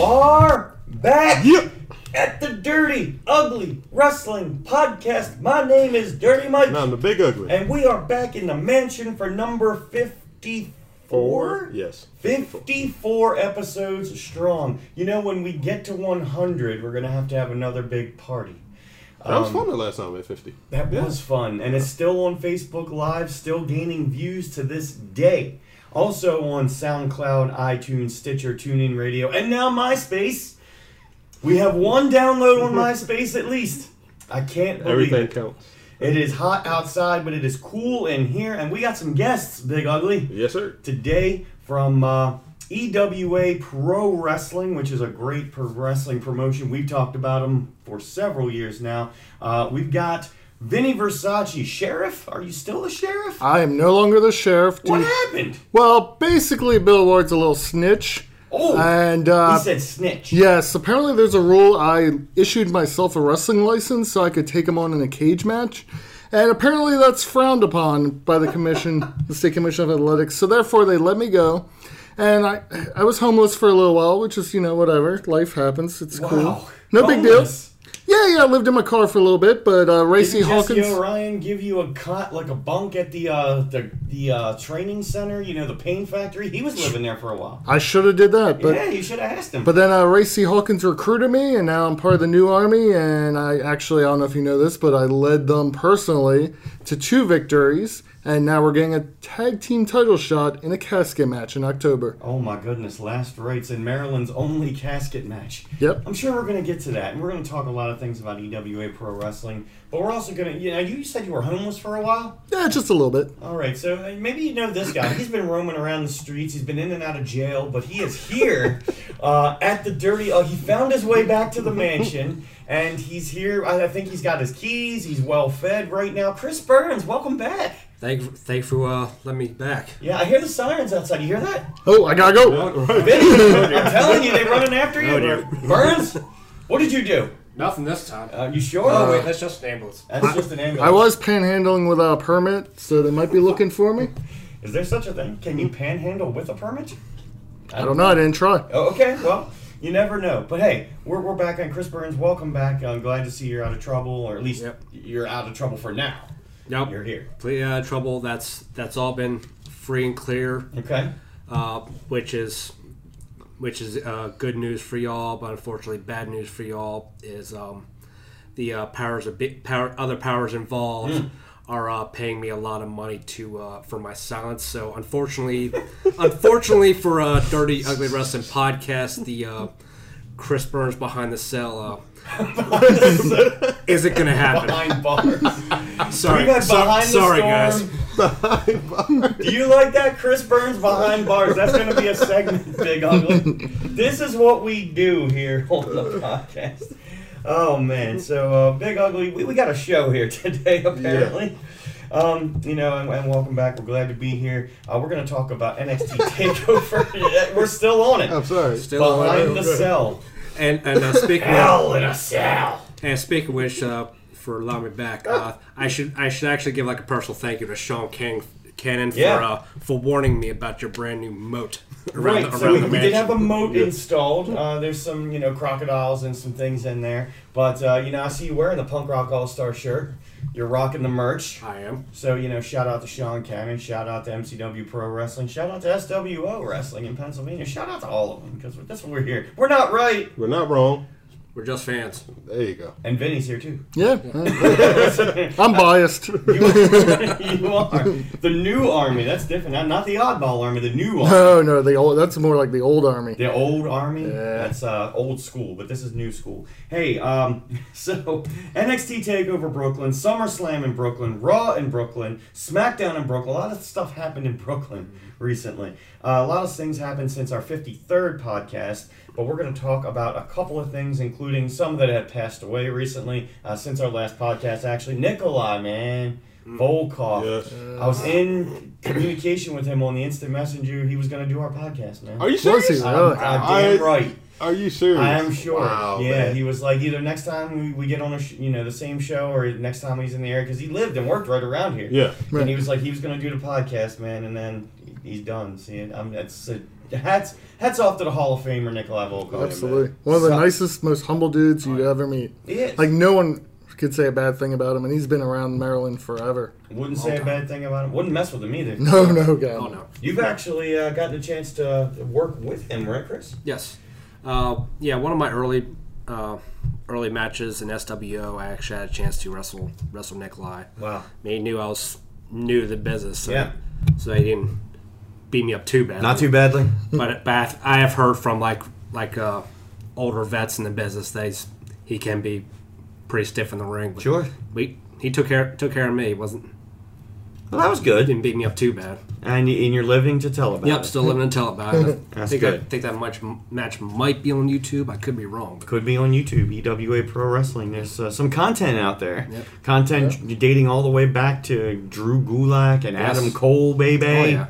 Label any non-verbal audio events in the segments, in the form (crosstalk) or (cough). are back Yep. at the Dirty Ugly Wrestling Podcast. My name is Dirty Mike, Now I'm the big ugly. and we are back in the mansion for number 54? Yes. 54 episodes strong. You know, when we get to 100, we're going to have to have another big party. That was fun the last time at 50. That Yeah. was fun, and it's still on Facebook Live, still gaining views to this day. Also on SoundCloud, iTunes, Stitcher, TuneIn Radio, and now MySpace. We have one download (laughs) on MySpace at least. I can't believe Everything it. counts. It is hot outside, but it is cool in here, and we got some guests, Big Ugly Yes, sir. today from uh, EWA Pro Wrestling, which is a great pro wrestling promotion. We've talked about them for several years now. Uh, we've got Vinny Versace, Sheriff. Are you still the sheriff? I am no longer the sheriff. what dude. happened? Well, basically, Bill Ward's a little snitch. Oh, And, he uh, said snitch. yes, apparently there's a rule. I issued myself a wrestling license so I could take him on in a cage match. And apparently that's frowned upon by the commission, (laughs) the State Commission of Athletics. So therefore, they let me go. And I, I was homeless for a little while, which is, you know, whatever. Life happens. It's Wow. cool. No big deal. Boneless. Yeah, yeah, I lived in my car for a little bit, but uh, Racy Didn't Jesse Hawkins. O'Ryan give you a cot like a bunk at the uh, the the uh, training center? You know the pain factory. He was living there for a while. I should have did that, but yeah, you should have asked him. But then uh, Ray C. Hawkins recruited me, and now I'm part of the new army. And I actually, I don't know if you know this, but I led them personally to two victories, and now we're getting a tag team title shot in a casket match in October. Oh my goodness, last rites in Maryland's only casket match. Yep. I'm sure we're going to get to that, and we're going to talk a lot of things about EWA Pro Wrestling, but we're also going to, you know, you said you were homeless for a while? Yeah, just a little bit. All right, so uh, maybe you know this guy. He's been roaming around the streets, he's been in and out of jail, but he is here uh, at the Dirty. Uh, he found his way back to the mansion, and he's here. I, I think he's got his keys, he's well fed right now. Chris Burns, welcome back. Thank, thank for uh, letting me back. Yeah, I hear the sirens outside. You hear that? Oh, I gotta go. I'm telling you, they're running after you. Oh, dear. Burns, what did you do? Nothing this time. Uh, you sure? oh, wait, that's just an ambulance. That's just an ambulance. I was panhandling without a permit, so they might be looking for me. Is there such a thing? Can you panhandle with a permit? I don't know. I didn't try. Oh, okay, well, you never know. But hey, we're, we're back on Chris Burns. Welcome back. I'm glad to see you're out of trouble, or at least Yep. you're out of trouble for now. Yep. You're here. Plea uh, trouble. That's that's all been free and clear, Okay? uh, which is which is uh, good news for y'all, but unfortunately bad news for y'all is um, the uh, powers of bi- power, other powers involved Hmm. are uh, paying me a lot of money to uh, for my silence. So unfortunately, unfortunately for uh, Dirty Ugly Wrestling podcast, the uh, Chris Burns behind the cell (laughs) uh, isn't going to happen. Behind bars. Sorry, We got so- behind the sorry storm. guys. Do you like that, Chris Burns? Behind bars. That's going to be a segment, Big Ugly. This is what we do here on the podcast. Oh man, so uh, Big Ugly, we, we got a show here (laughs) today apparently. Um, you know, and, and welcome back. We're glad to be here. Uh, we're going to talk about NXT Takeover. (laughs) we're still on it. I'm sorry. Still on it. Behind the cell, And and uh, speaking of, hell in a cell. and speaking of which, uh, for allowing me back, Oh. uh, I should I should actually give like a personal thank you to Sean King Cannon for Yeah. uh, for warning me about your brand new moat around Right, the, so around we, the we did have mansion. a moat installed. Uh, there's some, you know, crocodiles and some things in there. But, uh, you know, I see you wearing the Punk Rock All Star shirt. You're rocking the merch. I am. So, you know, shout out to Sean Cannon. Shout out to MCW Pro Wrestling. Shout out to SWO Wrestling in Pennsylvania. Shout out to all of them because that's what we're here. We're not right. We're not wrong. We're just fans. There you go. And Vinny's here, too. (laughs) Yeah, I'm biased. You are, (laughs) you are. the new army. That's different. Not, not the oddball army, the new army. No, Oh, no, the old. That's more like the old army. The old army? That's uh, old school, but this is new school. Hey, um, (laughs) so NXT TakeOver Brooklyn, SummerSlam in Brooklyn, Raw in Brooklyn, SmackDown in Brooklyn. A lot of stuff happened in (laughs) Brooklyn recently. Uh, a lot of things happened since our 53rd podcast, but we're going to talk about a couple of things, including some that have passed away recently uh, since our last podcast, actually. Nikolai, man. Volkov. Yes. I was in communication with him on the instant messenger. He was going to do our podcast, man. Are you Was serious? he really? I'm goddamn I- right. Are you serious? I am sure. Wow, yeah, man. he was like either next time we, we get on a sh- you know the same show or next time he's in the area because he lived and worked right around here. Yeah. And he was like he was gonna do the podcast, man, and then he's done. See, I'm that's a hats hats off to the Hall of Famer Nikolai Volkov. Absolutely. One of the So- nicest, most humble dudes you'd ever meet. He is. Like, no one could say a bad thing about him, and he's been around Maryland forever. (laughs) Wouldn't say oh, a bad thing about him. Wouldn't mess with him either. No, no, God. Oh no. You've actually uh, gotten a chance to uh, work with him, right, Chris? Yes. Uh, yeah, one of my early uh, early matches in SWO, I actually had a chance to wrestle wrestle Nikolai. Wow. He knew I was new to the business, so, Yeah. so they didn't beat me up too bad. Not too badly. but but I have heard from like like uh, older vets in the business that he's, he can be pretty stiff in the ring. But Sure. we he took care took care of me. wasn't Well, that was good. didn't beat me up too bad. And, y- and you're living to tell about Yep, it. still living in Telebag. I (laughs) That's think I good. think that much match might be on YouTube. I could be wrong. But Could be on YouTube, EWA Pro Wrestling. There's uh, some content out there. Content dating all the way back to Drew Gulak and Yes. Adam Cole, baby. oh yeah,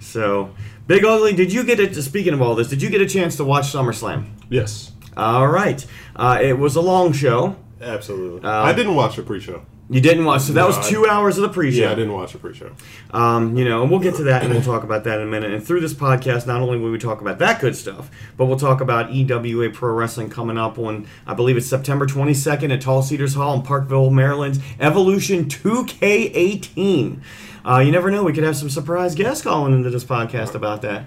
So, Big Ugly, did you get a, speaking of all this, did you get a chance to watch SummerSlam? Yes, All right. Uh, it was a long show. absolutely. I didn't watch the pre-show. You didn't watch, so that No, was I- two hours of the pre-show. Yeah, I didn't watch the pre-show. Um, you know, and we'll get to that and we'll talk about that in a minute. And through this podcast, not only will we talk about that good stuff, but we'll talk about EWA Pro Wrestling coming up on, I believe it's September 22nd at Tall Cedars Hall in Parkville, Maryland. Evolution 2K18. Uh, you never know, we could have some surprise guests calling into this podcast about that.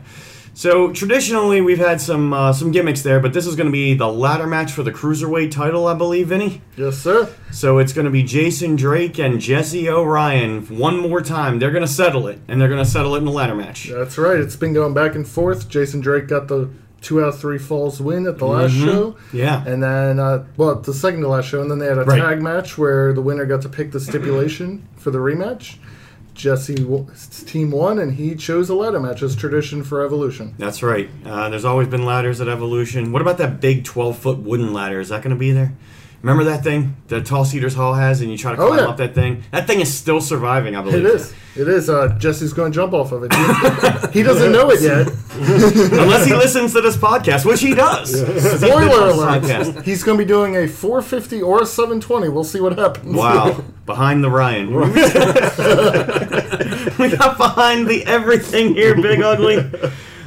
So traditionally, we've had some uh, some gimmicks there, but this is going to be the ladder match for the cruiserweight title, I believe, Vinny. Yes, sir. So it's going to be Jason Drake and Jesse O'Ryan one more time. They're going to settle it, and they're going to settle it in a ladder match. That's right. It's been going back and forth. Jason Drake got the two out of three falls win at the last show. Yeah. And then, uh, well, the second to last show, and then they had a Right. tag match where the winner got to pick the stipulation for the rematch. Jesse w- team won, and he chose a ladder match as tradition for Evolution. That's right. Uh, there's always been ladders at Evolution. What about that big 12 foot wooden ladder? Is that going to be there? Remember that thing that Tall Cedars Hall has, and you try to Oh, climb yeah. up that thing? That thing is still surviving, I believe. It is. It is. Uh, Jesse's going to jump off of it. He, (laughs) he doesn't know it yet. Unless (laughs) he listens to this podcast, which he does. Spoiler This alert. podcast. (laughs) He's going to be doing a 450 or a 720. We'll see what happens. Wow. Behind the Ryan. (laughs) we got behind the everything here, Big Ugly.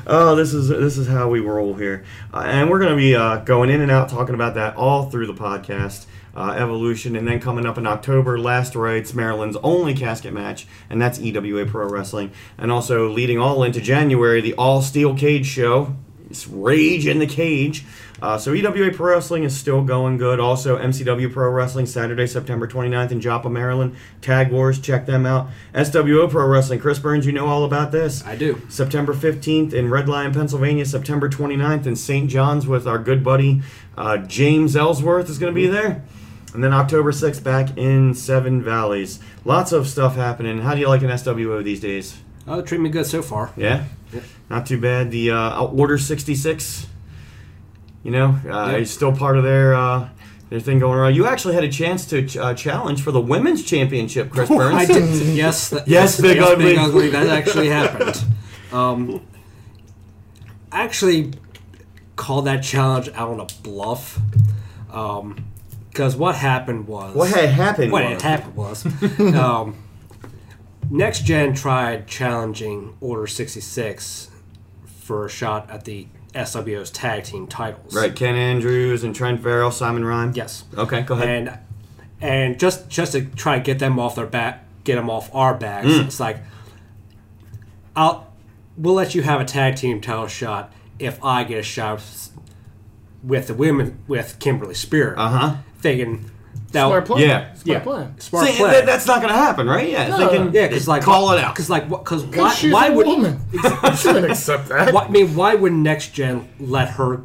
Oh, this is this is how we roll here, uh, and we're gonna be uh, going in and out talking about that all through the podcast uh, evolution, and then coming up in October, Last Rites, Maryland's only casket match, and that's EWA Pro Wrestling, and also leading all into January, the All Steel Cage Show. It's Rage in the Cage. Uh, so EWA Pro Wrestling is still going good. Also, MCW Pro Wrestling, Saturday, September 29th in Joppa, Maryland. Tag Wars, check them out. SWO Pro Wrestling, Chris Burns, you know all about this. I do. September 15th in Red Lion, Pennsylvania. September 29th in St. John's with our good buddy uh, James Ellsworth is going to be there. And then October 6th back in Seven Valleys. Lots of stuff happening. How do you like an SWO these days? Oh, treat me good so far. Yeah? Not too bad. The uh, Order 66, you know, uh, Yeah. is still part of their. Uh, their thing going around. You actually had a chance to ch- uh, challenge for the women's championship, Chris Burns. (laughs) I did. Yes, that, Yes, Big Ugly. That actually happened. Um, I actually called that challenge out on a bluff. Um 'cause because what happened was What had happened? what was- had happened was um, next gen tried challenging Order sixty six for a shot at the SWO's tag team titles. Right, Ken Andrews and Trent Farrell, Simon Rhyme. Yes. Okay, go ahead. and and just just to try to get them off their back, get them off our backs. Mm. It's like I'll we'll let you have a tag team title shot if I get a shot s- with the women with Kimberly Spirit. Uh Uh-huh. Thinking that Smart plan. Yeah. Smart yeah, plan. smart See, play. that- that's not going to happen, right? Yeah. No. thinking- yeah, because like call it out. Because like because why Why, she's why a would woman? she wouldn't accept that. why, I mean why would next gen let her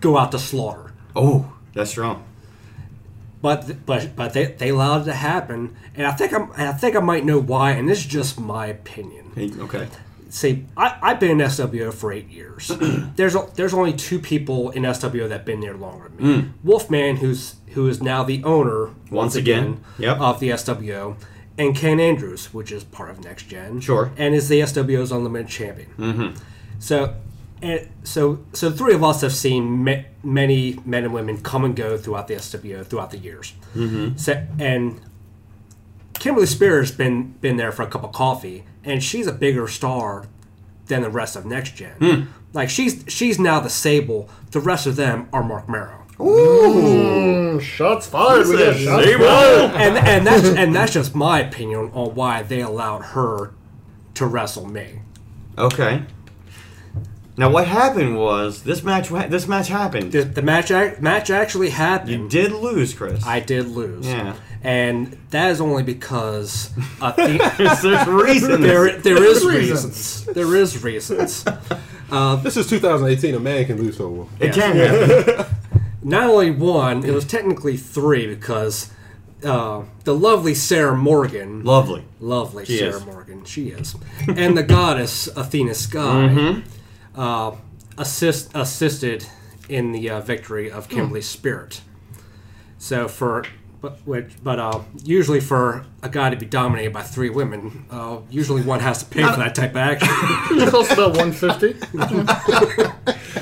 go out to slaughter? Oh, that's strong. but but but they, they allowed it to happen, and I think I'm and I think I might know why, and this is just my opinion. Hey, Okay. See, I, I've been in SWO for eight (clears throat) years. there's o- there's only two people in SWO that've been there longer than me. Mm. Wolfman, who's who is now the owner once, uh, again. Yep. of the SWO, and Ken Andrews, which is part of Next Gen, Sure. and is the SWO's unlimited champion. So, and so, so the three of us have seen ma- many men and women come and go throughout the SWO throughout the years. Mm-hmm. So, and Kimberly Spears has been been there for a cup of coffee, and she's a bigger star than the rest of next gen. Like she's she's now the Sable. The rest of them are Mark Marrow. Mm, Shots fired with that. Shots Sable. fired. and (laughs) and that's and that's just my opinion on why they allowed her to wrestle me. Okay. Now what happened was this match. wa- This match happened. The, the match ac- match actually You happened. did lose, Chris. I did lose. Yeah. And that is only because (laughs) Athena, (laughs) There's a reason. (laughs) there there is Reasons. reasons. There is (laughs) reasons. This is 2018. A man can lose to a woman. it can (laughs) happen. Not only one, it was technically three because uh, the lovely Sarah Morgan, Lovely. lovely She Sarah is. Morgan, she is, and the goddess Athena Sky Mm-hmm. uh, assist assisted in the uh, victory of Hmm. Kimberly's spirit. So for but which but uh, usually for a guy to be dominated by three women, uh, usually one has to pay for that type of action. (laughs) It costs about 150.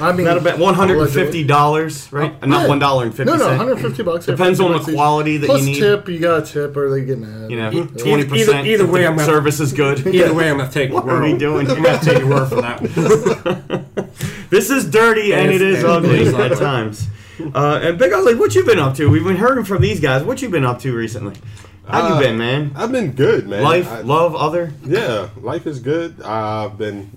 I mean, Not about one hundred and fifty dollars, right? Oh, Not yeah. one dollar and fifty No, no, cents. 150 bucks. Depends on the 50 bucks each. quality that Plus you need. tip, you got to tip, or they getting ahead. You know, Either- twenty percent. either- either way, I'm gonna- service is good. (laughs) Either way, I'm gonna take What your are word. we doing? (laughs) I'm gonna take your word for that. one. This is dirty and, it It's- is and it ugly is at ugly. times. (laughs) Uh, and Big Ugly, what you been up to? We've been hearing from these guys. What you been up to recently? How Uh, you been, man? I've been good, man. Life, I- love, other. yeah, life is good. I've been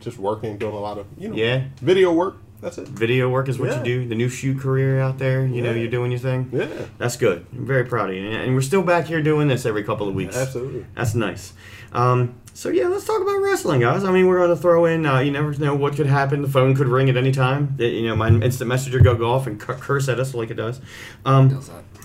just working, doing a lot of you know, Yeah. video work. That's it. Video work is what Yeah. you do. The new shoe career out there. You know, Yeah. you're doing your thing. Yeah. That's good. I'm very proud of you. And- And we're still back here doing this every couple of weeks. Absolutely. That's nice. Um, so yeah, let's talk about wrestling, guys. I mean, we're gonna throw in. Uh, you never know what could happen. The phone could ring at any time. It- you know, my instant messenger go go off and cu- curse at us like it does. Um,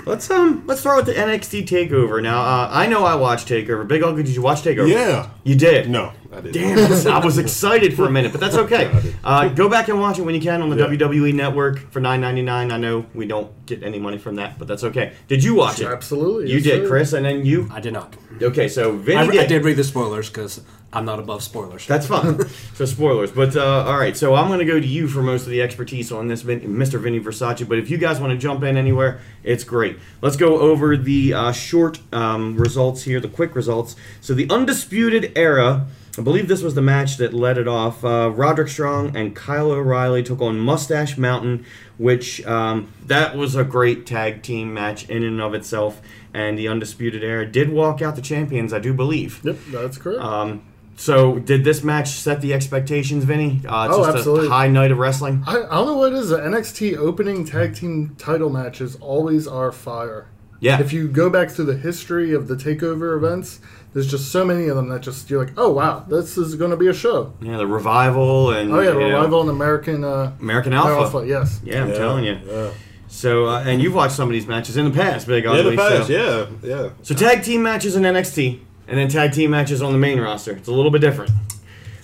Let's um let's throw out the NXT Takeover. Now uh, I know I watched Takeover. Big Uncle, did you watch Takeover? Yeah. you did. No, I didn't. Damn, it. I was excited for a minute, but that's okay. Uh, go back and watch it when you can on the Yeah. WWE Network for nine ninety nine. I know we don't get any money from that, but that's okay. Did you watch it? Absolutely, You yes, did, sir. Chris, and then you. I did not. Okay, so Vinny I, did. I did read the spoilers because I'm not above spoilers. That's fine. so spoilers, but uh, all right. So I'm going to go to you for most of the expertise on this, Vin- Mr. Vinny Versace. But if you guys want to jump in anywhere, it's great. Let's go over the uh, short um, results here, the quick results. So the undisputed era. I believe this was the match that led it off. Uh, Roderick Strong and Kyle O'Reilly took on Mustache Mountain, which um, that was a great tag team match in and of itself. And the Undisputed Era did walk out the champions, I do believe. Yep, that's correct. Um, so did this match set the expectations, Vinny? Uh, it's Oh, just absolutely. a high night of wrestling. I, I don't know what it is. The NXT opening tag team title matches always are fire. Yeah. If you go back through the history of the takeover events, there's just so many of them that just you're like, oh wow, this is going to be a show. Yeah, the revival and Oh yeah, you know, revival and American uh, American Alpha. yes. Yeah, I'm Yeah, telling you. yeah. So uh, and you've watched some of these matches in the past, big Yeah, the Ugly, so- past. Yeah, yeah. So tag team matches in NXT, and then tag team matches on the main roster. It's a little bit different,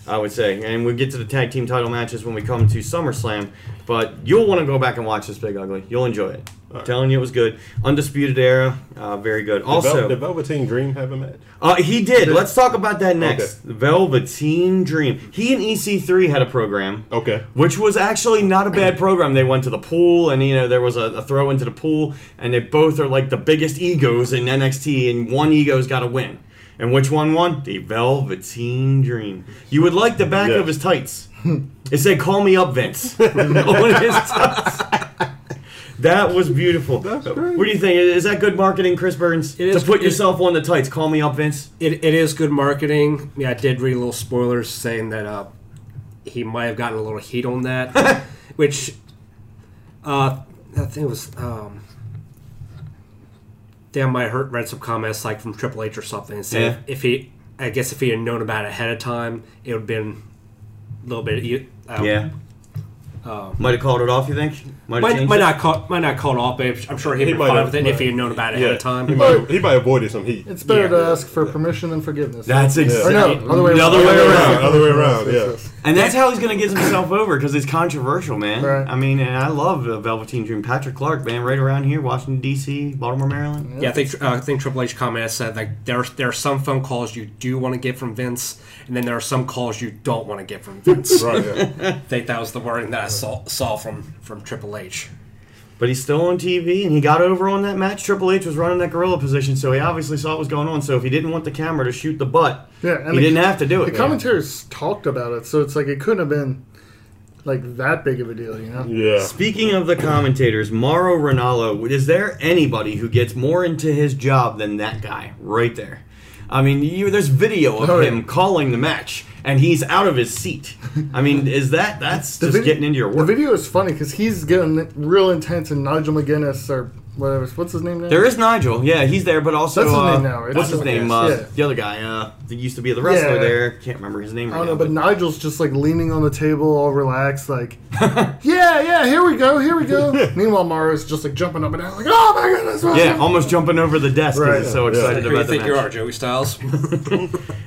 I would say. And we'll get to the tag team title matches when we come to SummerSlam. But you'll want to go back and watch this Big Ugly. You'll enjoy it. Alright. Telling you it was good. Undisputed Era, uh, very good. Did Vel- Also, did Velveteen Dream have a match? Uh, he did. Let's talk about that next. The Velveteen Dream. He and EC3 had a program. Okay. Which was actually not a bad program. They went to the pool, and you know there was a, a throw into the pool, and they both are like the biggest egos in NXT, and one ego's got to win. And which one won? The Velveteen Dream. You would like the back Yeah. of his tights. It said, "Call me up, Vince." (laughs) On his tights. That was beautiful. great. What do you think? Is that good marketing, Chris Burns? It to is- put it- yourself on the tights. Call me up, Vince. It, it is good marketing. Yeah, I did read a little spoilers saying that uh, he might have gotten a little heat (laughs) on that, which uh, I think it was. Um, damn, I heard read some comments like from Triple H or something saying Yeah. if he, I guess if he had known about it ahead of time, it would have been a little bit. e- Uh, Yeah. uh, Might have called it off, you think? Might have Might, changed might it? not call might not call it off, but I'm sure he'd He been might fine have- with it if he had known about it ahead of He time. might, have- he might have avoided some heat. It's better Yeah. to ask for permission than forgiveness. That's or exactly. no, other way The around. other way around. Other way around, Yes, yeah. yes. And that's how he's going to get himself over because it's controversial, man. Right. I mean, and I love uh, Velveteen Dream. Patrick Clark, man, right around here, Washington, D.C., Baltimore, Maryland. Yeah, I think uh, I think Triple H commented said like there there are some phone calls you do want to get from Vince, and then there are some calls you don't want to get from Vince. Right, yeah. I think that was the wording that I saw saw from from Triple H. But he's still on TV, and he got over on that match. Triple H was running that gorilla position, so he obviously saw what was going on. So if he didn't want the camera to shoot the butt, Yeah, he the- didn't have to do it. The commentators talked about it, so it's like it couldn't have been like that big of a deal, you know? Yeah. Speaking of the commentators, Mauro Ranallo, is there anybody who gets more into his job than that guy right there? I mean, you, there's video of Oh, yeah. him calling the match, and he's out of his seat. I (laughs) mean, is that that's just vid- getting into your The work? video is funny because he's getting real intense, and Nigel McGuinness or whatever. What's his name now? There is Nigel, yeah, he's there, but also That's his uh, name now, right? what's his Nigel name? McGuinness, Uh, yeah. The other guy uh, that used to be the wrestler Yeah. there. Can't remember his name right I don't know, now. but Nigel's just like leaning on the table, all relaxed, (laughs) like, yeah, yeah, here we go, here we go. Meanwhile, Mara's just like jumping up and down, like, oh my goodness, oh my yeah, almost jumping over the desk because Right. he's so Yeah. excited Who do you about the think you match. are, Joey Styles? (laughs)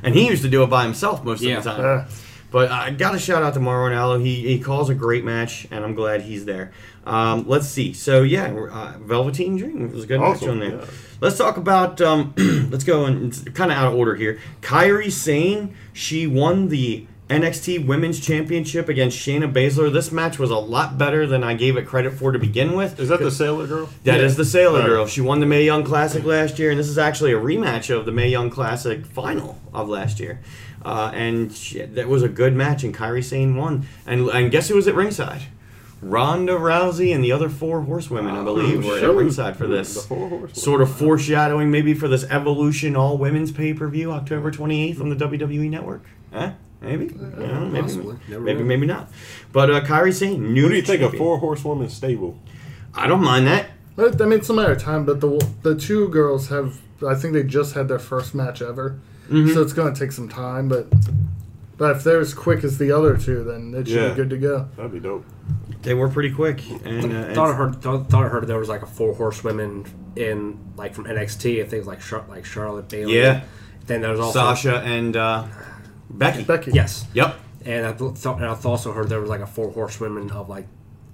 And he used to do it by himself most Yeah. of the time. Yeah. But I got to shout out to Mauro Ronaldo. He, he calls a great match, and I'm glad he's there. Um, let's see. So yeah, we're, uh, Velveteen Dream was a good match Awesome, on there. yeah. Let's talk about. Um, (clears throat) let's go and it's kind of out of order here. Kyrie Sane she won the NXT Women's Championship against Shayna Baszler. This match was a lot better than I gave it credit for to begin with. Is that the sailor girl? That is the Sailor Right. Girl. She won the May Young Classic last year, and this is actually a rematch of the May Young Classic final of last year. Uh, and she, that was a good match, and Kyrie Sane won. And, and guess who was at ringside? Ronda Rousey and the other four horsewomen, I believe, were at shoot. ringside for The this. four horsewomen. Sort of foreshadowing maybe for this Evolution All Women's pay per view October 28th on the WWE Network. Huh? Maybe. Yeah, maybe, possibly. Never maybe, know. maybe not. But uh, Kyrie Sane, new What do you think of champion. four horsewomen stable? I don't mind that. But, I mean, it's a matter of time, but the the two girls have, I think they just had their first match ever, Mm-hmm. so it's going to take some time. But but if they're as quick as the other two, then it should Yeah. be good to go. That'd be dope. They were pretty quick. And, uh, and thought I heard thought, thought I heard there was like a four horsewomen in like from NXT. I think it was like Char- like Charlotte Bailey. Yeah. Then there was also Sasha and uh, Becky. Becky, Yes. Yep. And I th- thought and I th- also heard there was like a four horsewomen of like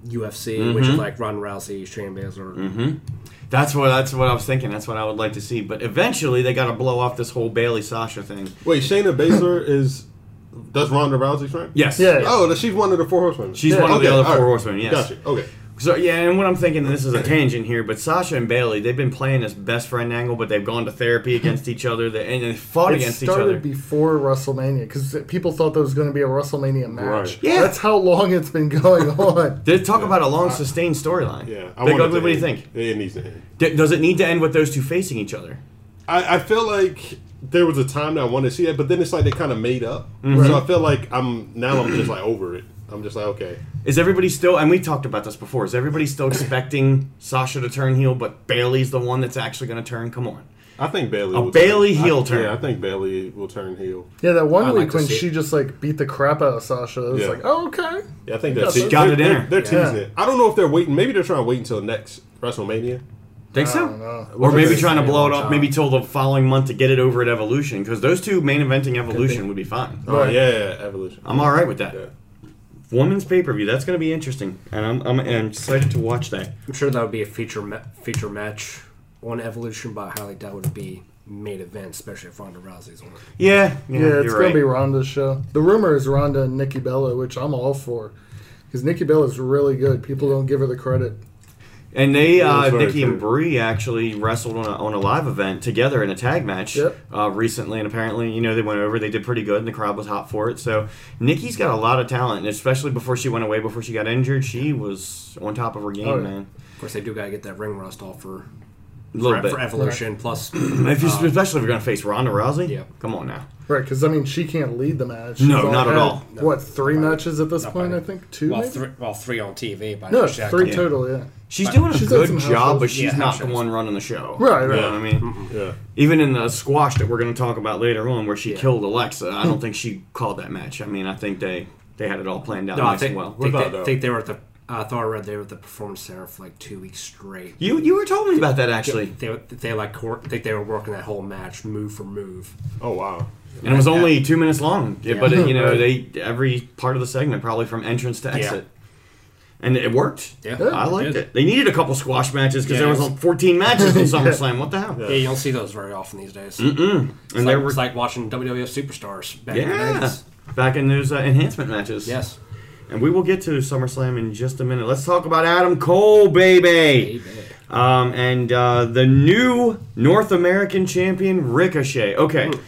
UFC, which is like Ron Rousey, Shane Baszler. That's what that's what I was thinking. That's what I would like to see. But eventually, they got to blow off this whole Bailey Sasha thing. Wait, Shayna Baszler is that's Ronda Rousey's friend? Yes. Yeah. Oh, that she's one of the four horsewomen. She's Yeah. one of the Okay, other all four right. horsewomen. Yes. Gotcha. Okay. So yeah, and what I'm thinking, and this is a tangent here, but Sasha and Bailey, they've been playing this best friend angle, but they've gone to therapy against each other, they, and they fought It against each other. started before WrestleMania because people thought that was going to be a WrestleMania match. Right. Yeah. That's how long it's been going (laughs) on. they talk about a long sustained storyline. Yeah. Big want it Ugly, to what do you end. think? It needs to end. D- does it need to end with those two facing each other? I, I feel like there was a time that I wanted to see that, but then it's like they kind of made up. So I feel like I'm now I'm just like over it. I'm just like okay. Is everybody still? And we talked about this before. Is everybody still expecting Sasha to turn heel, but Bailey's the one that's actually going to turn? Come on. I think Bailey. A will Bayley turn. heel I, turn. Yeah, I think Bailey will turn heel. Yeah, that one I'd like week to when see it. she just like beat the crap out of Sasha, it was Yeah. like, oh, okay. Yeah, I think Yeah, that's so- Got they're, it in her. They're, they're teasing Yeah. it. I don't know if they're waiting. Maybe they're trying to wait until next WrestleMania. Think I so? don't know. Or Well, maybe it's trying to been a blow it long off, time. maybe till the following month to get it over at Evolution, because those two main eventing Evolution would be fine. Oh Right. yeah, yeah, Evolution. I'm all right with that. Yeah. Women's pay per view, that's going to be interesting, and I'm, I'm, I'm excited to watch that. I'm sure that would be a feature ma- feature match on Evolution, but I highly doubt it would be main event, especially if Ronda Rousey's on it. Yeah, yeah, Yeah, it's you're gonna right. be Ronda's show. The rumor is Ronda and Nikki Bella, which I'm all for, because Nikki Bella's really good. People don't give her the credit. And they, uh, that's very Nikki and true. Brie, actually wrestled on a, on a live event together in a tag match Yep. uh, recently, and apparently, you know, they went over, they did pretty good, and the crowd was hot for it. So Nikki's got a lot of talent, and especially before she went away, before she got injured, she was on top of her game, Oh, yeah. man. Of course, they do gotta get that ring rust off for A little for, bit. for Evolution. Plus, If you, especially if you're going to face Ronda Rousey, Yeah. come on now. Right, because I mean, she can't lead the match. No, She's only not at had, all. What three matches at this Not point? by- I think two. well, maybe? three, well, three on TV, but No, Shaq- three yeah. total. Yeah. She's doing a She's done good some house job, shows. but she's Yeah, not house the shows. one running the show. Right, You right. know what I mean? Yeah. Even in the squash that we're going to talk about later on, where she killed Alexa, I (laughs) don't think she called that match. I mean, I think they, they had it all planned out No, I nice think, and well. think, What about, they, uh, think they were at the. I thought I read they were at the performance center for like two weeks straight. You you were telling me about that actually, They were- they like cor- think they were working that whole match move for move. Oh wow. and it was only two minutes long. Yeah, But it, you (laughs) know, they Right. every part of the segment probably from entrance to exit, and it worked. Yeah. Yeah, I liked it it, did. They needed a couple squash matches because Yeah, there it was was- like 14 matches (laughs) in SummerSlam. What the hell? Yeah, you don't see those very often these days. It's, And like, there were it's like watching WWF superstars back in the yeah, days. back in those uh, enhancement matches. Yes. And we will get to SummerSlam in just a minute. Let's talk about Adam Cole, baby. Um, and uh, the new North American champion, Ricochet. Okay. Hmm.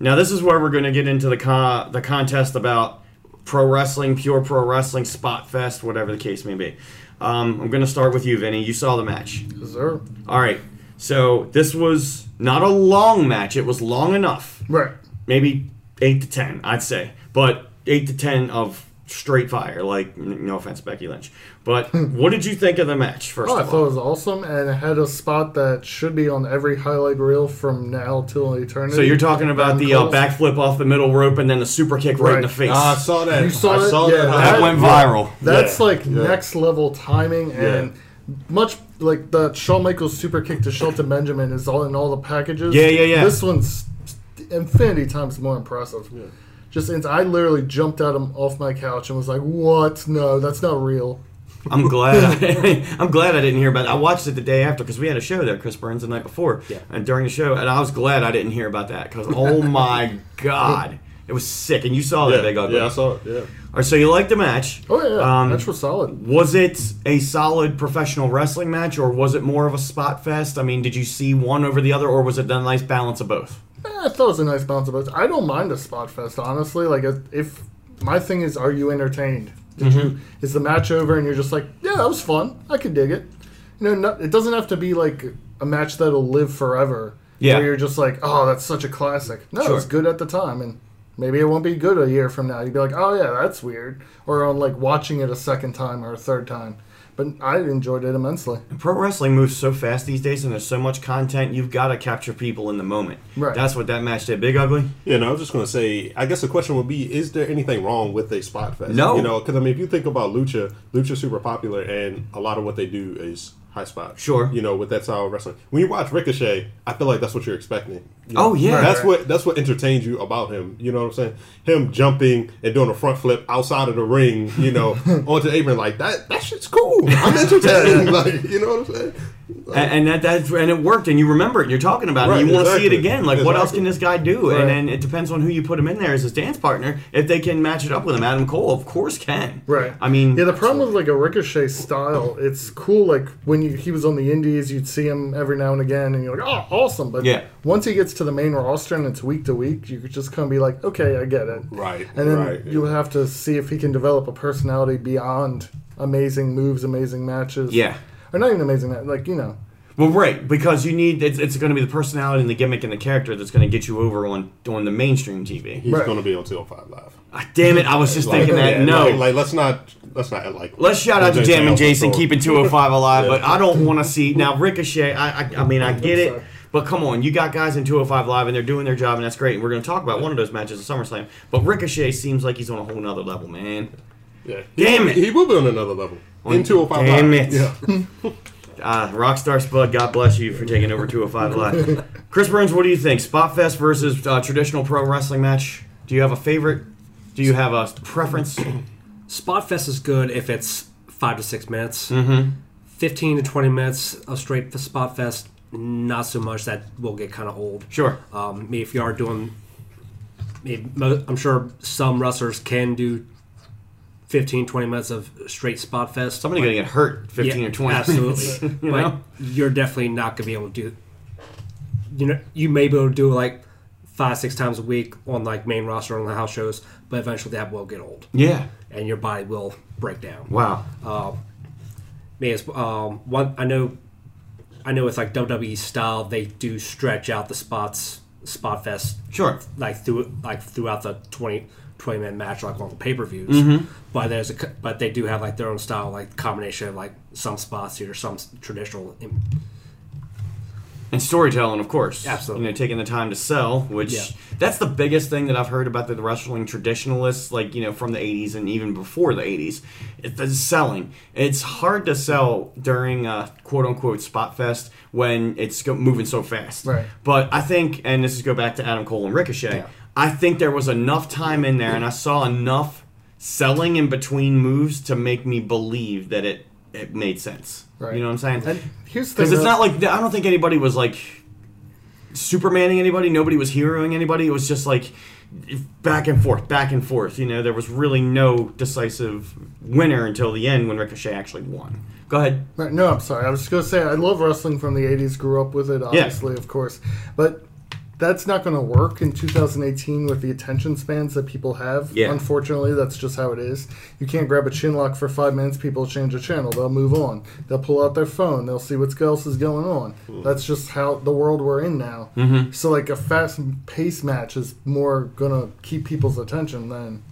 Now this is where we're going to get into the con- the contest about pro wrestling, pure pro wrestling, spot fest, whatever the case may be. Um, I'm going to start with you, Vinny. You saw the match. Sir. All right. So this was not a long match. It was long enough. Right. Maybe eight to ten, I'd say. But eight to ten of straight fire. Like n- no offense, Becky Lynch. But what did you think of the match? First Hmm. Oh, I of thought all, it was awesome, and it had a spot that should be on every highlight reel from now till eternity. so you're talking about Adam the uh, Cole's- backflip off the middle rope and then the super kick right, in Right. the face. Ah, I saw that. You saw I it? saw Yeah, that. that I- went yeah. viral. That's Yeah, like yeah. next level timing and much like the Shawn Michaels super kick to Shelton Benjamin is all in all the packages. Yeah, yeah, yeah. This one's infinity times more impressive. Just and I literally jumped out of, off my couch and was like, "What? No, that's not real." I'm glad. I, (laughs) am glad I didn't hear about. it. I watched it the day after because we had a show there, Chris Burns, the night before, Yeah. and during the show, and I was glad I didn't hear about that because oh my god, it was sick. And you saw that big yeah, ugly. yeah, I saw it. Yeah. All right, so you liked the match? Oh yeah, Um, that's real solid. Was it a solid professional wrestling match, or was it more of a spot fest? I mean, did you see one over the other, or was it a nice balance of both? Eh, I thought it was a nice bounce of I don't mind a spot fest, honestly. Like, if, if my thing is, are you entertained? Did Mm-hmm. you? Is the match over and you're just like, yeah, that was fun. I could dig it. You know, not, it doesn't have to be like a match that'll live forever. Yeah. Where you're just like, oh, that's such a classic. No, it's Sure. good at the time, and maybe it won't be good a year from now. You'd be like, oh yeah, that's weird, or on like watching it a second time or a third time. But I enjoyed it immensely. Pro wrestling moves so fast these days, and there's so much content. You've got to capture people in the moment. Right. That's what that match did. Big Ugly. Yeah, no, I was just gonna say. I guess the question would be: Is there anything wrong with a spot fest? No. you know, because I mean, if you think about lucha, lucha's super popular, and a lot of what they do is high spot. Sure. you know, with that style of wrestling. When you watch Ricochet, I feel like that's what you're expecting. You Oh, know, yeah. that's what that's what entertains you about him. You know what I'm saying? Him jumping and doing a front flip outside of the ring, (laughs) you know, onto the apron like that. That shit's cool. I'm entertained. (laughs) like, you know what I'm saying? Like, and, and that that's and it worked and you remember it and you're talking about it Right, and you want to see exactly. it again like what else Exactly. can this guy do Right. and then it depends on who you put him in there as his dance partner if they can match it up with him Adam Cole of course can Right. I mean yeah, the problem with like a Ricochet style, it's cool. Like when you, he was on the Indies, you'd see him every now and again, and you're like, oh, awesome. But Yeah. once he gets to the main roster and it's week to week, you could just kind of be like, okay, I get it. Right, And then right. you'll have to see if he can develop a personality beyond amazing moves, amazing matches. Yeah. Or not even amazing, ma- like, you know. well right because you need it's, it's going to be the personality and the gimmick and the character that's going to get you over on on the mainstream TV he's Right. gonna be on 205 Live. Ah, damn it I was just thinking that Yeah, no like, like, let's not let's not like Let's shout out to Jam and Jason keeping. keeping 205 alive, but I don't want to (laughs) see now Ricochet. I, I, I mean, I get it, but come on, you got guys in 205 live and they're doing their job, and that's great. And we're going to talk about one of those matches at SummerSlam, but Ricochet seems like he's on a whole nother level, man. Yeah. Damn it. He will be on another level. In 205 Damn Live. it. Yeah. (laughs) Uh, Rockstar Spud, God bless you for taking over 205 (laughs) live. Chris Burns, what do you think? Spot Fest versus uh, traditional pro wrestling match. Do you have a favorite? Do you have a preference? Spot fest is good if it's five to six minutes. Mm-hmm. Fifteen to twenty minutes of straight f- spot fest, not so much. That will get kind of old. Sure. Um, maybe if you are doing, maybe, mo- I'm sure some wrestlers can do 15, 20 minutes of straight spot fest. Somebody going to get hurt 15 Yeah, or 20. Absolutely. (laughs) You but know? you're definitely not gonna be able to do you know you may be able to do like five, six times a week on like main roster on the house shows, but eventually that will get old Yeah. Um, and your body will break down. Wow. May as um one I know I know it's like WWE style, they do stretch out the spots spot fest Sure. like through like throughout the 20, 20 minute match like on the pay per views. But there's a c- but they do have like their own style like combination of like some spots here, some s- traditional. in- and storytelling, of course. Absolutely. You know, taking the time to sell, which Yeah. that's the biggest thing that I've heard about the wrestling traditionalists, like you know, from the '80s and even before the '80s. It's the selling. It's hard to sell during a quote unquote spot fest when it's go- moving so fast. Right. But I think, and this is go back to Adam Cole and Ricochet. I think there was enough time in there, and I saw enough selling in between moves to make me believe that it it made sense. Right. You know what I'm saying? And here's the Because thing it's that- not like I don't think anybody was like Supermaning anybody. Nobody was heroing anybody. It was just like back and forth, back and forth. You know, there was really no decisive winner until the end when Ricochet actually won. Go ahead. Right, No, I'm sorry. I was just going to say, I love wrestling from the 80s, grew up with it, obviously, of course. But that's not going to work in 2018 with the attention spans that people have. Yeah. Unfortunately, that's just how it is. You can't grab a chin lock for five minutes, people change a channel. They'll move on. They'll pull out their phone. They'll see what else is going on. That's just how the world we're in now. Mm-hmm. So, like, a fast pace match is more going to keep people's attention than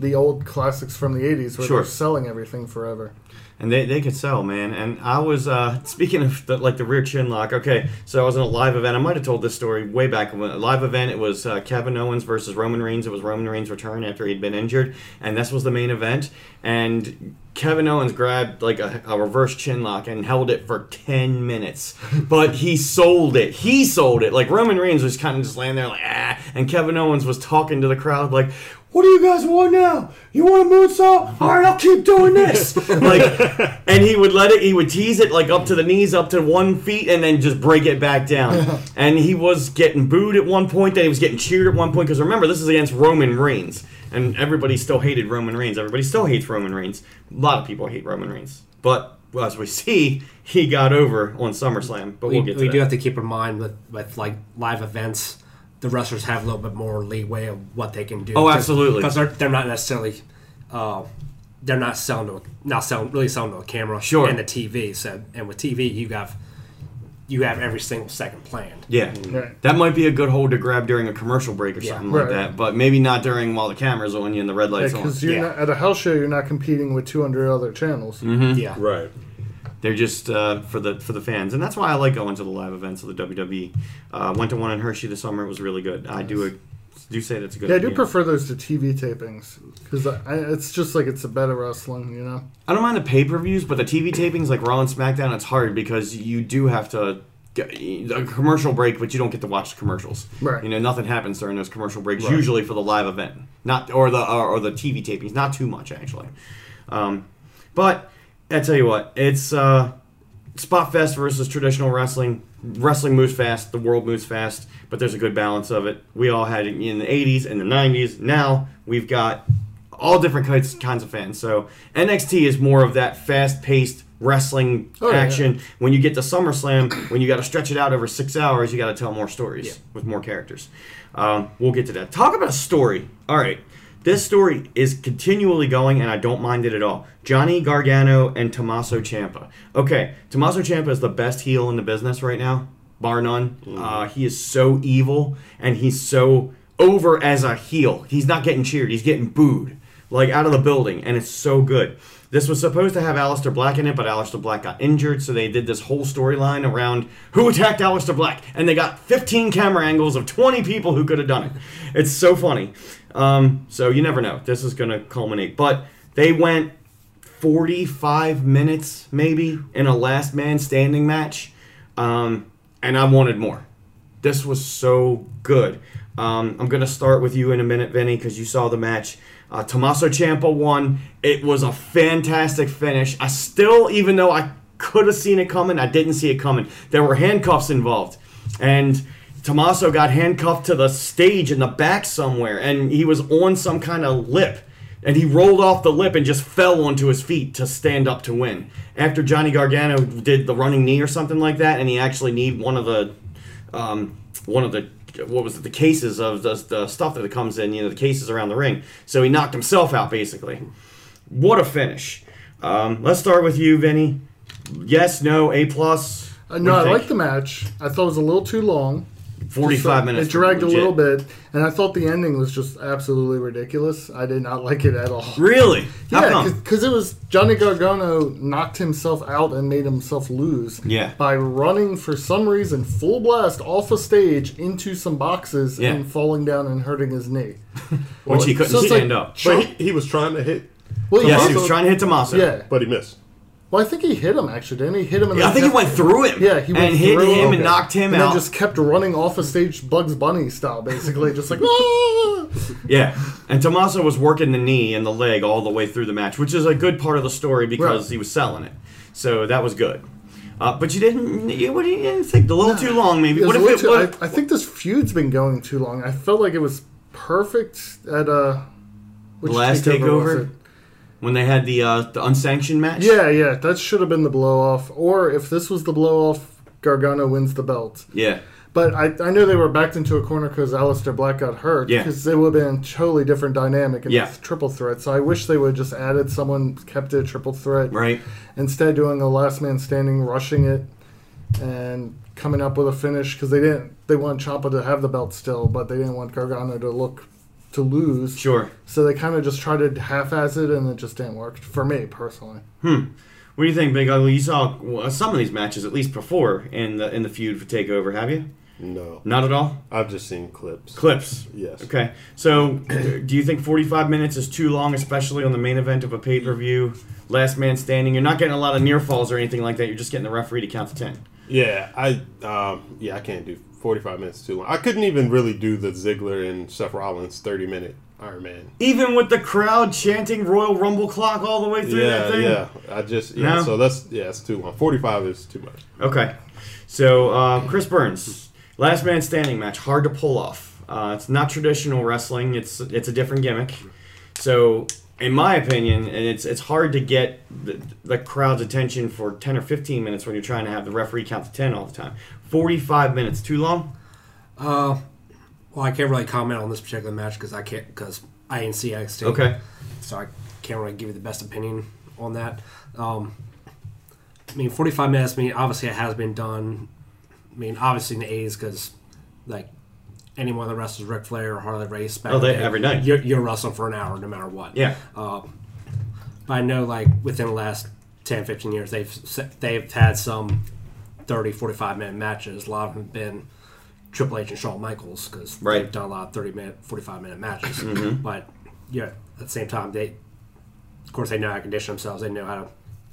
the old classics from the 80s where Sure. they're selling everything forever. and they, they could sell, man. And I was uh, (laughs) speaking of the, like the rear chin lock. Okay, so I was in a live event. I might have told this story way back when a live event. It was uh, Kevin Owens versus Roman Reigns. It was Roman Reigns' return after he'd been injured, and this was the main event. And Kevin Owens grabbed like a, a reverse chin lock and held it for ten minutes, but he sold it. He sold it. Like Roman Reigns was kind of just laying there like ah, and Kevin Owens was talking to the crowd like. What do you guys want now? You want a moonsault? All right, I'll keep doing this. (laughs) like, and he would let it. He would tease it like up to the knees, up to one feet, and then just break it back (laughs) down. and he was getting booed at one point. Then he was getting cheered at one point. Because remember, this is against Roman Reigns, and everybody still hated Roman Reigns. Everybody still hates Roman Reigns. A lot of people hate Roman Reigns, but well, as we see, he got over on SummerSlam. But we, we, will get to we that. do have to keep in mind with, with like live events the wrestlers have a little bit more leeway of what they can do Oh, absolutely. because they're, they're not necessarily uh, they're not selling to a, not selling really selling to a camera Sure. and the tv so and with tv you have you have every single second planned Yeah. Right. That might be a good hold to grab during a commercial break or something like Right. that, but maybe not during while the camera's on you and the red light's on. Because you're not at a house show, you're not competing with 200 other channels. Mm-hmm. yeah Right. They're just uh, for the for the fans, and that's why I like going to the live events of the WWE. Uh, went to one in Hershey this summer; it was really good. I do a, do say that's a good. Yeah, I do idea. prefer those to TV tapings because it's just like it's a better wrestling, you know. I don't mind the pay per views, but the TV tapings like Raw and SmackDown, it's hard because you do have to get a commercial break, but you don't get to watch the commercials. Right. You know, nothing happens during those commercial breaks usually for the live event, not or the or, or the TV tapings, not too much actually. Um, but I tell you what, it's uh, spot fest versus traditional wrestling. Wrestling moves fast, the world moves fast, but there's a good balance of it. We all had it in the 80s and the 90s. Now we've got all different kinds kinds of fans. So NXT is more of that fast-paced wrestling Oh, yeah. action. When you get to SummerSlam, when you got to stretch it out over six hours, you got to tell more stories with more characters. Um, we'll get to that. Talk about a story. All right, this story is continually going, and I don't mind it at all. Johnny Gargano and Tommaso Ciampa. Okay, Tommaso Ciampa is the best heel in the business right now, bar none. Uh, he is so evil, and he's so over as a heel. He's not getting cheered. He's getting booed like out of the building, and it's so good. This was supposed to have Aleister Black in it, but Aleister Black got injured, so they did this whole storyline around who attacked Aleister Black, and they got 15 camera angles of 20 people who could have done it. It's so funny. Um, so you never know. This is going to culminate. But they went 45 minutes, maybe, in a last man standing match, um, and I wanted more. This was so good. Um, I'm going to start with you in a minute, Vinny, because you saw the match. Uh, Tommaso Ciampa won. It was a fantastic finish. I still, even though I could have seen it coming, I didn't see it coming. There were handcuffs involved. And Tommaso got handcuffed to the stage in the back somewhere, and he was on some kind of lip. And he rolled off the lip and just fell onto his feet to stand up to win. After Johnny Gargano did the running knee or something like that, and he actually need one of the um, one of the what was it the cases of the, the stuff that comes in you know the cases around the ring so he knocked himself out basically what a finish um, let's start with you vinny yes no a plus Uh, no, I like the match. I thought it was a little too long. 45 So minutes It dragged legit. a little bit, and I thought the ending was just absolutely ridiculous. I did not like it at all. really How Yeah, come? because it was Johnny Gargano knocked himself out and made himself lose. Yeah. By running for some reason full blast off a stage into some boxes Yeah. and falling down and hurting his knee. (laughs) which he couldn't so it's stand like- up But he, he was trying to hit, Well, yes he also- was trying to hit Tommaso. Yeah. but he missed. Well, I think he hit him actually, didn't he? Hit him. And Yeah, I then think he kept- went through him. Yeah, he went and hit through him him. and knocked him and then out. just kept running off the stage, Bugs Bunny style, basically, just like. (laughs) "Ah!" Yeah, and Tommaso was working the knee and the leg all the way through the match, which is a good part of the story because Right. he was selling it. So that was good. Uh, but you didn't. You, what do you you didn't think? A little too long, maybe. It What if was a it little was? too- I, I think this feud's been going too long. I felt like it was perfect at uh, which The last was takeover it? when they had the uh, the unsanctioned match. Yeah, yeah, that should have been the blow off. Or if this was the blow off, Gargano wins the belt. Yeah. But I, I know they were backed into a corner because Aleister Black got hurt. Yeah. Because it would have been a totally different dynamic in Yeah. this triple threat. So I wish they would have just added someone, kept it a triple threat. Right. Instead, doing a last man standing, rushing it, and coming up with a finish because they didn't. They want Ciampa to have the belt still, but they didn't want Gargano to look to lose. Sure. So they kind of just tried to half-ass it, and it just didn't work for me personally. What do you think, Big Ugly? You saw well, some of these matches at least before in the in the feud for Takeover, have you? No, Not at all. I've just seen clips. Clips. Yes. Okay. So, do you think 45 minutes is too long, especially on the main event of a pay per view? Last man standing. You're not getting a lot of near falls or anything like that. You're just getting the referee to count to 10. Yeah, I um, yeah I can't do forty five minutes too long. I couldn't even really do the Ziggler and Seth Rollins thirty minute Iron Man. Even with the crowd chanting Royal Rumble clock all the way through that Yeah, thing? yeah. I just yeah. No? So that's yeah, it's too long. Forty five is too much. Okay. So, uh, Chris Burns, last man standing match, hard to pull off. Uh, it's not traditional wrestling. It's it's a different gimmick. So, in my opinion, and it's it's hard to get the, the crowd's attention for ten or fifteen minutes when you're trying to have the referee count to ten all the time. Forty-five minutes too long. Well, I can't really comment on this particular match because I can't because I didn't see NXT. Okay. so I can't really give you the best opinion on that. Um, I mean, 45 minutes. I mean, obviously it has been done. I mean, obviously in the 80s because like anyone that wrestles Ric Flair or Harley Race back Oh, in the they- day, every night. You're, you're wrestling for an hour no matter what. Yeah. Um, but I know like within the last 10, 15 years they've se- they've had some 30, 45 minute matches. A lot of them have been Triple H and Shawn Michaels because Right. they've done a lot of 30 minute, 45 minute matches. But yeah, at the same time, they, of course, they know how to condition themselves. They know how to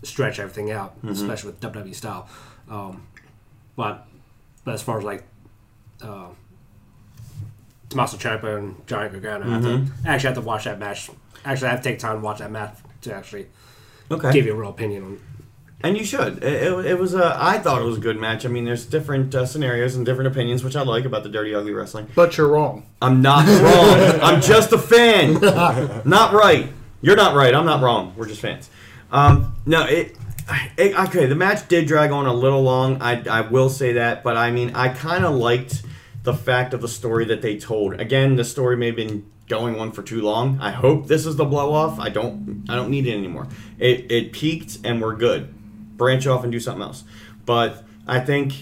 stretch everything out, especially with WWE style. Um, but, but as far as like, uh, Tommaso Ciampa and Johnny Gargano, I have to- I actually have to watch that match. Actually, I have to take time to watch that match to actually Okay. give you a real opinion on And you should. It, it, it was a. I thought it was a good match. I mean, there's different uh, scenarios and different opinions, which I like about the dirty, ugly wrestling. But you're wrong. I'm not wrong. I'm just a fan. Not right. You're not right. I'm not wrong. We're just fans. Um, no, it, it. Okay, the match did drag on a little long. I, I will say that, but I mean, I kind of liked the fact of the story that they told. Again, the story may have been going on for too long. I hope this is the blow off. I don't. I don't need it anymore. It it peaked, and we're good. Branch off and do something else. But I think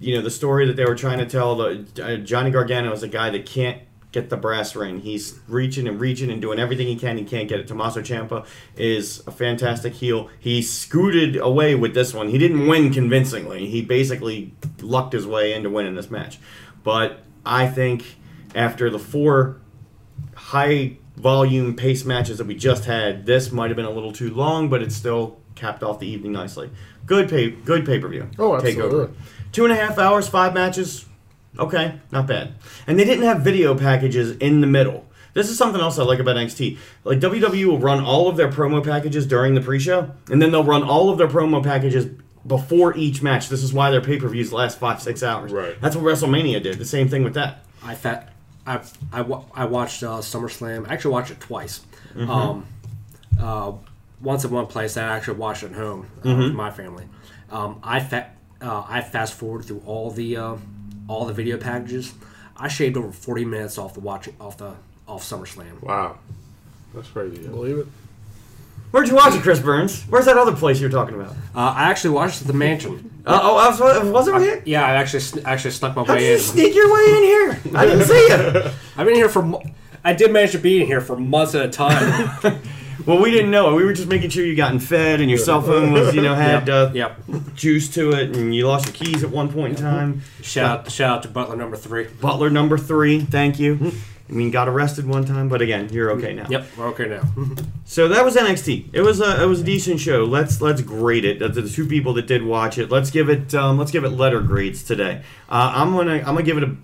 you know the story that they were trying to tell the uh, johnny gargano is a guy that can't get the brass ring he's reaching and reaching and doing everything he can he can't get it Tommaso Ciampa is a fantastic heel he scooted away with this one he didn't win convincingly he basically lucked his way into winning this match but i think after the four high volume pace matches that we just had this might have been a little too long but it still capped off the evening nicely good pay good pay-per-view Oh, Takeover. absolutely. Two and a half hours, five matches. Okay, not bad. And they didn't have video packages in the middle. This is something else I like about NXT. Like WWE will run all of their promo packages during the pre-show, and then they'll run all of their promo packages before each match. This is why their pay-per-views last five, six hours. Right. That's what WrestleMania did. The same thing with that. I fat I I, wa- I watched uh, SummerSlam. I actually watched it twice. Mm-hmm. Um, uh, once in one place, and I actually watched it at home uh, Mm-hmm. with my family. Um, I fat uh, I fast forward through all the uh, all the video packages. I shaved over forty minutes off the watching off the off SummerSlam. Wow, that's crazy. Yeah. Believe it. Where'd you watch it, Chris Burns? Where's that other place you were talking about? Uh, I actually watched it at the mansion. Uh, oh, I was, was it right here? Yeah, I actually sn- actually snuck my How did way you in. sneak your way in here? I didn't see you. I've been here for. mo- I did manage to be in here for months at a time. (laughs) Well, we didn't know. We were just making sure you gotten fed and your cell phone was, you know, had uh, yep. juice to it, and you lost your keys at one point in time. Shout out, shout out to Butler number three. Butler number three, thank you. I mean, got arrested one time, but again, you're okay now. Yep, we're okay now. So that was NXT. It was a it was a decent show. Let's let's grade it. The, the two people that did watch it, let's give it um, let's give it letter grades today. Uh, I'm gonna I'm gonna give it a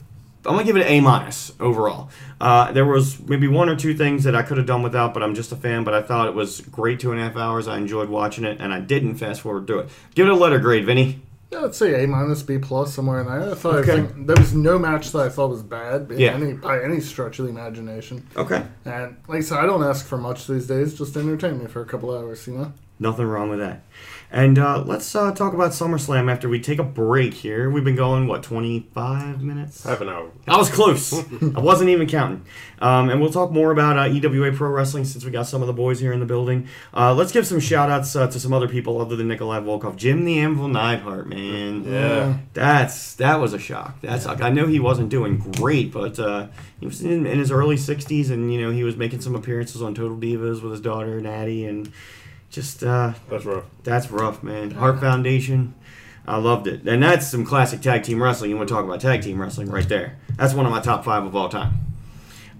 I'm gonna give it an A minus overall. Uh, there was maybe one or two things that I could have done without, but I'm just a fan. But I thought it was great two and a half hours. I enjoyed watching it, and I didn't fast forward through it. Give it a letter grade, Vinny. Yeah, let's say A minus, B plus, somewhere in there. I thought Okay. everything- there was no match that I thought was bad, by Yeah. any, by any stretch of the imagination. Okay. And like I said, I don't ask for much these days. Just entertain me for a couple hours, you know. Nothing wrong with that. And uh, let's uh, talk about SummerSlam after we take a break here. We've been going, what, 25 minutes? Half an hour. I was close. I wasn't even counting. Um, and we'll talk more about uh, EWA Pro Wrestling since we got some of the boys here in the building. Uh, let's give some shout outs uh, to some other people other than Nikolai Volkov. Jim the Anvil Neidhart, man. Yeah. That's that was a shock. That's I know he wasn't doing great, but uh, he was in, in his early 60s, and you know he was making some appearances on Total Divas with his daughter Natty, and just uh, That's rough. that's rough, man. Heart Foundation. I loved it. And that's some classic tag team wrestling. You want to talk about tag team wrestling right there. That's one of my top five of all time.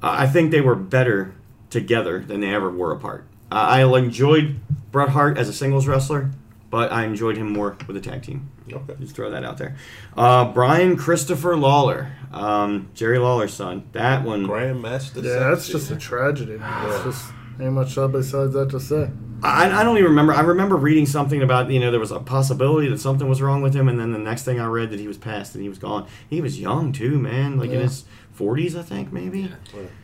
Uh, I think they were better together than they ever were apart. Uh, I enjoyed Bret Hart as a singles wrestler, but I enjoyed him more with a tag team. Okay. Just throw that out there. Uh, Brian Christopher Lawler, um, Jerry Lawler's son. That one. Grandmaster. Yeah, that's Sexy. just a tragedy. man. It's just ain't much else besides that to say. I, I don't even remember. I remember reading something about you know there was a possibility that something was wrong with him, and then the next thing I read that he was passed and he was gone. He was young too, man, like in Yeah. his forties, I think maybe.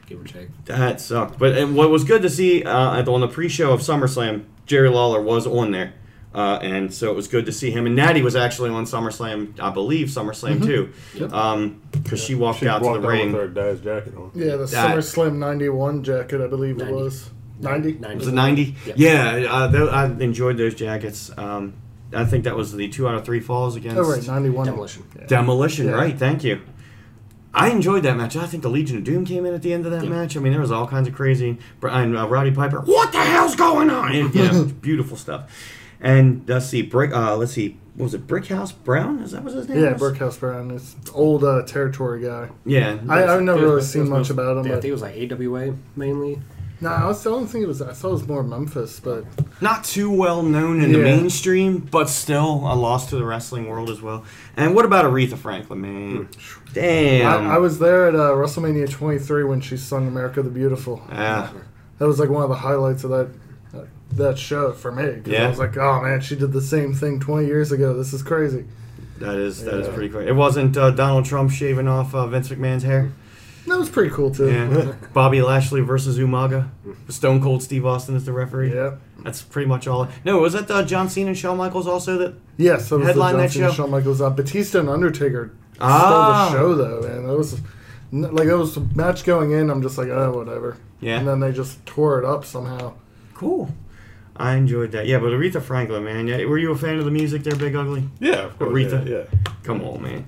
give or take. That sucked. But and what was good to see uh, at- on the pre-show of SummerSlam, Jerry Lawler was on there, uh, and so it was good to see him. And Natty was actually on SummerSlam, I believe SummerSlam Mm-hmm. too, because she walked She out walked to the ring. with her dad's jacket on. Yeah, the That- SummerSlam '91 jacket, I believe it 90. was '90. Was it 90? Yeah. Yeah, uh, tho- I enjoyed those jackets. Um, I think that was the two out of three falls against Oh right, '91. Demolition. Demolition. Yeah. Right, thank you. I enjoyed that match. I think the Legion of Doom came in at the end of that match. I mean, there was all kinds of crazy. Brian uh, Roddy Piper, what the hell's going on? And, you (laughs) know, beautiful stuff. And let's see, brick. Uh, let's see, what was it Brickhouse Brown? Is that what his name? Yeah, was? Brickhouse Brown. It's old uh, territory guy. Yeah, I, I've never There's- really there's seen much most- about him. I think But, it was like AWA mainly. no, I, was, I don't think it was. I thought it was more Memphis, but not too well known in the Yeah. mainstream, but still a loss to the wrestling world as well. And what about Aretha Franklin, man? Damn. Hmm. I, I was there at uh, WrestleMania 23 when she sung "America the Beautiful." Ah, That was like one of the highlights of that that show for me. 'cause Yeah. I was like, oh man, she did the same thing 20 years ago. This is crazy. that is that is pretty crazy. It wasn't uh, Donald Trump shaving off uh, Vince McMahon's hair. That was pretty cool too. Yeah. Bobby Lashley versus Umaga. Stone Cold Steve Austin is the referee. Hmm. Yeah. That's pretty much all. No, was that uh, John Cena and Shawn Michaels also that? Yeah, so that was Headline the that Johnson and show? Shawn Michaels on Batista and Undertaker Ah. stole the show though, man. That was n- like that was the match going in. I'm just like, oh, whatever. Yeah. And then they just tore it up somehow. Cool. I enjoyed that. Yeah, but Aretha Franklin, man. Yeah, Were you a fan of the music there, Big Ugly? Yeah, of course. Aretha. Yeah, yeah. Come on, man.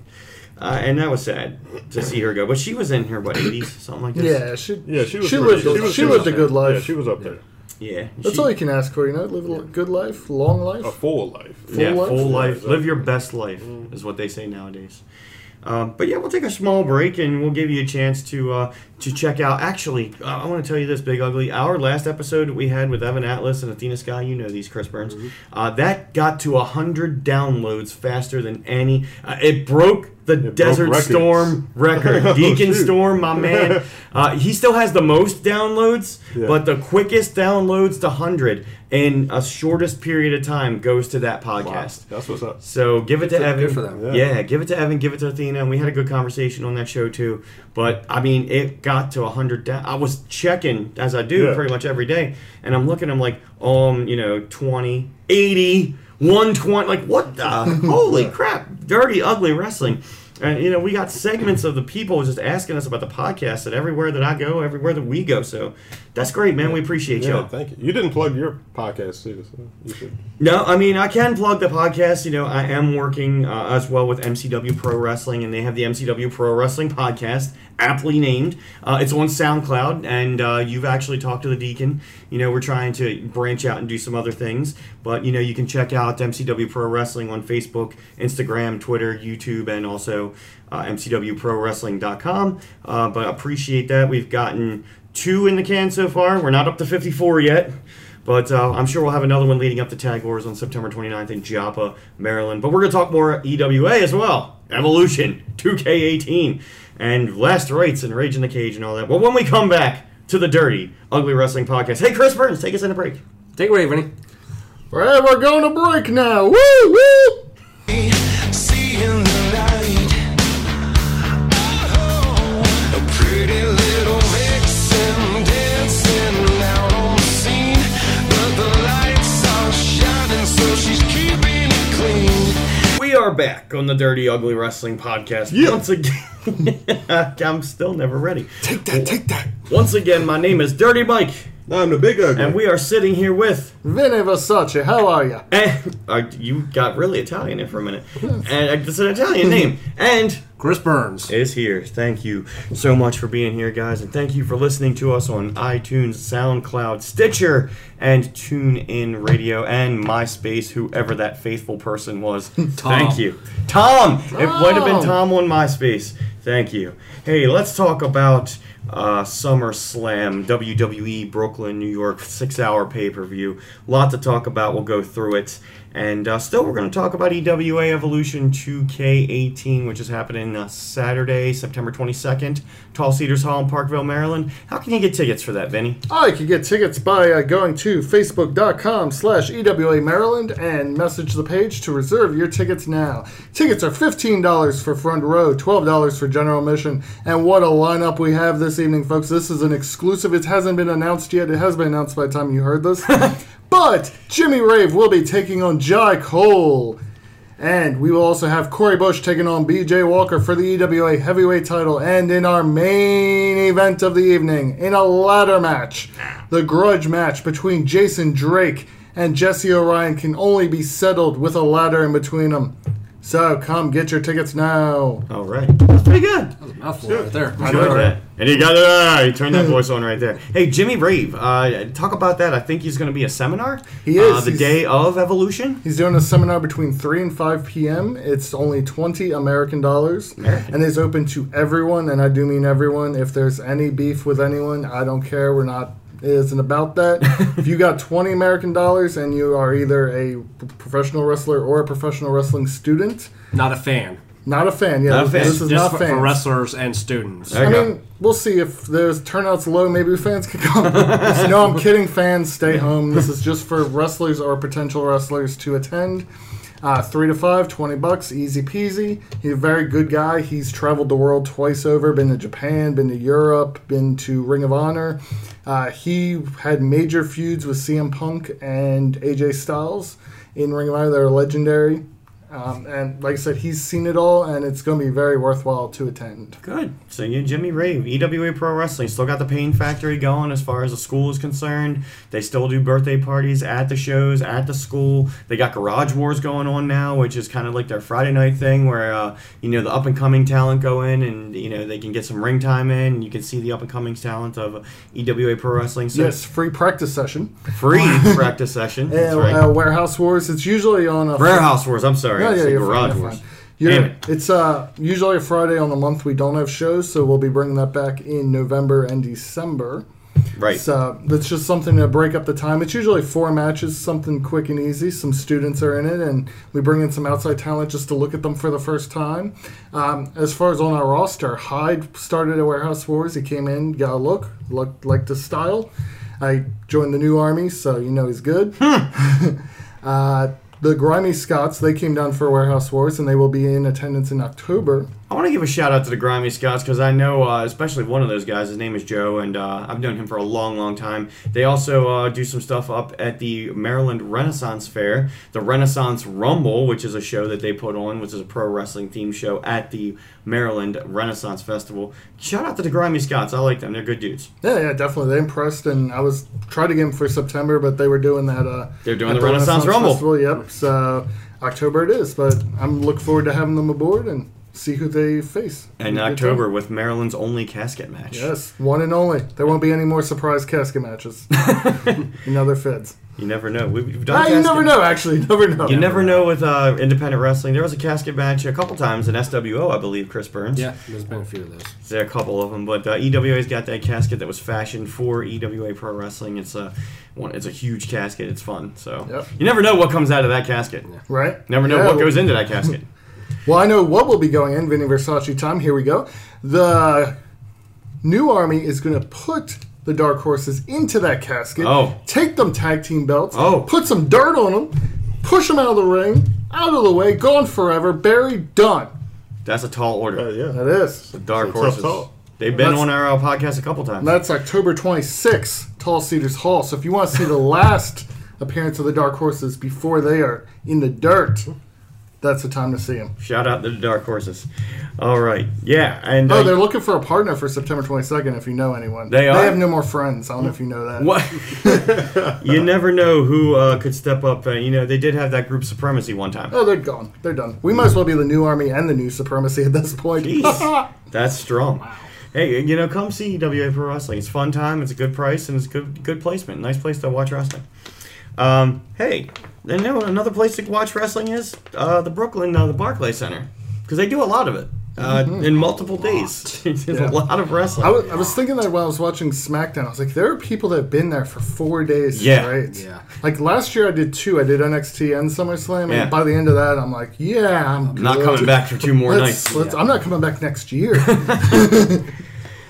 Uh, and that was sad to see her go. But she was in her, what, 80s? Something like this? Yeah, she Yeah, she was. pretty- lived a- she was lived a up good there. life. Yeah, she was up there. Yeah. Yeah. That's she- all you can ask for, you know. Live a good life, long life. A full life. full yeah, life? Mm. full Yeah, life. exactly. Live your best life is what they say nowadays. Um, but yeah, we'll take a small break and we'll give you a chance to uh, to check out. Actually, uh, I want to tell you this, Big Ugly. Our last episode we had with Evan Atlas and Athena Sky, you know these Chris Mm-hmm. Burns, uh, that got to hundred downloads faster than any. Uh, it broke the broke Desert records. Storm record. (laughs) Oh, Deacon shoot. Storm, my man. Uh, he still has the most downloads, Yeah. but the quickest downloads to 100 in a shortest period of time goes to that podcast. That's what's up. So give it to Evan. good for them. Yeah. Yeah. give it to Evan. Give it to Athena. And we had a good conversation on that show too. But I mean, it got to hundred. Da- I was checking as I do Yeah. pretty much every day, and I'm looking. I'm like, um, you know, 20, 80, 120. Like, what (laughs) the holy crap? Dirty, ugly wrestling. And you know, we got segments of the people just asking us about the podcast at everywhere that I go, everywhere that we go. So that's great, man. We appreciate Yeah, y'all. thank you. You didn't plug your podcast too, so you should. No, I mean I can plug the podcast. You know, I am working uh, as well with MCW Pro Wrestling, and they have the MCW Pro Wrestling podcast, aptly named. Uh, it's on SoundCloud, and uh, you've actually talked to the Deacon. You know, we're trying to branch out and do some other things, but you know, you can check out MCW Pro Wrestling on Facebook, Instagram, Twitter, YouTube, and also uh, MCWProWrestling.com. Uh, but appreciate that we've gotten two in the can so far. We're not up to fifty-four yet. But uh, I'm sure we'll have another one leading up to Tag Wars on September 29th in Joppa, Maryland. But we're going to talk more EWA as well. Evolution 2K18 and Last Rights and Rage in the Cage and all that. Well, when we come back to the Dirty Ugly Wrestling Podcast, hey, Chris Burns, take us in a break. Take it away, Vinny. All right, we're going to break now. Woo woo. back on the Dirty Ugly Wrestling Podcast. Yeah. Once again, (laughs) I'm still never (laughs) ready. Take that, take that. Once again, my name is Dirty Mike, Now I'm the big ugly. and we are sitting here with. Vinny Versace, how are you? And, uh, you got really Italian there for a minute. And uh, it's an Italian name. And Chris Burns. is here. Thank you so much for being here, guys, and thank you for listening to us on iTunes, SoundCloud, Stitcher, and TuneIn Radio and MySpace. Whoever that faithful person was, thank you, Tom. It would have been Tom on MySpace. Thank you. Hey, let's talk about uh, SummerSlam, WWE E, Brooklyn, New York, six-hour pay-per-view. Lot to talk about. We'll go through it. And uh, still, we're going to talk about EWA Evolution 2K18, which is happening uh, Saturday, September 22nd, Tall Cedars Hall in Parkville, Maryland. How can you get tickets for that, Vinny? I Oh, can get tickets by uh, going to facebook.com slash EWA Maryland and message the page to reserve your tickets now. Tickets are $15 for front row, $12 for general admission, and what a lineup we have this evening, folks. This is an exclusive. It hasn't been announced yet. It has been announced by the time you heard this. but Jimmy Rave will be taking on Jai Cole. And we will also have Corey Bush taking on BJ Walker for the EWA heavyweight title. And in our main event of the evening, in a ladder match, the grudge match between Jason Drake and Jesse Orion can only be settled with a ladder in between them. So come get your tickets now. All right. That's pretty good. Mouthful right there. Enjoyed that. And he got it. ah, he (laughs) turned that voice on right there. Hey, Jimmy Rave, uh, talk about that. I think he's going to be a seminar. He Uh, is. the He's- day of Evolution. He's doing a seminar between 3 and 5 p.m. It's only 20 American dollars. And it's open to everyone, and I do mean everyone. If there's any beef with anyone, I don't care. We're not, it isn't about that. if you got 20 American dollars and you are either a professional wrestler or a professional wrestling student, Not a fan. not a fan. Yeah, Not a this, fan. this is Just not for, fans. for wrestlers and students. There I you go. mean, we'll see if there's turnouts low. Maybe fans can come. no, I'm kidding. Fans, stay home. This is just for wrestlers or potential wrestlers to attend. Uh, three to five, 20 bucks, easy peasy. He's a very good guy. He's traveled the world twice over, been to Japan, been to Europe, been to Ring of Honor. Uh, he had major feuds with CM Punk and AJ Styles in Ring of Honor that are legendary. Um, and like I said, he's seen it all, and it's going to be very worthwhile to attend. Good. So you Jimmy Rave, EWA Pro Wrestling, still got the Pain Factory going as far as the school is concerned. They still do birthday parties at the shows, at the school. They got Garage Wars going on now, which is kind of like their Friday night thing where, uh, you know, the up and coming talent go in and, you know, they can get some ring time in. You can see the up and coming talent of EWA Pro Wrestling. So Yes, free practice session. (laughs) free practice session. That's Uh, right. uh, warehouse Wars. It's usually on a Warehouse Wars, I'm sorry. I Yeah, yeah, said you're Garage fine, you're Wars. fine. You're- Damn it. It's uh, usually a Friday on the month. We don't have shows, so we'll be bringing that back in November and December. Right. So that's just something to break up the time. It's usually four matches, something quick and easy. Some students are in it, and we bring in some outside talent just to look at them for the first time. Um, as far as on our roster, Hyde started at Warehouse Wars. He came in, got a look, looked like the style. I joined the new army, so you know he's good. (laughs) uh, the Grimy Scots, they came down for Warehouse Wars, and they will be in attendance in October. I want to give a shout out to the Grimy Scots because I know, uh, especially one of those guys. His name is Joe, and uh, I've known him for a long, long time. They also uh, do some stuff up at the Maryland Renaissance Fair, the Renaissance Rumble, which is a show that they put on, which is a pro wrestling theme show at the Maryland Renaissance Festival. Shout out to the Grimy Scots. I like them. They're good dudes. Yeah, yeah, definitely. They impressed, and I was trying to get them for September, but they were doing that. Uh, They're doing at the Renaissance Rumble. Festival, Yep. So October it is, but I'm look forward to having them aboard and see who they face. And in October with Maryland's only casket match. Yes, one and only. There won't be any more surprise (laughs) casket matches. Another feds. You never know. We- We've done. Ah, you casket never know. Actually, you never know. You never know with uh, independent wrestling. There was a casket match a couple times in SWO, I believe, Chris Burns. Yeah, there's been a few of those. There are a couple of them, but uh, EWA's got that casket that was fashioned for EWA Pro Wrestling. It's a one, it's a huge casket. It's fun. So Yep. you never know what comes out of that casket. Right? Never know Yeah, what goes into that casket. Well, I know what will be going in Vinny Versace time. Here we go. The new army is going to put the dark horses into that casket. Oh. Take them tag team belts. Oh. Put some dirt on them. Push them out of the ring. Out of the way. Gone forever. Buried. Done. That's a tall order. Uh, yeah. That is. Dark It's a tough horses. call. They've been That's- on our uh, podcast a couple times. That's October 26th, Tall Cedars Hall. So if you want to see the last appearance of the dark horses before they are in the dirt, that's the time to see him. Shout out to the Dark Horses. All right. Yeah. And Oh, uh, they're looking for a partner for September 22nd. If you know anyone, They are? They have no more friends. I don't know if you know (laughs) that. What? you never know who uh, could step up. Uh, you know, they did have that group supremacy one time. Oh, they're gone. They're done. We might as well be the new army and the new supremacy at this point. (laughs) Jeez, that's strong. Hey, you know, come see WA Pro Wrestling. It's a fun time. It's a good price, and it's good good placement. Nice place to watch wrestling. Um, hey, and you know, another place to watch wrestling is uh, the Brooklyn, uh, the Barclay Center, because they do a lot of it uh, in multiple days. (laughs) There's a Yeah. lot of wrestling. I was, I was thinking that while I was watching SmackDown, I was like, there are people that have been there for four days Yeah. straight. Yeah. Like last year, I did two. I did NXT and SummerSlam, Yeah. and by the end of that, I'm like, yeah, I'm not good. coming back for two more (laughs) Let's- nights. let's- I'm not coming back next year. (laughs)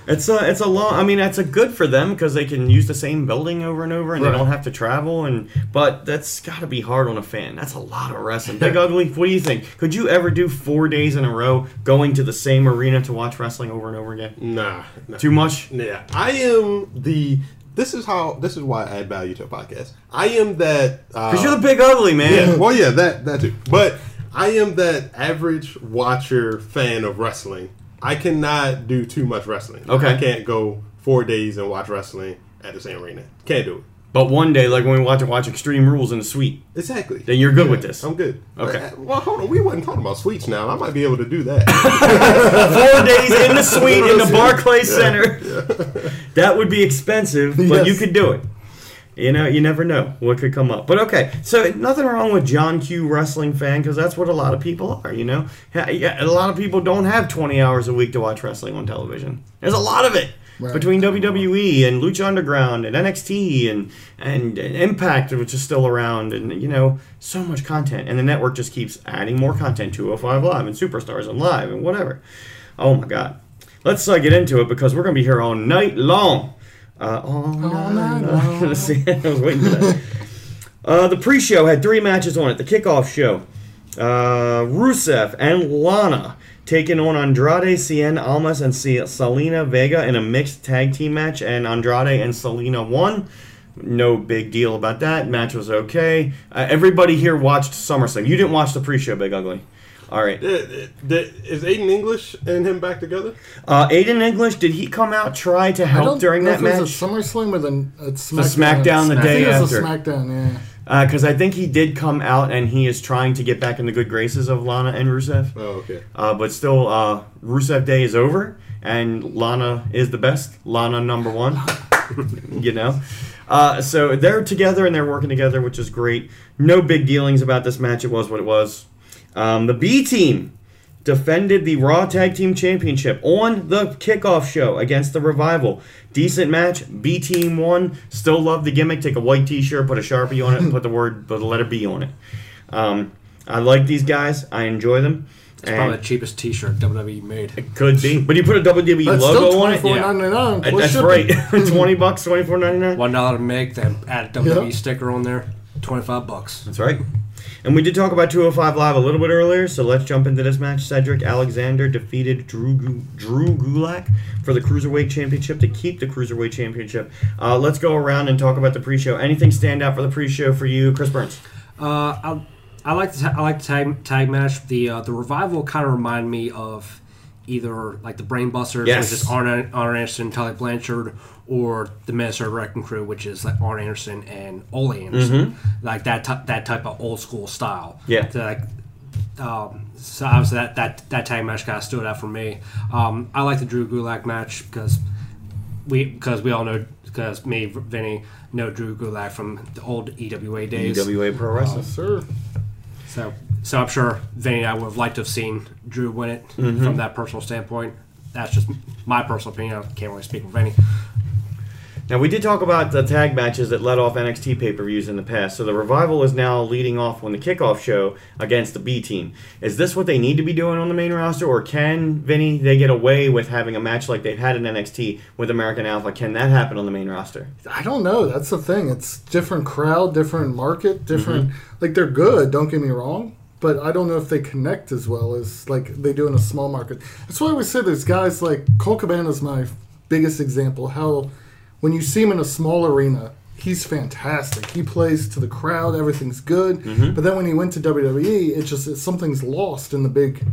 It's a it's a long. I mean, that's a good for them because they can use the same building over and over, and Right. they don't have to travel. And but that's got to be hard on a fan. That's a lot of wrestling. Big ugly. What do you think? Could you ever do four days in a row going to the same arena to watch wrestling over and over again? Nah, nah. Too much. Yeah, I am the. This is how. This is why I add value to a podcast. I am that. Because Uh, you're the big ugly man. (laughs) yeah, well, yeah, that that too. But I am that average watcher fan of wrestling. I cannot do too much wrestling. Okay. I can't go four days and watch wrestling at the same arena. Can't do it. But one day, like when we watch watch Extreme Rules in the suite, Exactly. then you're good with this. I'm good. Okay. Uh, Well, hold on. We wasn't talking about sweets now. I might be able to do (laughs) that. Uh, (laughs) Four days in the suite in the Barclay Center. that would be expensive, but you Yes. could do it. You know, you never know what could come up. But okay, so nothing wrong with John Q wrestling fan because that's what a lot of people are. You know, Ha- yeah, a lot of people don't have 20 hours a week to watch wrestling on television. There's a lot of it Right. between WWE and Lucha Underground and NXT and, and and Impact, which is still around, and you know, so much content. And the network just keeps adding more content. 205 Live and Superstars and Live and whatever. Oh my God, let's uh, get into it because we're gonna be here all night long. Uh, all, night, long. Let's (laughs) see, I was waiting for that. Uh, the pre-show had three matches on it. The kickoff show, uh, Rusev and Lana taking on Andrade, Cien Almas, and C- Selena Vega in a mixed tag team match, and Andrade and Selena won. No big deal about that. Match was okay. Uh, everybody here watched SummerSlam. You didn't watch the pre-show, Big Ugly. All right. uh, is Aiden English and him back together? Uh, Aiden English, did he come out try to I help don't during know that if it match? was a SummerSlam or the at SmackDown. SmackDown the I day think it was a after. SmackDown, yeah. because Uh, I think he did come out and he is trying to get back in the good graces of Lana and Rusev. Oh, okay. Uh, but still, uh, Rusev Day is over and Lana is the best. Lana number one. (laughs) you know? Uh, so they're together and they're working together, which is great. No big dealings about this match. It was what it was. Um, the B team defended the Raw Tag Team Championship on the kickoff show against the Revival. Decent match. B team won. Still love the gimmick. Take a white T-shirt, put a sharpie on it, and put the word, put the letter B on it. Um, I like these guys. I enjoy them. Probably And the cheapest T-shirt WWE made. could be, but you put a WWE But logo still on it. twenty four Yeah. ninety nine. Uh, That's right. (laughs) Twenty bucks, twenty four ninety nine. One dollar to make. Then add a WWE Yeah. sticker on there. Twenty-five bucks. That's right. And we did talk about 205 Live a little bit earlier, so let's jump into this match. Cedric Alexander defeated Drew, Gu- Drew Gulak for the Cruiserweight Championship to keep the Cruiserweight Championship. Uh, let's go around and talk about the pre show. Anything stand out for the pre show for you, Chris Burns? Uh, I, I like the ta- I like the tag, tag match. The uh, the revival kind of remind me of either like the Brain Busters, Yes. which is Arn, Arn Anderson, Tully Blanchard, or the Minnesota Wrecking Crew, which is like Arn Anderson and Ole Anderson, like that ty- that type of old school style. Mm-hmm. Yeah. So, like, um, so obviously that that that tag match kind of stood out for me. Um, I like the Drew Gulak match because we because we all know because me Vinny know Drew Gulak from the old EWA days. EWA E Pro Wrestling. Sir. So, so I'm sure Vinny and I would have liked to have seen Drew win it from that personal standpoint. That's just my personal opinion. I can't really speak for Vinny. Now, we did talk about the tag matches that led off NXT pay per views in the past, so the revival is now leading off on the kickoff show against the B team. Is this what they need to be doing on the main roster, or can Vinny, they get away with having a match like they've had in NXT with American Alpha? Can that happen on the main roster? I don't know. That's the thing. It's different crowd, different market, different. Mm-hmm. Like they're good. Don't get me wrong, but I don't know if they connect as well as like they do in a small market. That's why we say there's guys like Cole Cabana is my biggest example. How when you see him in a small arena, he's fantastic. He plays to the crowd, everything's good. Mm-hmm. But then when he went to WWE, it's just it's, something's lost in the big,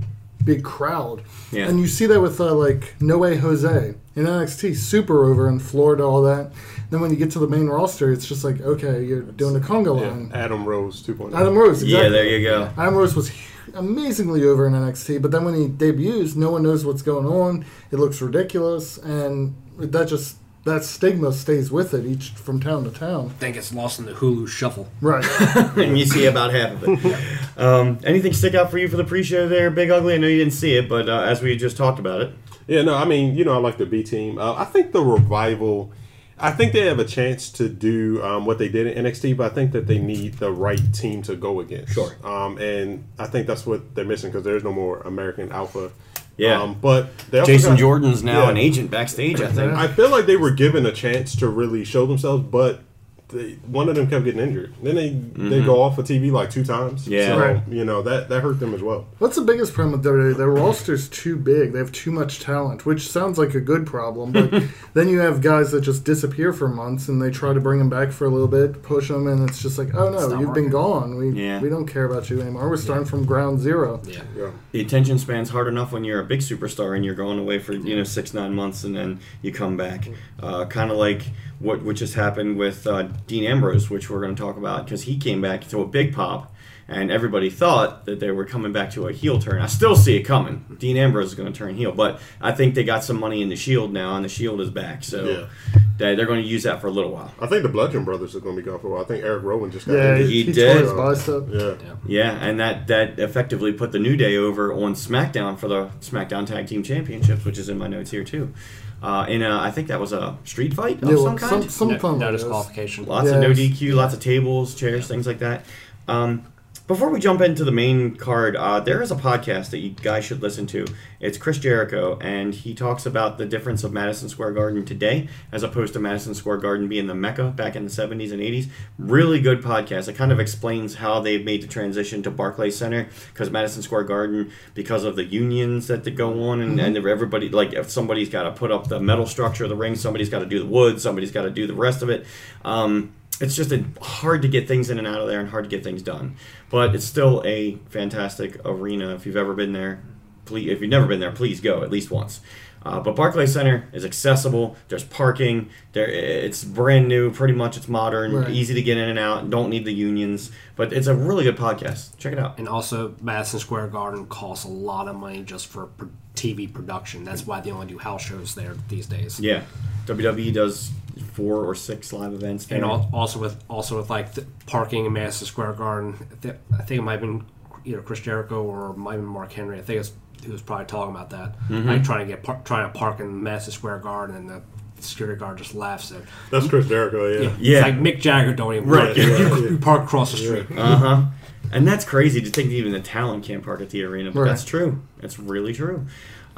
big crowd. Yeah. And you see that with uh, like No Way Jose in NXT, super over in Florida, all that. Then when you get to the main roster, it's just like okay, you're doing the conga line. Adam Rose oh. 2.0. Adam Rose, exactly. Yeah, there you go. Adam Rose was amazingly over in NXT, but then when he debuts, no one knows what's going on. It looks ridiculous, and that just that stigma stays with it each from town to town. I think it's lost in the Hulu shuffle. Right. (laughs) and you see about half of it. (laughs) um, anything stick out for you for the pre-show there, Big Ugly? I know you didn't see it, but uh, as we just talked about it, Yeah, no, I mean, you know, I like the B team. Uh, I think the revival. I think they have a chance to do um, what they did in NXT, but I think that they need the right team to go against. Sure. Um, and I think that's what they're missing because there's no more American Alpha. Yeah. Um, but they also Jason got- Jordan's now Yeah. an agent backstage. I think. I feel like they were given a chance to really show themselves, but they, one of them kept getting injured. Then they they go off of TV like two times. Mm-hmm. Yeah. So, Right. you know that that hurt them as well. What's the biggest problem with WWE? Their roster's too big. They have too much talent, which sounds like a good problem, but then you have guys that just disappear for months and they try to bring them back for a little bit, push them, and it's just like, oh no, not you've been working. gone. We, Yeah. we don't care about you anymore. We're starting from ground zero. Yeah. Yeah. the attention span's hard enough when you're a big superstar and you're going away for you know six nine months and then you come back uh, kind of like what what just happened with uh, dean ambrose which we're going to talk about because he came back to a big pop and everybody thought that they were coming back to a heel turn i still see it coming dean ambrose is going to turn heel but i think they got some money in the shield now and the shield is back so they, they're going to use that for a little while I think the Bludgeon Brothers are going to be gone for a while. I think Eric Rowan just got Yeah, injured. he, He he did. tore his bicep. Yeah. Yeah, and that that effectively put the New Day over on SmackDown for the SmackDown Tag Team Championships, which is in my notes here too. Uh, in a, I think that was a street fight of Yeah, some well, kind. some, some No, fun no like this. disqualification. lots of no Yes. DQ, lots of tables, chairs, things like that. Um, before we jump into the main card, uh, there is a podcast that you guys should listen to. It's Chris Jericho, and he talks about the difference of Madison Square Garden today as opposed to Madison Square Garden being the mecca back in the 70s and 80s. Really good podcast. It kind of explains how they've made the transition to Barclays Center because Madison Square Garden, because of the unions that they go on, and, and everybody, like, if somebody's got to put up the metal structure of the ring, somebody's got to do the wood, somebody's got to do the rest of it. Um, it's just a, hard to get things in and out of there and hard to get things done. But it's still a fantastic arena. If you've ever been there, please, if you've never been there, please go at least once. Uh, but Barclay Center is accessible. There's parking. There, it's brand new. Pretty much, it's modern, Right. easy to get in and out. Don't need the unions. But it's a really good podcast. Check it out. And also, Madison Square Garden costs a lot of money just for pro- TV production. That's why they only do house shows there these days. Yeah, WWE does four or six live events. And there. al- also with also with like the parking in Madison Square Garden, I thi- I think it might have been either Chris Jericho or it might have been Mark Henry. I think it's he was probably talking about that, like trying to get par- trying to park in Madison Square Garden, and the security guard just laughs at. That's Chris Jericho. Yeah. Yeah. It's like Mick Jagger don't even right. Yeah, you, yeah. you park across the street. Uh Uh-huh. huh. And that's crazy to think that even the talent can't park at the arena, but Right. that's true. It's really true.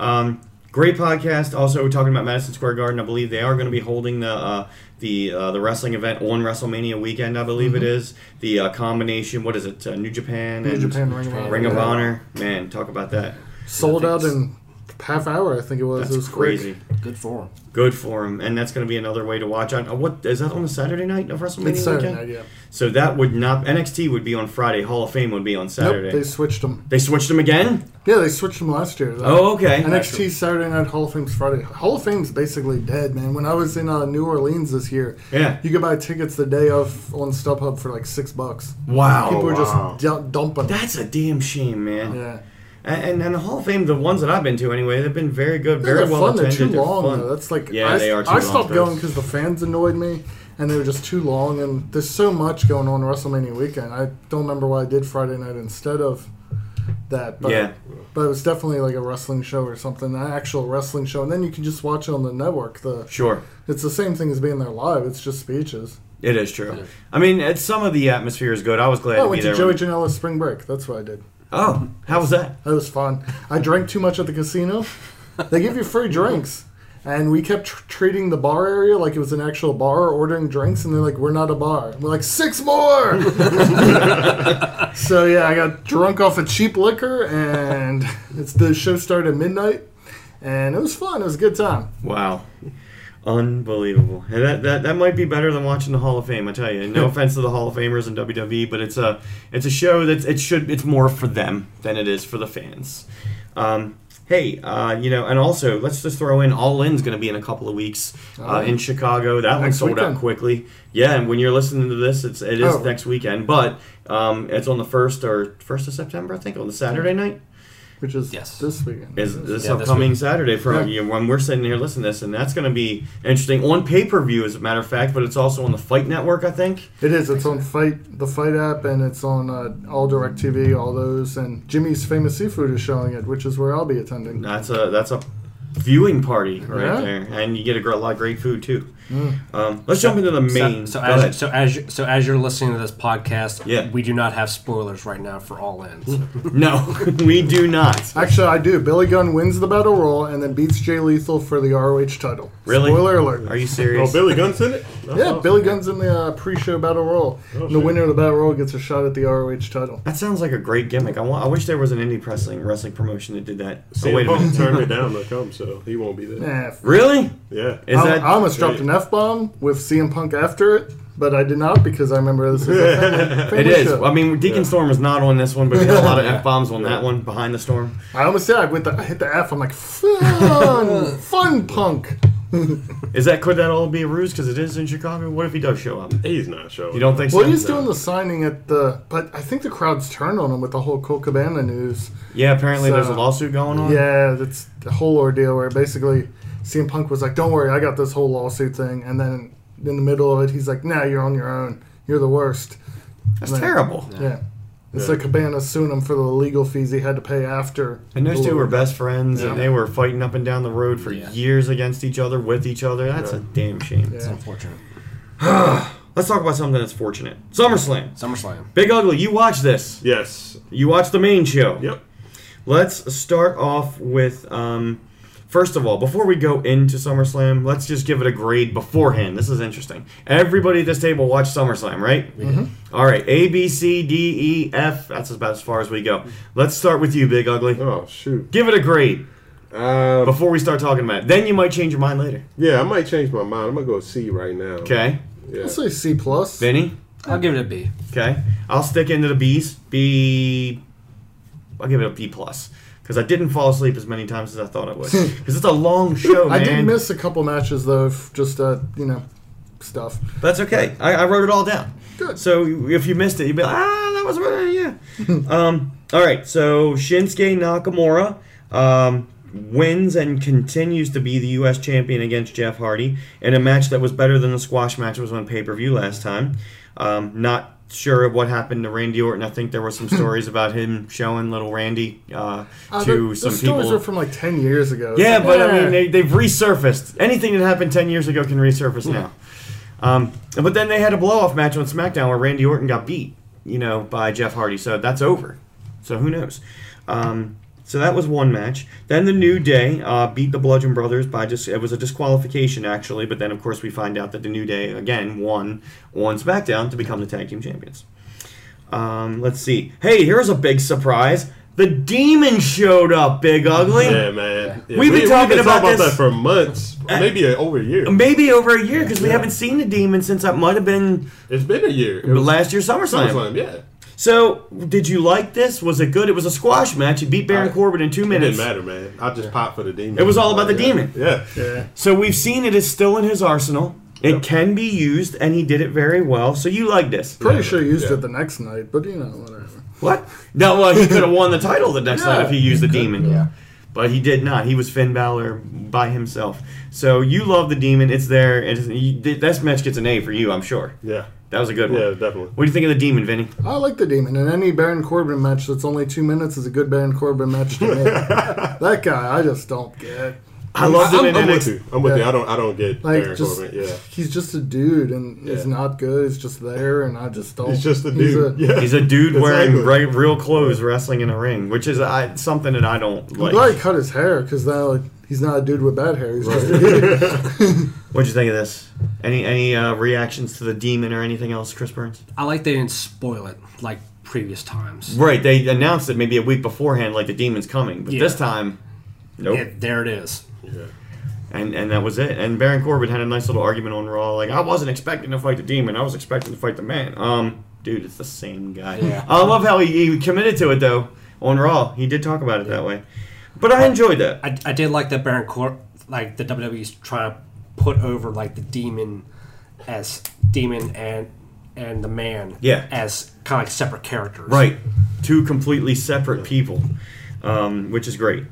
Um, great podcast. Also, we're talking about Madison Square Garden. I believe they are going to be holding the uh, the uh, the wrestling event on WrestleMania weekend. I believe it is the uh, combination. What is it? Uh, New Japan Mm-hmm. New and Japan Ring of Honor. Ring of Honor. Man, talk about that. Sold I out think it's- in half hour, I think it was. That's it was quick. crazy. Good for him. Good for him, and that's going to be another way to watch on. uh, What is that on the Saturday night of WrestleMania It's Saturday weekend? night, yeah. So that would not NXT would be on Friday. Hall of Fame would be on Saturday. Nope, they switched them. they switched them again. Yeah, they switched them last year. though. Oh, okay. NXT Saturday Night Hall of Fame's Friday. Hall of Fame's basically dead, man. When I was in uh, New Orleans this year, Yeah. you could buy tickets the day of on StubHub for like six bucks. Wow. People were wow. just d- dumping. That's a damn shame, man. yeah, And, and and the Hall of Fame, the ones that I've been to anyway, they've been very good, they're very well fun. They're attended. too They're long. fun. Though. That's like Yeah, I, they are too I long stopped for going us. because the fans annoyed me, and they were just too long. And there's so much going on WrestleMania weekend. I don't remember why I did Friday night instead of that. But, Yeah. but it was definitely like a wrestling show or something, an actual wrestling show. And then you can just watch it on the network. The Sure, It's the same thing as being there live. It's just speeches. it is true. I mean, it's, some of the atmosphere is good. I was glad I to be Oh, went to there. Joey when- Janela's spring break. That's what I did. oh, how was that? That was fun. I drank too much at the casino. They give you free drinks. And we kept tr- treating the bar area like it was an actual bar, ordering drinks, and they're like, "We're not a bar." We're like, six (laughs) more." so yeah, I got drunk off of cheap liquor, and it's the show started at midnight, and it was fun. It was a good time. Wow. Unbelievable. And that, that that might be better than watching the Hall of Fame, I tell you. And (laughs) no offense to the Hall of Famers and WWE, E, but it's a it's a show that's it should it's more for them than it is for the fans. Um, hey, uh, you know, and also let's just throw in All In's going to be in a couple of weeks uh, in Chicago. That one Oh. Next sold out weekend. quickly. Yeah, and when you're listening to this, it's it is Oh. next weekend, but um, it's on the first or first of September, I think, on the Saturday night which is Yes. this weekend. is this Yeah, this upcoming week. Saturday for Yeah. you when we're sitting here listening to this, and that's going to be interesting on pay per view, as a matter of fact. But it's also on the Fight Network, I think. It is. It's on Fight, the Fight app, and it's on uh, all DirecTV, all those, and Jimmy's Famous Seafood is showing it, which is where I'll be attending. That's a that's a viewing party right Yeah. there, and you get a gr- lot of great food too. Um, let's jump into the main. Mm. So, so go ahead. as so as you, so as you're listening to this podcast, Yeah. we do not have spoilers right now for all ends. no, (laughs) we do not. Actually, I do. Billy Gunn wins the battle royal and then beats Jay Lethal for the ROH title. Really? Spoiler alert. (laughs) Are you Oh, serious? Billy Gunn's in it? That's (laughs) yeah, awesome. Billy Gunn's in the uh, pre-show battle royal. and the shit. winner of the battle royal gets a shot at the ROH title. that sounds like a great gimmick. I, want, I wish there was an indie wrestling wrestling promotion that did that. Oh, CM wait a Punk minute. turned me down to come, so he won't be there. Nah, f- Really? Yeah. Is I, that I almost dropped an F bomb with CM Punk after it, but I did not because I remember this. (laughs) Is a family, It family is. show. I mean, Deacon Storm is not on this one, but we had a (laughs) lot of f bombs on that one. Behind the storm. I almost did. I went. The, I hit the F. I'm like fun, fun punk. Is that could that all be a ruse? Because it is in Chicago. What if he does show up? He's not showing. You don't think so? Well, he's doing the signing at the, but I think the crowd's turned on him with the whole Cole Cabana news. Yeah, apparently there's a So- lawsuit going on. Yeah, that's the whole ordeal where basically CM Punk was like, "Don't worry, I got this whole lawsuit thing," and then in the middle of it, he's like, "Nah, you're on your own. You're the worst." that's Like- terrible. Yeah. It's like Cabana suing him for the legal fees he had to pay after. And those the- two were best friends, and Yeah. they were fighting up and down the road for Yeah. years against each other, with each other. That's a damn shame. It's Yeah. unfortunate. Let's talk about something that's fortunate. SummerSlam. SummerSlam. Big Ugly, you watch this. Yes. You watch the main show. Yep. Let's start off with, um, first of all, before we go into SummerSlam, let's just give it a grade beforehand. This is interesting. Everybody at this table watched SummerSlam, right? All right, A, B, C, D, E, F. That's about as far as we go. Let's start with you, Big Ugly. Oh, shoot. Give it a grade Uh, before we start talking about it. Then you might change your mind later. yeah, I might change my mind. I'm going to go C right now. Okay. Yeah. I'll say C plus. Vinny? I'll give it a B. Okay. I'll stick into the B's. B. I'll give it a B plus. Because I didn't fall asleep as many times as I thought I (laughs) would. Because it's a long show, man. I did miss a couple matches though, f- just uh, you know, stuff. That's okay. I, I wrote it all down. Good. So if you missed it, you'd be like, ah, that was right. Yeah. (laughs) um, all right. So Shinsuke Nakamura um, wins and continues to be the U.S. champion against Jeff Hardy in a match that was better than the squash match that was on pay per view last time. Um, not sure of what happened to Randy Orton. I think there were (laughs) some stories about him showing little Randy uh, Uh, to the, some the people. stories are from like ten years ago. Yeah, but I mean, Yeah. they, they've resurfaced. Anything that happened 10 years ago can resurface now. Um, but then they had a blow off match on SmackDown where Randy Orton got beat, you know, by Jeff Hardy. So that's over. So who knows? Um, so that was one match. Then the New Day uh, beat the Bludgeon Brothers by just it was a disqualification actually. But then of course we find out that the New Day again won on SmackDown to become the tag team champions. Um, let's see. Hey, here's a big surprise. The Demon showed up, Big Ugly. Yeah, man. Yeah, We've been talking about this- that for months, maybe uh, over a year. Maybe over a year because we haven't seen the demon since that might have been It's been a year. It was last year's SummerSlam. SummerSlam, yeah. So, did you like this? Was it good? It was a squash match. He beat Baron I- Corbin in two It minutes. didn't matter, man. I just popped for the demon. It was all about the Yeah. demon. Yeah. So we've seen it is still in his arsenal. It can be used, and he did it very well. So you like this? Pretty sure he used Yeah. it the next night, but you know, whatever. What? No, well, he could have won the title the next night if he used the demon. yeah. But he did not. He was Finn Balor by himself. So you love the demon. It's there. It's, you, this match gets an A for you, I'm sure. Yeah. That was a good one. Yeah, definitely. What do you think of the demon, Vinny? I like the demon, and any Baron Corbin match that's only two minutes is a good Baron Corbin (laughs) match to me. that guy, I just don't get. I love I'm, him in I'm with NXT. you. I'm with Yeah. you. I don't. I don't get Like, Baron just Corbin. Yeah. he's just a dude, and he's Yeah. not good. He's just there, and I just don't. He's just a Oh, he's dude. (laughs) a- yeah. He's a dude Exactly. wearing right, real clothes wrestling in a ring, which is I, something that I don't I'm glad he like. cut his hair because now like, he's not a dude with bad hair. He's just a dude. What'd you think of this? Any any uh, reactions to the demon or anything else, Chris Burns? I like they didn't spoil it like previous times. Right, they announced it maybe a week beforehand, like the demon's coming, but Yeah. this time, nope. Yeah, there it is. and and that was it. And Baron Corbin had a nice little argument on Raw, like I wasn't expecting to fight the demon, I was expecting to fight the man. Um, dude, it's the same guy. Yeah. I love how he, he committed to it though on Raw. He did talk about it that way, but I enjoyed that. I, I did like that Baron Cor like the WWE's trying to put over like the demon as demon and and the man Yeah. as kind of like separate characters. Right. Two completely separate people, um, which is great.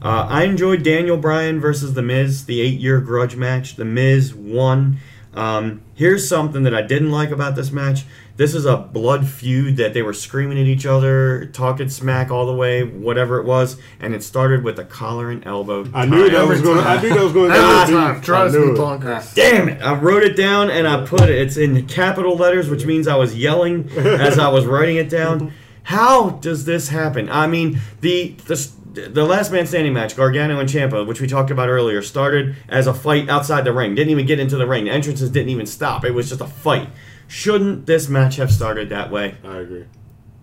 Uh, I enjoyed Daniel Bryan versus The Miz, the eight year grudge match. The Miz won. Um, here's something that I didn't like about this match. This is a blood feud that they were screaming at each other, talking smack all the way, whatever it was, and it started with a collar and elbow. I knew that tie. was gonna. (laughs) I knew that was gonna. go (laughs) Every deep. time. I Drives me knew it. Ah, bonkers. Damn it! I wrote it down and I put it. It's in capital letters, which means I was yelling as I was writing it down. How does this happen? I mean, the the the last man standing match, Gargano and Champa, which we talked about earlier, started as a fight outside the ring. Didn't even get into the ring. The entrances didn't even stop. It was just a fight. Shouldn't this match have started that way, I agree.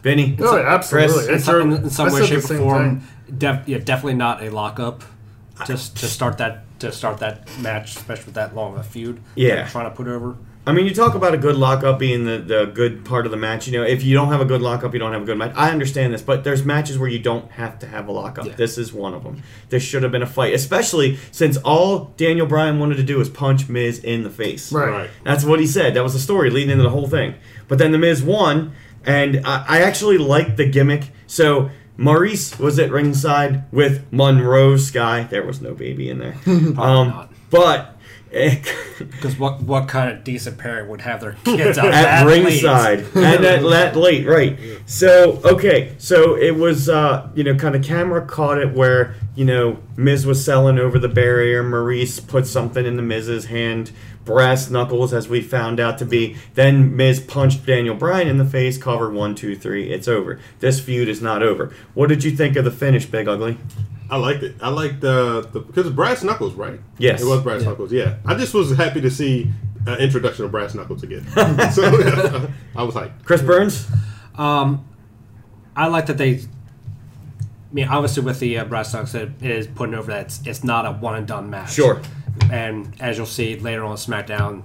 Vinny? Oh, yeah, absolutely. Chris? In some, in some I way, said shape, the or same form, thing. def, yeah, definitely not a lockup. Just to start that to start that match, especially with that long of a feud. Yeah. they're trying to put over. I mean, you talk about a good lockup being the, the good part of the match. You know, if you don't have a good lockup, you don't have a good match. I understand this, but there's matches where you don't have to have a lockup. Yeah. This is one of them. This should have been a fight, especially since all Daniel Bryan wanted to do was punch Miz in the face. Right. Right. That's what he said. That was the story leading into the whole thing. But then the Miz won, and I, I actually liked the gimmick. So Maurice was at ringside with Monroe Sky. There was no baby (laughs) in there. um, not. but. eh, Because what what kind of decent parent would have their kids (laughs) out at that late? ringside and at that late, right? So okay, so it was uh, you know kind of camera caught it where you know Miz was selling over the barrier. Maurice put something in the Miz's hand, brass knuckles, as we found out to be. Then Miz punched Daniel Bryan in the face, covered one, two, three. It's over. This feud is not over. What did you think of the finish, Big Ugly? I liked it. I liked the the because brass knuckles, right? Yes. it was brass knuckles. Yeah, I just was happy to see an introduction of brass knuckles (laughs) again. so I was like, Chris Burns. I like that they. I mean, obviously, with the uh, brass knucks, it it is putting over that it's, it's not a one and done match. Sure. And as you'll see later on SmackDown,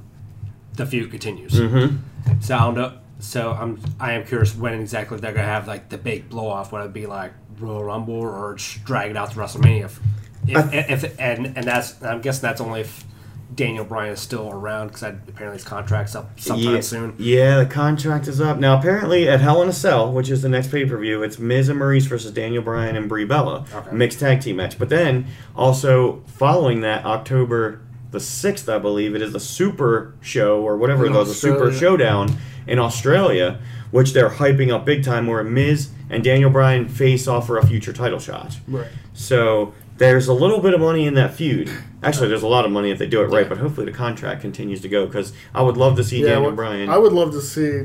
the feud continues. Mm-hmm. So I don't know. So I'm I am curious when exactly they're gonna have like the big blow off, whether it be like Royal Rumble or just drag it out to WrestleMania. If, if, if and and that's I'm guessing that's only if Daniel Bryan is still around because apparently his contract's up sometime yeah, soon. Yeah, the contract is up. Now, apparently, at Hell in a Cell, which is the next pay per view, it's Miz and Maurice versus Daniel Bryan and Brie Bella. Okay. Mixed tag team match. But then, also following that, October the 6th, I believe, it is the Super Show or whatever it In was, the Super Australia. Showdown in Australia, which they're hyping up big time, where Miz and Daniel Bryan face off for a future title shot. Right. So there's a little bit of money in that feud. Actually, there's a lot of money if they do it right, but hopefully the contract continues to go because I would love to see Yeah, Daniel well, Bryan. I would love to see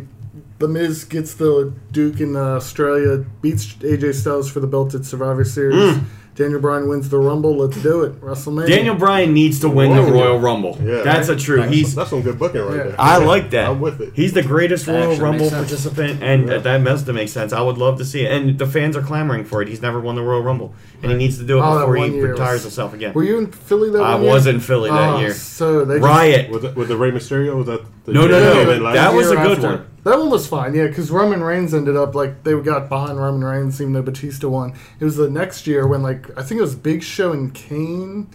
the Miz gets the Duke in uh, Australia, beats AJ Styles for the belt at Survivor Series. Daniel Bryan wins the Rumble. Let's do it, WrestleMania. Mm. Daniel Bryan needs to win the Whoa. Royal Rumble. Yeah. That's a true. He's that's some good booking right Yeah. there. I like that. I'm with it. He's the greatest That Royal actually Rumble makes sense. participant, and Yeah. that must to make sense. I would love to see it, and the fans are clamoring for it. He's never won the Royal Rumble, and he needs to do it Oh, that before he one year retires was- himself again. Were you in Philly that I one year? was in Philly that Oh, year. So they just- Riot. Was it with the Rey Mysterio? Was that the No, no, Yeah, no. they like- That was a year good one. That one was fine, yeah, because Roman Reigns ended up like they got behind Roman Reigns, even though Batista won. It was the next year when like I think it was Big Show and Kane,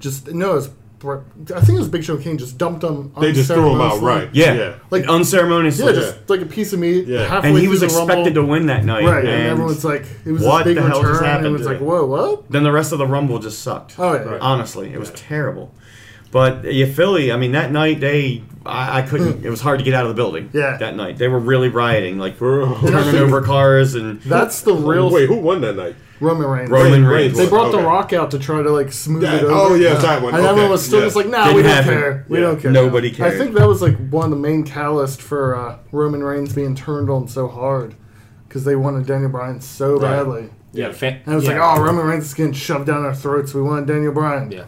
just no, it was Br- I think it was Big Show and Kane just dumped him. They just threw him out, unceremoniously. right? Yeah, yeah. like Like- unceremoniously. Yeah, just like a piece of meat. Yeah. halfway and he through was the expected Rumble. to win that night. right? And, and everyone's like, it was what this big the hell just return, and it happened was to like, it? whoa, what? then the rest of the Rumble just sucked. Oh yeah, Honestly, it was terrible. But yeah, Philly. I mean, that night they, I, I couldn't. it was hard to get out of the building. Hmm. Yeah. that night they were really rioting, like Bro. turning over cars and that's the (laughs) real Wait, who won that night? Roman Reigns. Roman Reigns Reigns. They won. brought Okay. The Rock out to try to like smooth Yeah, it over. oh, yeah, that one, And everyone okay, was still yeah. just like, "Nah, Didn't we don't happen. care. We Yeah, don't care." nobody cared. I think that was like one of the main catalysts for uh, Roman Reigns being turned on so hard because they wanted Daniel Bryan so badly. Yeah, fan, And it was yeah. like, "Oh, Roman Reigns is getting shoved down our throats. We want Daniel Bryan." yeah.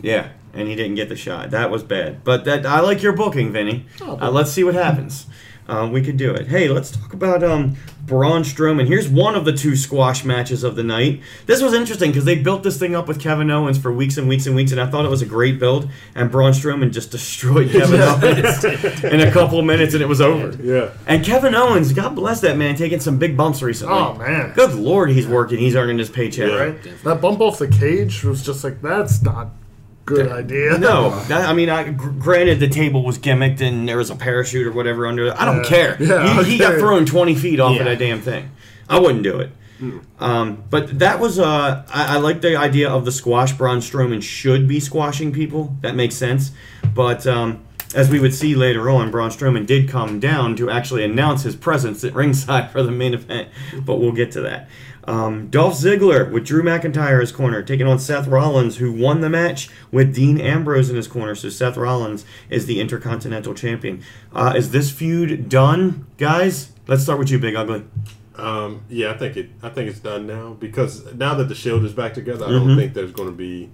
yeah, Oh, and he didn't get the shot. That was bad. But that I like your booking, Vinny. Uh, let's see what happens. um, we could do it. Hey, let's talk about um, Braun Strowman. Here's one of the two squash matches of the night. This was interesting because they built this thing up with Kevin Owens for weeks and weeks and weeks, and I thought it was a great build. And Braun Strowman just (laughs) destroyed Kevin Owens in a couple of minutes, and it was over. Yeah. And Kevin Owens, God bless that man, taking some big bumps recently. Oh, man. Good lord, he's working. He's earning his paycheck, Yeah. right? That bump off the cage was just like that's not good idea. (laughs) No, that, I mean, I, gr- granted the table was gimmicked and there was a parachute or whatever under. it. I don't Yeah. care. Yeah, he, I he don't got care. thrown twenty feet off of Yeah. that damn thing. I wouldn't do it. Um, but that was uh, I, I like the idea of the squash. Braun Strowman should be squashing people. That makes sense. But um, as we would see later on, Braun Strowman did come down to actually announce his presence at ringside for the main event. But we'll get to that. Um, Dolph Ziggler with Drew McIntyre as corner, taking on Seth Rollins, who won the match with Dean Ambrose in his corner. So Seth Rollins is the Intercontinental Champion. Uh, is this feud done, guys? Let's start with you, Big Ugly. Um, yeah, I think it. I think it's done now because now that the shield is back together, I Mm-hmm. don't think there's going to be.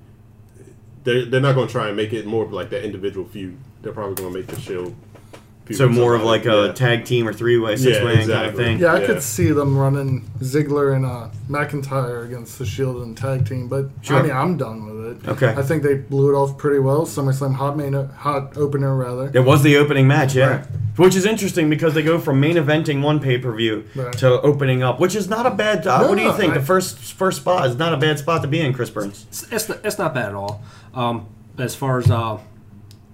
They're, they're not going to try and make it more of like that individual feud. They're probably going to make the shield. feud So with more of like uh, somebody. a Yeah. tag team or three way, six way kind of exactly. thing. Yeah, I Yeah. could see them running Ziggler and uh, McIntyre against the Shield and tag team, but Sure. I mean, I'm done with it. Okay. I think they blew it off pretty well. SummerSlam hot main hot opener rather. It was the opening match, yeah. Right. Which is interesting because they go from main eventing one pay per view Right. to opening up, which is not a bad. Uh, what do you No, think? I- the first first spot is not a bad spot to be in, Chris Burns. It's, it's, not, it's not bad at all. Um, as far as uh,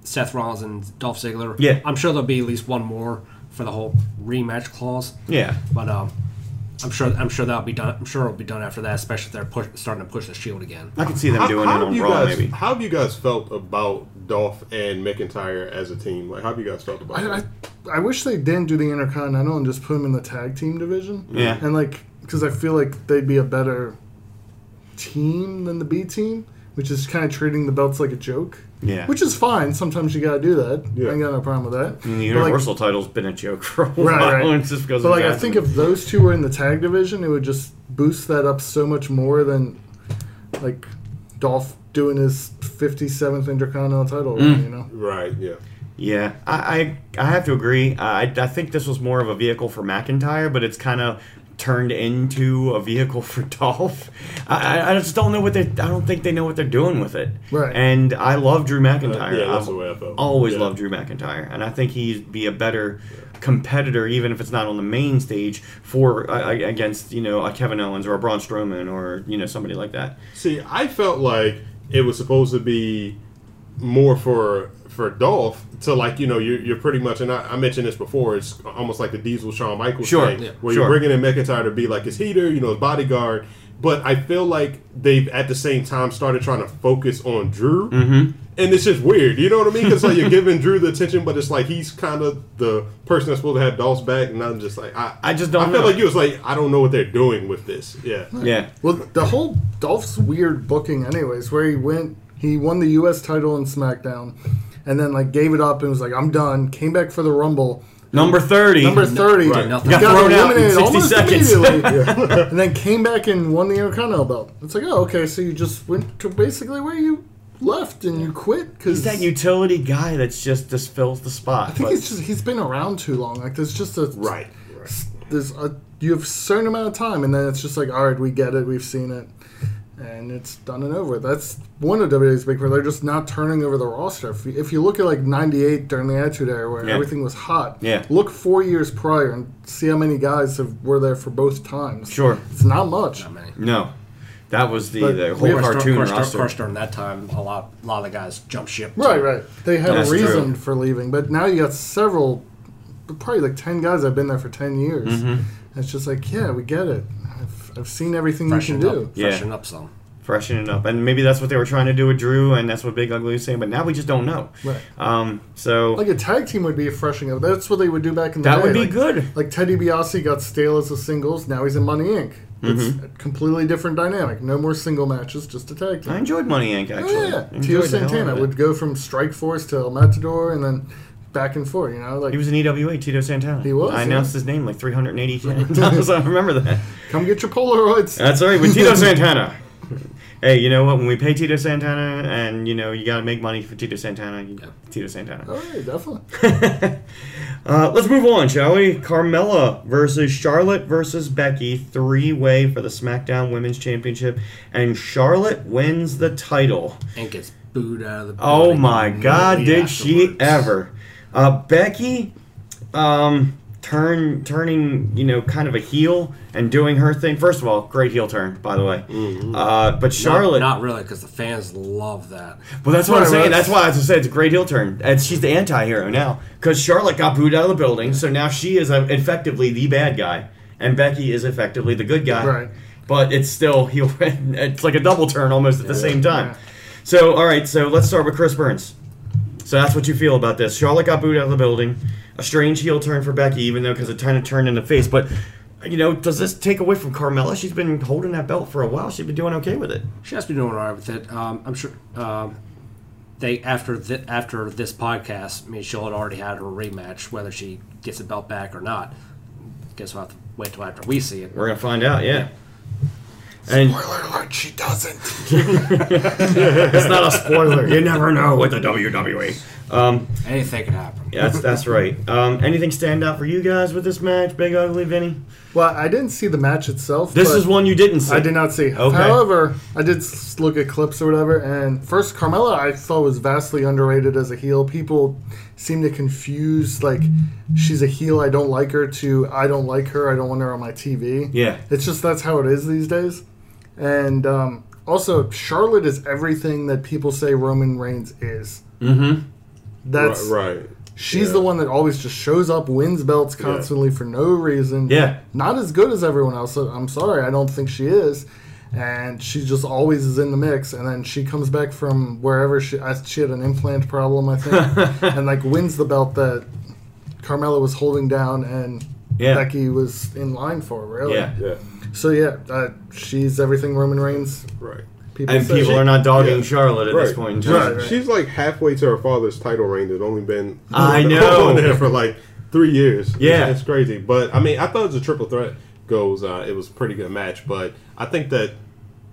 Seth Rollins and Dolph Ziggler, Yeah. I'm sure there'll be at least one more for the whole rematch clause. Yeah. But um, I'm sure I'm sure that'll be done. I'm sure it'll be done after that, especially if they're push, starting to push the Shield again. I can see them How, doing how it have on you Raw, guys? maybe. How have you guys felt about Dolph and McIntyre as a team? Like, how have you guys felt about? I, that? I wish they didn't do the Intercontinental and just put them in the tag team division. Yeah. and like because I feel like they'd be a better team than the B team, which is kind of treating the belts like a joke. Yeah. which is fine. Sometimes you gotta do that. Yeah. I ain't got no problem with that. The But, like, Universal title's been a joke for a while. Right, (laughs) right. It's just because But of like, I that. think if those two were in the tag division, it would just boost that up so much more than like Dolph doing his fifty seventh Intercontinental title. run, You know, right. Yeah. Yeah, I, I, I have to agree. I, I think this was more of a vehicle for McIntyre, but it's kind of turned into a vehicle for (laughs) Dolph. I, I- I just don't know what they. I don't think they know what they're doing with it. Right. And I love Drew McIntyre. Uh, yeah, that's I've the way I felt. Always Yeah. loved Drew McIntyre, and I think he'd be a better competitor, even if it's not on the main stage, for uh, against you know a Kevin Owens or a Braun Strowman or you know somebody like that. See, I felt like it was supposed to be more for for Dolph to like you know you're, you're pretty much and I, I mentioned this before it's almost like the Diesel Shawn Michaels Sure, thing yeah, where sure. you're bringing in McIntyre to be like his heater you know his bodyguard but I feel like they've at the same time started trying to focus on Drew Mm-hmm. and it's just weird you know what I mean because like you're giving Drew the attention but it's like he's kind of the person that's supposed to have Dolph's back and I'm just like I I just don't I feel know. like you was like I don't know what they're doing with this yeah Yeah. well, the whole Dolph's weird booking, anyways, where he went, he won the U.S. title in SmackDown, and then like gave it up and was like, I'm done. Came back for the Rumble. Number thirty. Number thirty, Right. got, Nothing. Got thrown out in eliminated 60 almost seconds. immediately, and then came back and won the Intercontinental belt. It's like, oh, okay, so you just went to basically where you left and you quit He's because that utility guy that's just just fills the spot. I think but- it's just he's been around too long. Like there's just a right right There's a you have a certain amount of time, and then it's just like, all right, we get it, we've seen it, and it's done and over. That's one of WWE's big problem. They're just not turning over the roster. If you, if you look at like '98 during the Attitude Era, where Yeah. everything was hot, Yeah. Look four years prior and see how many guys have, were there for both times. Sure. it's not much. I mean, No, that was the, But the we whole have cartoon of course, roster. of course, during that time, a lot, a lot of the guys jump ship. too. Right, right. They had That's a reason true. for leaving, but now you got several, probably like ten guys that have been there for ten years. Mm-hmm. It's just like, yeah, we get it. I've, I've seen everything Freshen you can up, do. Yeah. freshen up some. Freshen it up, and maybe that's what they were trying to do with Drew, and that's what Big Ugly was saying. But now we just don't know. Right. Um, so Like a tag team would be a freshening up. That's what they would do back in the that day. would be like, good. Like Teddy Biasi got stale as a singles. Now he's in Money Inc. It's Mm-hmm. a completely different dynamic. No more single matches, just a tag team. I enjoyed Money Inc. Actually, Oh, yeah, Enjoyed Tio the hell out Santana of it. would go from Strike Force to El Matador, and then back and forth. You know, like He was an EWA, Tito Santana. He was, I yeah. announced his name like 380 times. (laughs) I remember that. come get your Polaroids. (laughs) That's all right, with Tito Santana. hey, you know what? When we pay Tito Santana, and you know, you got to make money for Tito Santana. You, Tito Santana. All right, definitely. Uh, let's move on, shall we? Carmella versus Charlotte versus Becky, three way for the SmackDown Women's Championship, and Charlotte wins the title. and gets booed out of the. Oh building my God, immediately did she afterwards. ever? Uh, Becky, um, turn turning you know kind of a heel and doing her thing. First of all, great heel turn, by the way. Uh, but Charlotte, Mm-hmm. Not, not really, because the fans love that. well, that's what I'm Right, saying. that's- That's why I was saying it's a great heel turn. And she's the anti-hero now because Charlotte got booed out of the building, so now she is uh, effectively the bad guy, and Becky is effectively the good guy. Right. But it's still (laughs) heel. It's like a double turn almost at the same time. So all right, so let's start with Chris Burns. So that's what you feel about this. Charlotte got booed out of the building. A strange heel turn for Becky, even though because it kind of turned in the face. But you know, does this take away from Carmella? She's been holding that belt for a while. She's been doing okay with it. She has been doing all right with it. Um, I'm sure um, they after th- after this podcast, I mean, she'll had already had her rematch, whether she gets the belt back or not. Guess we'll have to wait till after we see it. We're gonna find out. Yeah. And Spoiler alert, she doesn't. It's not a spoiler. You never know with the WWE. Um, Anything could happen. yeah, that's, that's right. Um, anything stand out for you guys with this match, Big Ugly Vinny? Well, I didn't see the match itself. This but is one you didn't see. I did not see. Okay. However, I did s- look at clips or whatever, and first Carmella I thought was vastly underrated as a heel. People seem to confuse like she's a heel, I don't like her, to I don't like her, I don't want her on my TV. Yeah. It's just that's how it is these days. And um, also, Charlotte is everything that people say Roman Reigns is. Mm-hmm. That's right, right. She's Yeah. the one that always just shows up, wins belts constantly for no reason. Yeah. Not as good as everyone else. so I'm sorry, I don't think she is. And she just always is in the mix. And then she comes back from wherever she I, she had an implant problem, I (laughs) think, and like wins the belt that Carmella was holding down and Yeah. Becky was in line for. Really. Yeah. Yeah, So yeah, uh, she's everything Roman Reigns. right. People And say. people are not dogging yeah. Charlotte at right. this point in Right, time. Right, right. She's like halfway to her father's title reign. That's only been I (laughs) been know. going there for like three years. Yeah. it's, it's crazy. But I mean, I thought it was a triple threat goes. Uh, it was a pretty good match, but I think that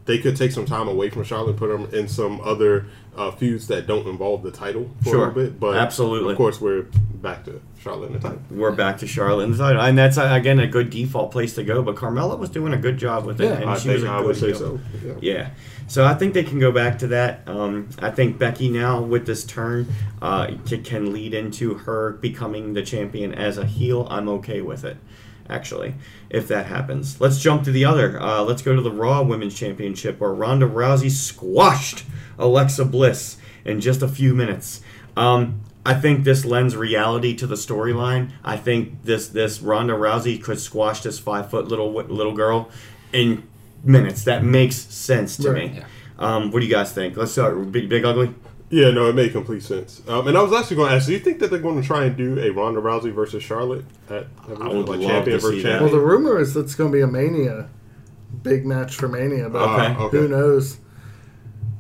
they could take some time away from Charlotte, put them in some other uh, feuds that don't involve the title for Sure. a little bit. But Absolutely. of course, we're back to Charlotte in the title. We're back to Charlotte and the title. And that's, uh, again, a good default place to go. But Carmella was doing a good job with it. Yeah, and I she was think a I good would say heel. so. Yeah. Yeah. So I think they can go back to that. Um, I think Becky now with this turn uh, ca- can lead into her becoming the champion as a heel. I'm okay with it, actually, if that happens. Let's jump to the other. Uh, let's go to the Raw Women's Championship where Ronda Rousey squashed Alexa Bliss in just a few minutes. Um, I think this lends reality to the storyline. I think this this Ronda Rousey could squash this five foot little wi- little girl in minutes. That makes sense to Right. me. Um, what do you guys think? Let's start with Big, big Ugly. Yeah, no, it made complete sense. Um, and I was actually going to ask, do you think that they're going to try and do a Ronda Rousey versus Charlotte at I would love to see that. Well, the rumor is that's going to be a Mania, big match for Mania, but Okay. Okay. who knows?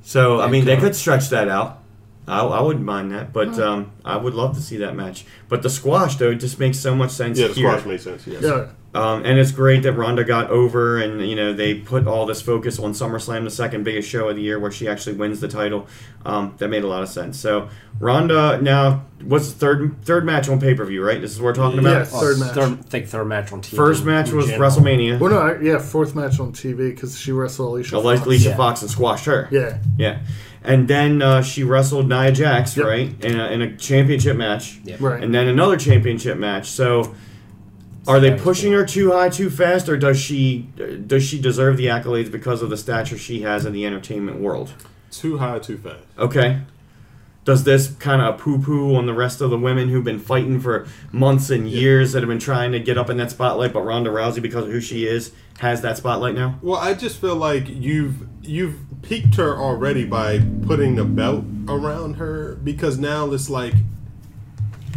So I mean, they could stretch that out. I, I wouldn't mind that, but um, I would love to see that match. But the squash though just makes so much sense Yeah, the here. squash made sense. Yes. Yeah. Um, and it's great that Ronda got over, and you know they put all this focus on SummerSlam, the second biggest show of the year, where she actually wins the title. Um, that made a lot of sense. So Ronda now, what's the third third match on pay per view? Right, this is what we're talking about. Yes. Third match. Third, think third match on TV. First match in was general. WrestleMania. Well, no, I, yeah, fourth match on TV because she wrestled Alicia. Alicia Fox. Alicia Yeah. Fox and squashed her. Yeah, Yeah. And then uh, she wrestled Nia Jax, Yep. right, in a, in a championship match. Yep. right. And then another championship match. So are they pushing her too high too fast or does she does she deserve the accolades because of the stature she has in the entertainment world? Too high, too fast. Okay. Does this kind of poo poo on the rest of the women who've been fighting for months and years that have been trying to get up in that spotlight, but Ronda Rousey, because of who she is, has that spotlight now? Well, I just feel like you've you've peaked her already by putting the belt around her because now it's like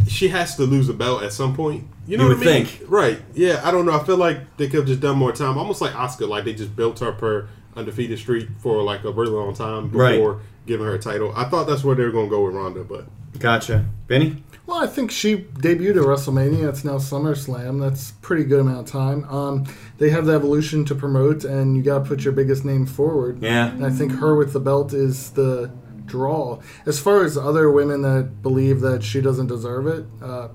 she has to lose the belt at some point. You know You what would I mean? think. Right. Yeah, I don't know. I feel like they could have just done more time. Almost like Oscar, like they just built up her undefeated streak for like a really long time Right. before giving her a title. I thought that's where they were going to go with Ronda, but Gotcha. Benny? Well, I think she debuted at WrestleMania. It's now SummerSlam. That's a pretty good amount of time. Um, they have the evolution to promote, and you got to put your biggest name forward. Yeah. And I think her with the belt is the draw. As far as other women that believe that she doesn't deserve it, uh,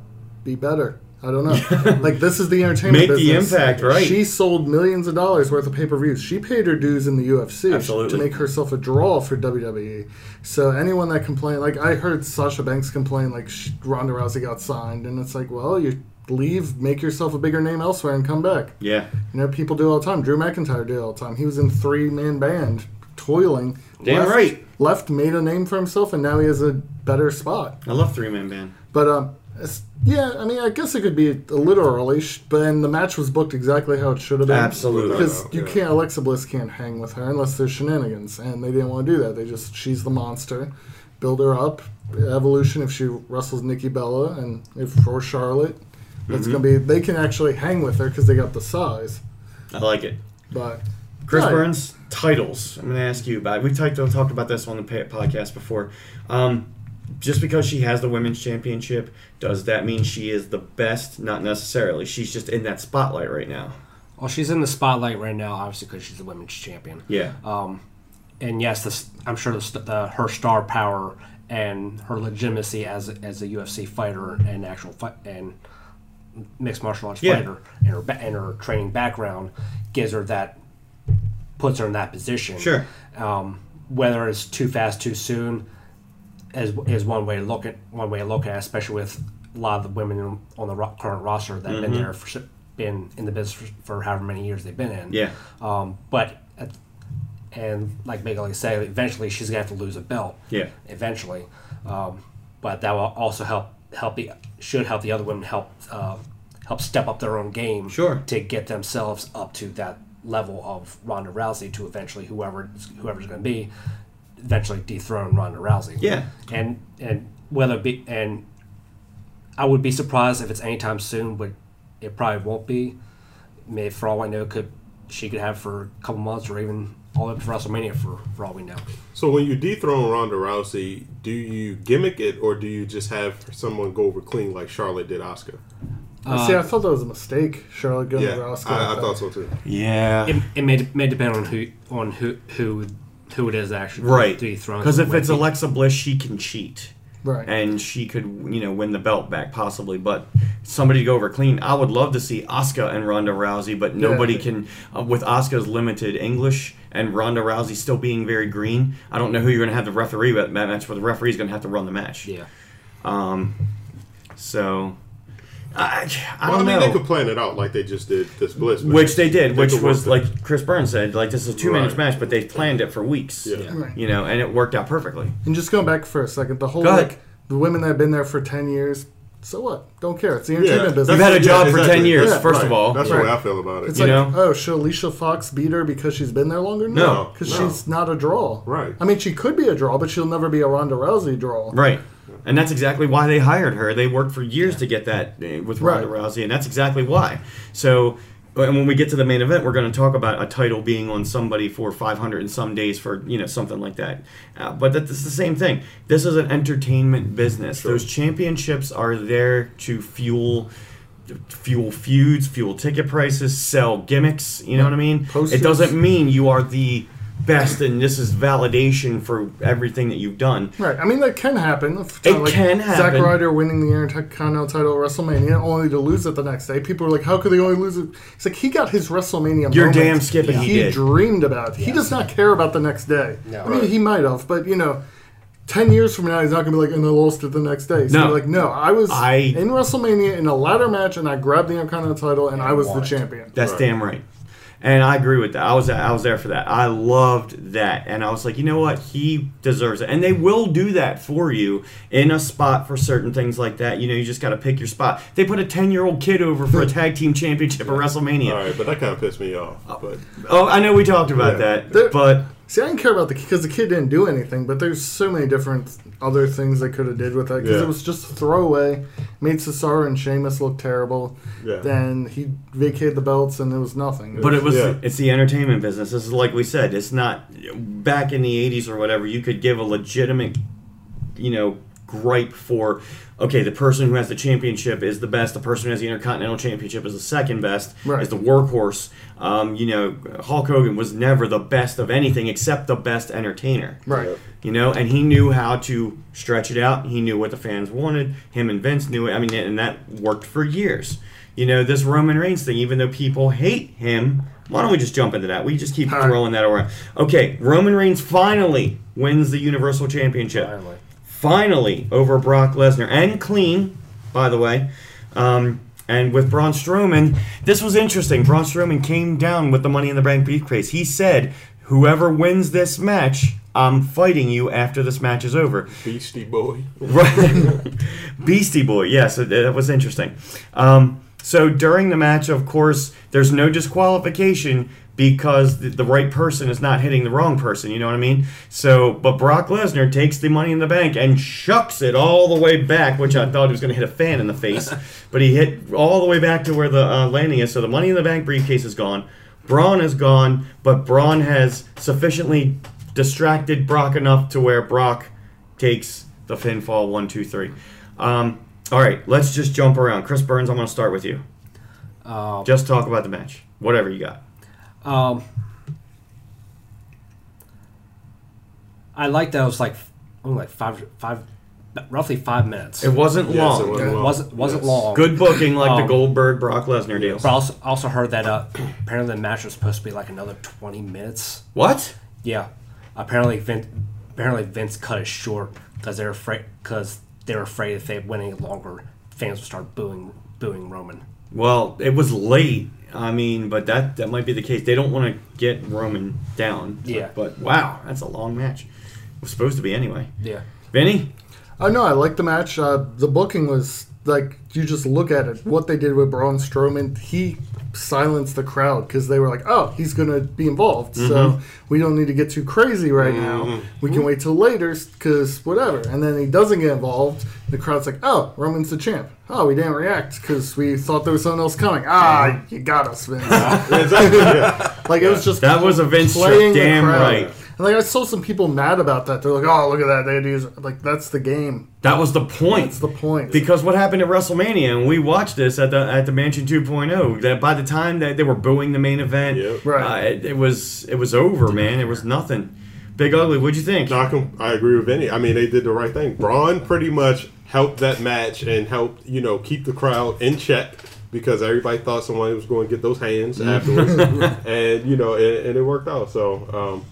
be better. I (laughs) don't know. like this is the entertainment Make the business. impact, right. She sold millions of dollars worth of pay per views. She paid her dues in the UFC Absolutely. to make herself a draw for WWE. So anyone that complained, like I heard Sasha Banks complain, like sh Ronda Rousey got signed, and it's like, well, you leave, make yourself a bigger name elsewhere, and come back. Yeah. You know, people do it all the time. Drew McIntyre did it all the time. He was in three man band, toiling. Damn left, right. Left made a name for himself, and now he has a better spot. I love Three Man Band. But um, it's, yeah, I mean, I guess it could be a little early, sh- but then the match was booked exactly how it should have been. Absolutely. because Oh, you yeah. can't Alexa Bliss can't hang with her unless there's shenanigans, and they didn't want to do that. They just she's the monster, build her up, evolution. If she wrestles Nikki Bella and if or Charlotte, that's gonna Mm-hmm. be they can actually hang with her because they got the size. I like it. But Chris yeah, Burns, titles. I'm going to ask you about. We talked talked about this on the pa- podcast before. Um, just because she has the women's championship, does that mean she is the best? Not necessarily. She's just in that spotlight right now. Well, she's in the spotlight right now, obviously, because she's the women's champion. Yeah. And yes, this, I'm sure the, st- the, her star power and her legitimacy as as a UFC fighter and actual fight and mixed martial arts Yeah. fighter and her ba- and her training background gives her that puts her in that position. Sure. Um, whether it's too fast, too soon, is is one way to look at one way to look at, it, especially with a lot of the women on the ro- current roster that have been Mm-hmm. there for s- been in the business for, for however many years they've been in. Yeah. Um, but at, and like Megali said, eventually she's gonna have to lose a belt. Yeah. Eventually, um, but that will also help help the should help the other women help uh, help step up their own game. Sure. To get themselves up to that level of Ronda Rousey to eventually whoever whoever's gonna be eventually dethrone Ronda Rousey. Yeah. And and whether it be and I would be surprised if it's anytime soon, but it probably won't be. I mean, for all I know, could she could have for a couple months or even all up to WrestleMania for for all we know. so when you dethrone Ronda Rousey, do you gimmick it or do you just have someone go over clean like Charlotte did Oscar? see, I thought that was a mistake. Charlotte going Yeah, to Oscar. I, I thought so too. yeah. It, it may may depend on who on who who who it is actually Right. dethroned. Because if Like, it's Alexa Bliss, she can cheat. Right. and she could you know win the belt back possibly but somebody to go over clean i would love to see Asuka and ronda rousey but nobody Yeah. can uh, with Asuka's limited english and ronda rousey still being very green i don't know who you're going to have the referee that match but the referee's going to have to run the match yeah, so i, I Well, I don't mean, know they could plan it out like they just did this Bliss, match. which they did, They which could was work it. like Chris Burns said, like this is a two-minute Right. match, but they planned it for weeks, Yeah. Yeah. Right. you know, and it worked out perfectly. And just going back for a second, the whole Go ahead. like the women that have been there for ten years, so what? Don't care. It's the Yeah. entertainment business. You've had a Yeah, job for exactly. ten years, Yeah, first Right. of all. that's the way Right. I feel about it. it's you like, know? oh, should Alicia Fox beat her because she's been there longer? No, because no. she's not a draw. Right. I mean, she could be a draw, but she'll never be a Ronda Rousey draw. Right. And that's exactly why they hired her. They worked for years to get that uh, with Ronda Right. Rousey, and that's exactly why. So, and when we get to the main event, we're going to talk about a title being on somebody for 500 and some days for you know something like that. Uh, but that's the same thing. This is an entertainment business. Those championships are there to fuel. Fuel feuds, fuel ticket prices, sell gimmicks. You know what I mean. Posters. It doesn't mean you are the best, and this is validation for everything that you've done. Right. I mean, that can happen. If, It can Zack happen. Ryder winning the Intercontinental title at WrestleMania, only to lose it the next day. People are like, how could they only lose it? It's like he got his WrestleMania. You're moment damn skipping that he He, did. dreamed about. He does not care about the next day. I mean, he might have, but you know. Ten years from now, he's not going to be like, and I lost it the next day. So No. you're like, no, I was I- in WrestleMania in a ladder match, and I grabbed the Intercontinental title, and I was the won it. champion. That's damn right. And I agree with that. I was I was there for that. I loved that, and I was like, you know what, he deserves it. And they will do that for you in a spot for certain things like that. You know, you just got to pick your spot. They put a ten year old kid over for a tag team championship at WrestleMania. Uh, all right, but that kind of pissed me off. But Oh, I know we talked about Yeah. that, There- but See, I didn't care about the because the kid didn't do anything, but there's so many different other things they could have did with that because Yeah. it was just a throwaway. Made Cesaro and Sheamus look terrible. Yeah. Then he vacated the belts and it was nothing. But it was Yeah. it's the entertainment business. This is like we said, it's not back in the 80s or whatever, you could give a legitimate you know gripe for okay, the person who has the championship is the best, the person who has the Intercontinental Championship is the second best, Right. is the workhorse. Um, you know, Hulk Hogan was never the best of anything except the best entertainer. right. You know, and he knew how to stretch it out. He knew what the fans wanted. Him and Vince knew it. I mean, and that worked for years. You know, this Roman Reigns thing, even though people hate him, why don't we just jump into that? We just keep All right. throwing that around. Okay, Roman Reigns finally wins the Universal Championship. Finally. Finally, over Brock Lesnar. And clean, by the way. Um, and with Braun Strowman, this was interesting. Braun Strowman came down with the Money in the Bank briefcase. He said, Whoever wins this match, I'm fighting you after this match is over. Beastie Boy. Right. (laughs) Beastie Boy. Yes, it- that was interesting. Um, so during the match, of course, there's no disqualification because the, the right person is not hitting the wrong person. You know what I mean? So, but Brock Lesnar takes the money in the bank and shucks it all the way back, which I thought he was going to hit a fan in the face, but he hit all the way back to where the uh, landing is. So the money in the bank briefcase is gone. Braun is gone, but Braun has sufficiently distracted Brock enough to where Brock takes the pinfall one, two, three. Um, all right, let's just jump around. Chris Burns, I'm going to start with you. Um, Just talk about the match, whatever you got. Um, I like that it was like only like five, five, roughly five minutes. It wasn't Yes, long. it wasn't long. wasn't wasn't Yes. long. Good booking, like the Um, Goldberg Brock Lesnar deal. But I also, also heard that uh, apparently the match was supposed to be like another twenty minutes. What? Yeah, apparently Vince apparently Vince cut it short because they're afraid because they're afraid if they went any longer, fans would start booing booing Roman. Well, it was late. I mean, but that that might be the case. They don't want to get Roman down. Yeah. But wow, that's a long match. It was supposed to be anyway. Yeah, Vinny? I know. I like the match. Uh, the booking was like you just look at it. What they did with Braun Strowman, he silenced the crowd because they were like, "Oh, he's going to be involved, Mm-hmm. so we don't need to get too crazy right now. We can wait till later because whatever." And then he doesn't get involved. The crowd's like, "Oh, Roman's the champ. Oh, we didn't react because we thought there was something else coming. Ah, you got (laughs) us, (laughs) Vince." Exactly. Yeah. like it was just That was a Vince trip, playing the damn crowd. right. And like I saw some people mad about that. They're like, "Oh, look at that! They had to use like that's the game." That was the point. That's the point. Because what happened at WrestleMania, and we watched this at the at the Mansion 2.0, that by the time that they were booing the main event, Yep. Right. uh, it, it was it was over, man. It was nothing. Big Ugly, what'd you think? No, I, can, I agree with Vinny. I mean, they did the right thing. Braun pretty much helped that match and helped, you know, keep the crowd in check because everybody thought somebody was going to get those hands Mm-hmm. (laughs) afterwards. and, you know, and, and it worked out. So, um,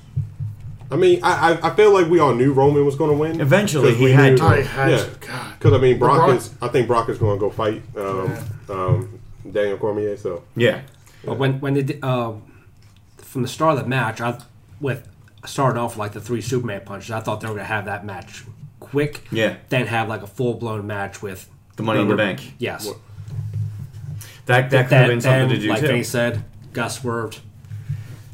I mean, I, I- I feel like we all knew Roman was going to win. Eventually, 'Cause he we had to. I had Yeah. to. God. Because, I mean, Brock, Brock- is, I think Brock is going to go fight um, um, Daniel Cormier. So, yeah, but when when they did, uh, from the start of the match, I with started off with, like the three Superman punches. I thought they were gonna have that match quick. Yeah. Then have like a full blown match with the Money in the Roman. Bank. Yes. That that could have That been something then, to do like too. Vinny said, got swerved.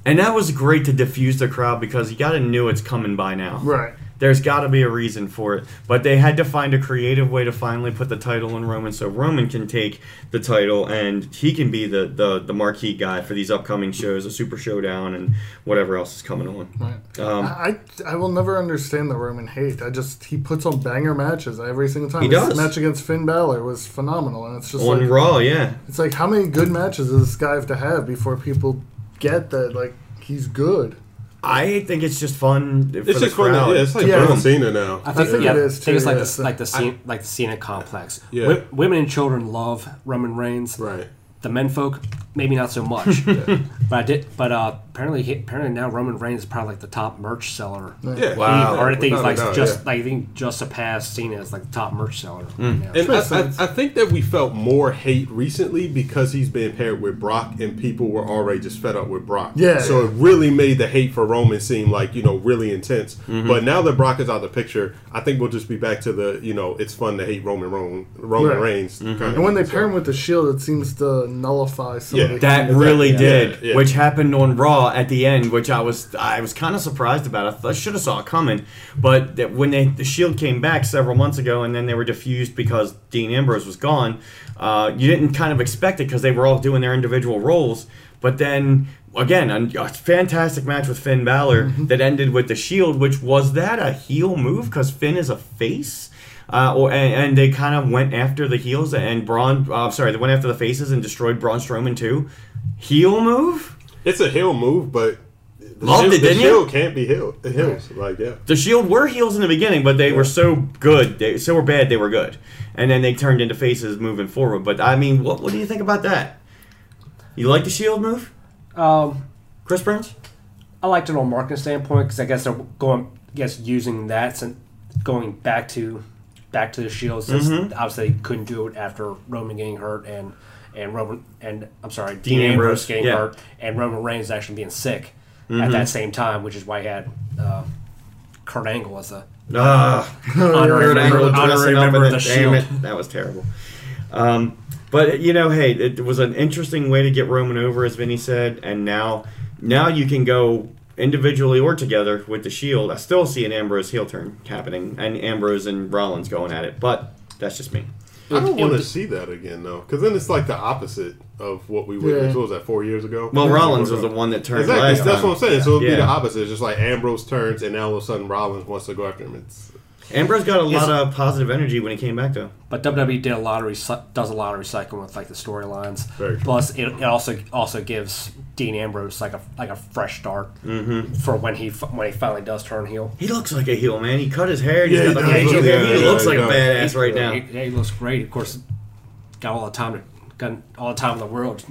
And that was great to diffuse the crowd because you gotta knew it's coming by now. Right. There's gotta be a reason for it. But they had to find a creative way to finally put the title on Roman so Roman can take the title and he can be the, the, the marquee guy for these upcoming shows, the super showdown and whatever else is coming on. Right. Um, I I will never understand the Roman hate. I just he puts on banger matches every single time. He His does. match against Finn Balor was phenomenal, and it's just on like Raw, yeah. it's like how many good matches does this guy have to have before people get that like he's good? I think it's just fun for it's the just fun. crowd. to- Yeah, it's like Yeah. John Cena now. I think, think yeah, it is, I think it's too, like yes. the like the scene, like the Cena complex. Yeah. Wo- women and children love Roman Reigns. right. The men folk, maybe not so much. (laughs) But I did. But uh, apparently, he- apparently now Roman Reigns is probably like the top merch seller. Yeah. Wow. or I think he's, Without a like doubt, just yeah. Hmm. like I think just surpassed Cena as like the top merch seller. Yeah. And I, Makes I, sense. I think that we felt more hate recently because he's been paired with Brock, and people were already just fed up with Brock. Yeah. So it really made the hate for Roman seem like you know really intense. Mm-hmm. But now that Brock is out of the picture, I think we'll just be back to the you know it's fun to hate Roman Roman, Roman Right. Reigns. Kind of Mm-hmm. And when they thing. pair him with the Shield, it seems to nullify some of Yeah. the That candidates. really yeah, did, yeah. which happened on Raw at the end, which I was I was kind of surprised about. I, th- I should have saw it coming, but that when they the Shield came back several months ago, and then they were diffused because Dean Ambrose was gone. Uh, you didn't kind of expect it because they were all doing their individual roles, but then. Again, a a fantastic match with Finn Balor Mm-hmm. that ended with the Shield, which was that a heel move because Finn is a face, uh, or and, and they kind of went after the heels and Braun. Uh, sorry, they went after the faces and destroyed Braun Strowman too heel move? It's a heel move, but the Loved heel, it, the didn't heel you? can't be heel. Heels, like yeah. The Shield were heels in the beginning, but they were so good, they so were bad, they were good, and then they turned into faces moving forward. But I mean, what what do you think about that? You like the Shield move, Um, Chris Burns? I liked it on a marketing standpoint because I guess they're going, I guess using that and going back to back to the Shield since obviously they couldn't do it after Roman getting hurt and and Roman and I'm sorry Dean, Ambrose, Ambrose, getting yeah. hurt and Roman Reigns actually being sick at that same time, which is why he had uh, Kurt Angle as a Ah, honorary Kurt member, Angle honorary dressing up member of in the it. Damn Shield. it, that was terrible. Um, but you know, hey, it was an interesting way to get Roman over, as Vinny said, and now now you can go individually or together with the Shield. I still see an Ambrose heel turn happening, and Ambrose and Rollins going at it, but that's just me. I don't it want to was- see that again though, because then it's like the opposite of what we witnessed. Yeah. What was that? Four years ago. Well, Rollins was the one that turned Exactly. last That's time. what I'm saying. So it'd be the Yeah. opposite. It's just like Ambrose turns, and now all of a sudden Rollins wants to go after him. It's Ambrose got a lot of positive energy when he came back, though. But WWE did a lot of recy- does a lot of recycling with like the storylines. Very true. Plus, it, it also also gives Dean Ambrose like a like a fresh start for when he fi- when he finally does turn heel. He looks like a heel, man. He cut his hair. He's Yeah, got he the does facial look- hair. yeah, he yeah, looks he like a does. badass right now. He, he looks great. Of course, got all the time to, got all the time in the world.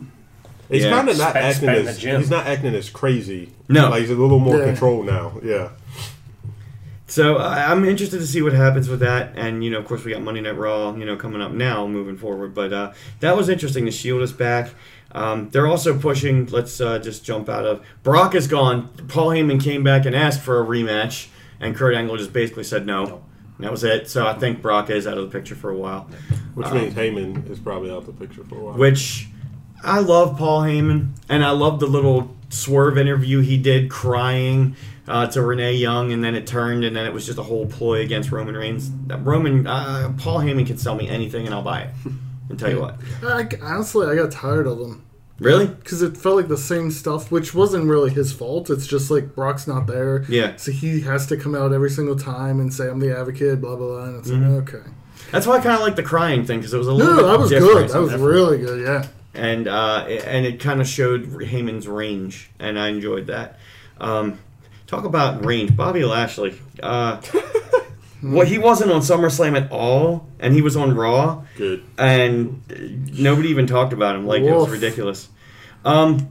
he's Yeah. kind of not Spe- acting spend as the gym. he's not acting as crazy. No. like he's a little more Yeah. control now. Yeah. So I I'm interested to see what happens with that, and you know, of course, we got Monday Night Raw, you know, coming up now, moving forward. But uh, that was interesting. The Shield is back. Um, they're also pushing. Let's uh, just jump out of Brock is gone. Paul Heyman came back and asked for a rematch, and Kurt Angle just basically said no. And that was it. So I think Brock is out of the picture for a while. Which Uh-huh. means Heyman is probably out the picture for a while. which I love Paul Heyman, and I love the little swerve interview he did crying uh, to Renee Young, and then it turned, and then it was just a whole ploy against Roman Reigns. That Roman, uh, Paul Heyman can sell me anything, and I'll buy it. And Hmm. tell you what, I, honestly, I got tired of them. really, because it felt like the same stuff, which wasn't really his fault. It's just like Brock's not there. Yeah. So he has to come out every single time and say, I'm the advocate, blah, blah, blah. And it's like, okay. that's why I kind of like the crying thing because it was a little. No, bit no, that was different. good. That was really good, yeah. and uh, and it kind of showed Heyman's range, and I enjoyed that. Um, talk about range, Bobby Lashley. Uh, well, he wasn't on SummerSlam at all, and he was on Raw, Good. and uh, nobody even talked about him. Like it was Woof. ridiculous. Um,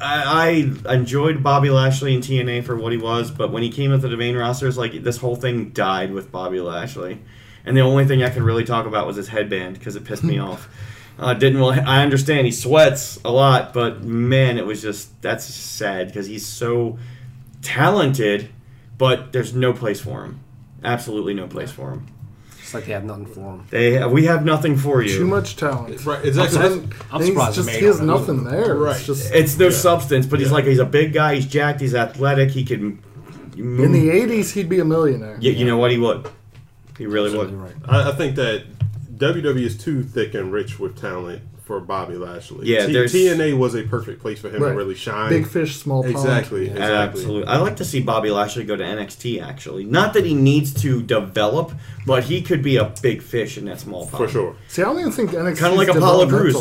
I, I enjoyed Bobby Lashley in TNA for what he was, but when he came into the main roster, it's like this whole thing died with Bobby Lashley, and the only thing I could really talk about was his headband because it pissed (laughs) me off. Uh, didn't really. I understand he sweats a lot, but man, it was just that's just sad because he's so talented, but there's no place for him. Absolutely no place for him. It's like they have nothing for him. They we have nothing for you. Too much talent. Right. Exactly. I'm- That's- I'm And he's surprised just, they he made has him. nothing there. Right. It's just It's no Yeah. substance, but he's Yeah. like he's a big guy. He's jacked. He's athletic. He can move. in the 80s, he'd be a millionaire. yeah, you know what? He would. He really would. Absolutely right. I, I think that WWE is too thick and rich with talent for Bobby Lashley. Yeah, T- there's- TNA was a perfect place for him to Right. really shine. Big fish, small pond. Exactly. Exactly. Absolutely. I like to see Bobby Lashley go to NXT. Actually, not that he needs to develop, but he could be a big fish in that small pond. For sure. See, I don't even think NXT Kind of like Apollo Crews.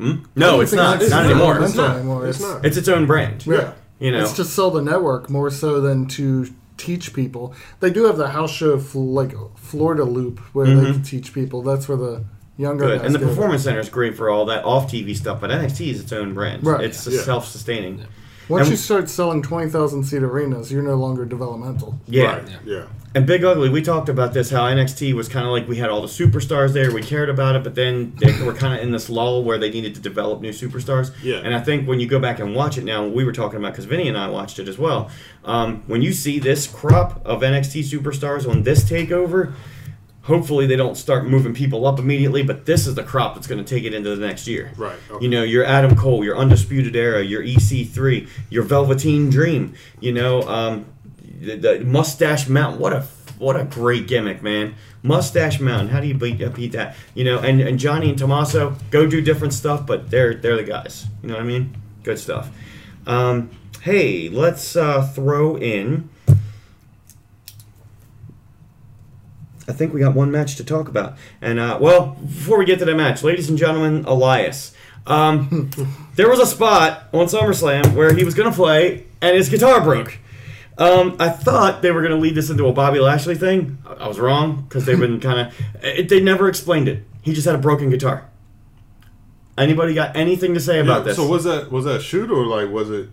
Hmm? No, it's not. It's not anymore. It's It's, not not. anymore. It's It's- not. its own brand. Yeah. You know. It's to sell the network more so than to teach people. They do have the house show fl- like Florida Loop where they can teach people. That's where the younger Mm-hmm. good. guys And the go. performance center is great for all that off TV stuff, but NXT is its own brand. Right. It's Yeah. self-sustaining. Once and- you start selling twenty thousand seat arenas, you're no longer developmental. Yeah. Right. Yeah. And Big Ugly, we talked about this how NXT was kind of like we had all the superstars there, we cared about it, but then they were kind of in this lull where they needed to develop new superstars. Yeah. And I think when you go back and watch it now, we were talking about because Vinny and I watched it as well. Um, when you see this crop of NXT superstars on this takeover, hopefully they don't start moving people up immediately, but this is the crop that's going to take it into the next year. Right, okay. You know, your Adam Cole, your Undisputed Era, your EC3, your Velveteen Dream, you know, um, the, the Mustache Mountain. What a what a great gimmick, man. Mustache Mountain. How do you beat, beat that? You know, and, and Johnny and Tommaso go do different stuff, but they're they're the guys. You know what I mean? Good stuff. Um, hey, let's uh, throw in. I think we got one match to talk about. And, uh, well, before we get to that match, ladies and gentlemen, Elias. Um, there was a spot on SummerSlam where he was going to play and his guitar broke. Um, I thought they were going to lead this into a Bobby Lashley thing. I, I was wrong because they've been (laughs) kind of. They never explained it. He just had a broken guitar. Anybody got anything to say about this? So was that was that shoot or like was it?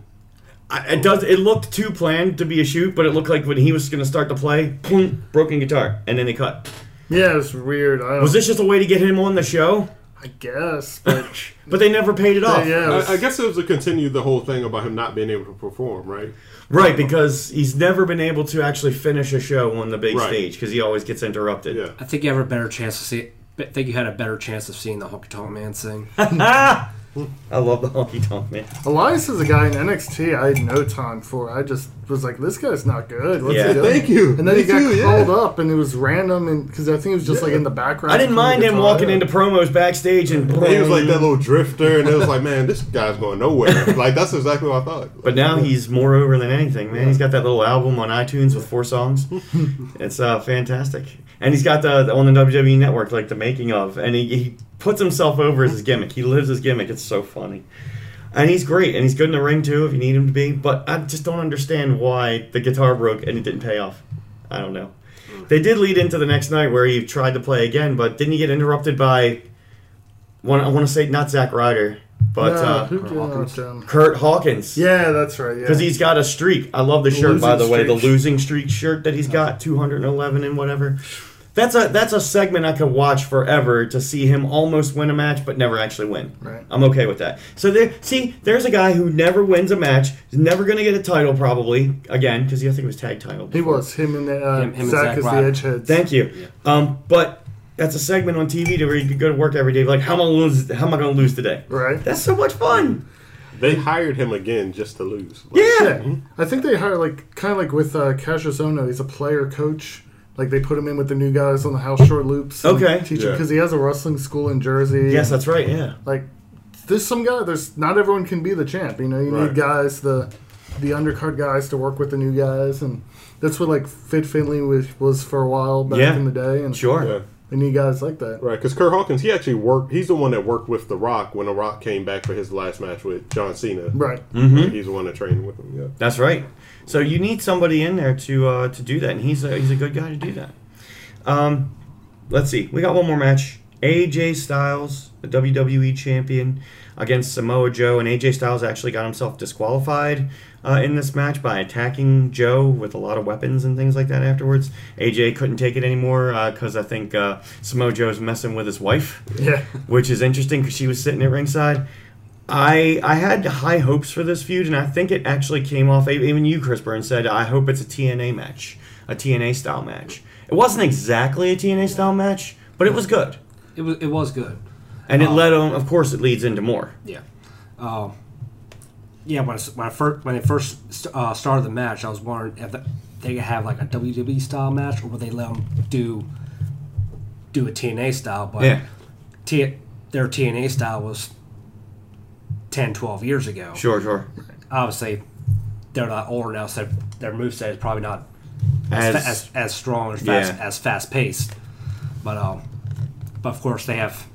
I, it does. It looked too planned to be a shoot, but it looked like when he was going to start to play, boom, broken guitar, and then they cut. Yeah, it's weird. I don't, Was this just a way to get him on the show? I guess, (laughs) but But they never paid it off, yeah, it was- I, I guess it was to continue the whole thing about him not being able to perform, right? right? Because he's never been able to actually finish a show on the big Right. stage because he always gets interrupted. Yeah. I think you have a better chance to see. I think you had a better chance of seeing the honky tonk man sing. (laughs) Ah! I love the honky tonk man. Elias is a guy in NXT I had no time for. I just was like, this guy's not good. What's Yeah. he doing? Thank you. And then Me he got too, yeah. called up, and it was random, and because I think he was just like in the background. I didn't mind him walking into promos backstage and And he was like that little drifter, and it was like, man, this guy's going nowhere. like that's exactly what I thought. But now he's more over than anything, man. He's got that little album on iTunes with four songs. it's uh, fantastic, and he's got the on the WWE Network like the making of, and he, he puts himself over as his gimmick. He lives his gimmick. It's so funny, and he's great, and he's good in the ring too if you need him to be. But I just don't understand why the guitar broke and it didn't pay off. I don't know. They did lead into the next night where he tried to play again, but didn't he get interrupted by? One, I want to say not Zack Ryder, but yeah, uh, who did Hawkins. that, um, Kurt Hawkins. yeah, that's right. Yeah, Because he's got a streak. I love the shirt, losing by the way. The streak. losing streak shirt that he's got, 211 and whatever. That's a that's a segment I could watch forever to see him almost win a match but never actually win. Right. I'm okay with that. So there, see, there's a guy who never wins a match, is never gonna get a title probably again because I think it was tag title. he before. was him and uh, Him- him and Zack Zach is the Ryder. edge heads. Thank you. Um, but that's a segment on TV to where you could go to work every day. Like how am I gonna lose? How am I gonna lose today? right. That's so much fun. They hired him again just to lose. Like, Yeah. Yeah. I think they hire like kind of like with uh, Cassius Ohno. He's a player coach. Like they put him in with the new guys on the house short loops. and Okay. teach Yeah. because he has a wrestling school in Jersey. Yes, that's right. Yeah. like there's some guy. There's not everyone can be the champ. You know, you Right. need guys the the undercard guys to work with the new guys, and that's what like Fit Finley was, was for a while back Yeah. in the day. And Sure. Yeah. they need guys like that. Right, because Kurt Hawkins, he actually worked. He's the one that worked with The Rock when The Rock came back for his last match with John Cena. Right. Like, he's the one that trained with him. Yeah. That's right. So you need somebody in there to uh, to do that, and he's a, he's a good guy to do that. Um, let's see. We got one more match. AJ Styles, the WWE champion, against Samoa Joe, and AJ Styles actually got himself disqualified uh, in this match by attacking Joe with a lot of weapons and things like that. Afterwards, AJ couldn't take it anymore because I think uh, Samoa Joe's messing with his wife Yeah. which is interesting because she was sitting at ringside. I I had high hopes for this feud, and I think it actually came off. e-, Even you, Chris Burns, said, "I hope it's a TNA match, a TNA style match." It wasn't exactly a TNA style match, but it was good, It was it was good. and it led on. Of course, it leads into more. Yeah. Um, yeah. When I, s- when I first when I first uh, started the match, I was wondering if the, they could have like a WWE style match, or would they let them do do a TNA style? But Yeah. T, their TNA style was 10, 12 years ago. Sure, sure. Obviously, they're not older now, so their moveset is probably not as As, fa- as, as strong as fast Yeah. as fast paced. But um, but of course they have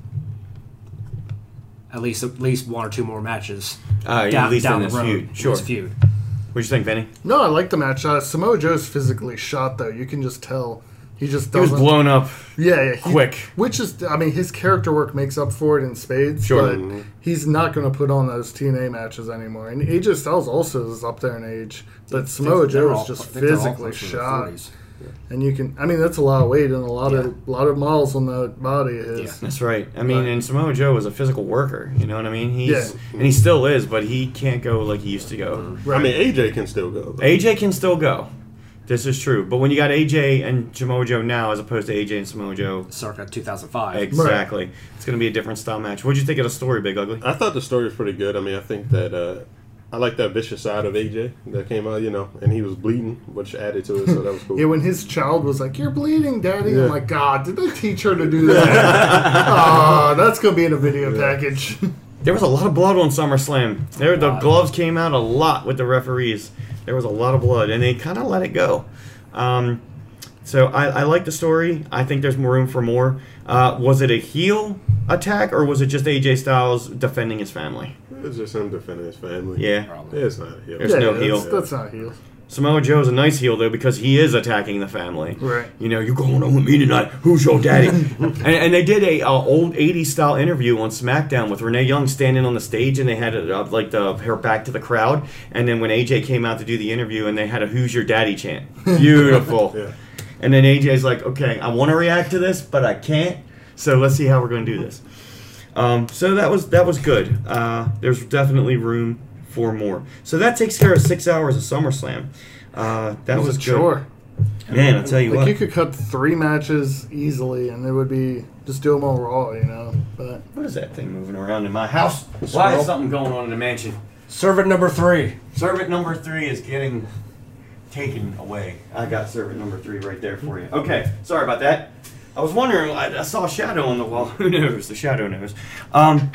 at least at least one or two more matches uh, at least in this feud. in Sure. This feud. What do you think, Vinny? No, I like the match. Uh, Samoa Joe's physically shot though. You can just tell he just He was doesn't. blown up. Yeah, yeah. he- Quick. Which is, I mean, his character work makes up for it in spades. Sure. But he's not going to put on those TNA matches anymore. And AJ Styles also is up there in age. But Samoa They're Joe all- is just I think they're all physically close to their shot. 40s. And you can, I mean, that's a lot of weight and a lot of lot of miles on the body. Is That's right. I mean, and Samoa Joe was a physical worker. You know what I mean? He's Yeah. and he still is, but he can't go like he used to go. I mean, AJ can still go. though. AJ can still go. This is true. But when you got AJ and Samojo now, as opposed to AJ and Samojo, circa 2005. exactly, it's going to be a different style match. What'd you think of the story, Big Ugly? I thought the story was pretty good. I mean, I think that uh, I like that vicious side of AJ that came out, you know, and he was bleeding, which added to it, so that was (laughs) cool. Yeah, when his child was like, "You're bleeding, Daddy," Yeah. I'm like, "God, did they teach her to do (laughs) that?" Ah, that's gonna be in a video package. There was a lot of blood on SummerSlam. There, the Lot. gloves came out a lot with the referees. There was a lot of blood, and they kind of let it go. Um, so I, I like the story. I think there's more room for more. Uh, was it a heel attack, or was it just AJ Styles defending his family? It's just him defending his family. Yeah. Probably. It's not him. There's yeah, no that's, heel. That's not heel. Samoa Joe's a nice heel though because he is attacking the family. Right. You know, you going on with me tonight? Who's your daddy? and, and they did a uh, old '80s style interview on SmackDown with Renee Young standing on the stage, and they had it uh, like the her back to the crowd. And then when AJ came out to do the interview, and they had a "Who's your daddy?" chant. Beautiful. Yeah. And then AJ's like, "Okay, I want to react to this, but I can't. So let's see how we're going to do this." Um, so that was that was good. Uh, there's definitely room for more. So that takes care of six hours of SummerSlam. Uh, that was, It's a good. chore. Man, I'll tell you Like what. you could cut three matches easily, and it would be just do them all raw, you know. But what is that thing moving around in my house? Why is Squirrel. something going on in the mansion? Servant number three. Servant number three is getting taken away. I got servant number three right there for you. Okay, sorry about that. I was wondering, I, I saw a shadow on the wall. (laughs) Who knows? The shadow knows. Um,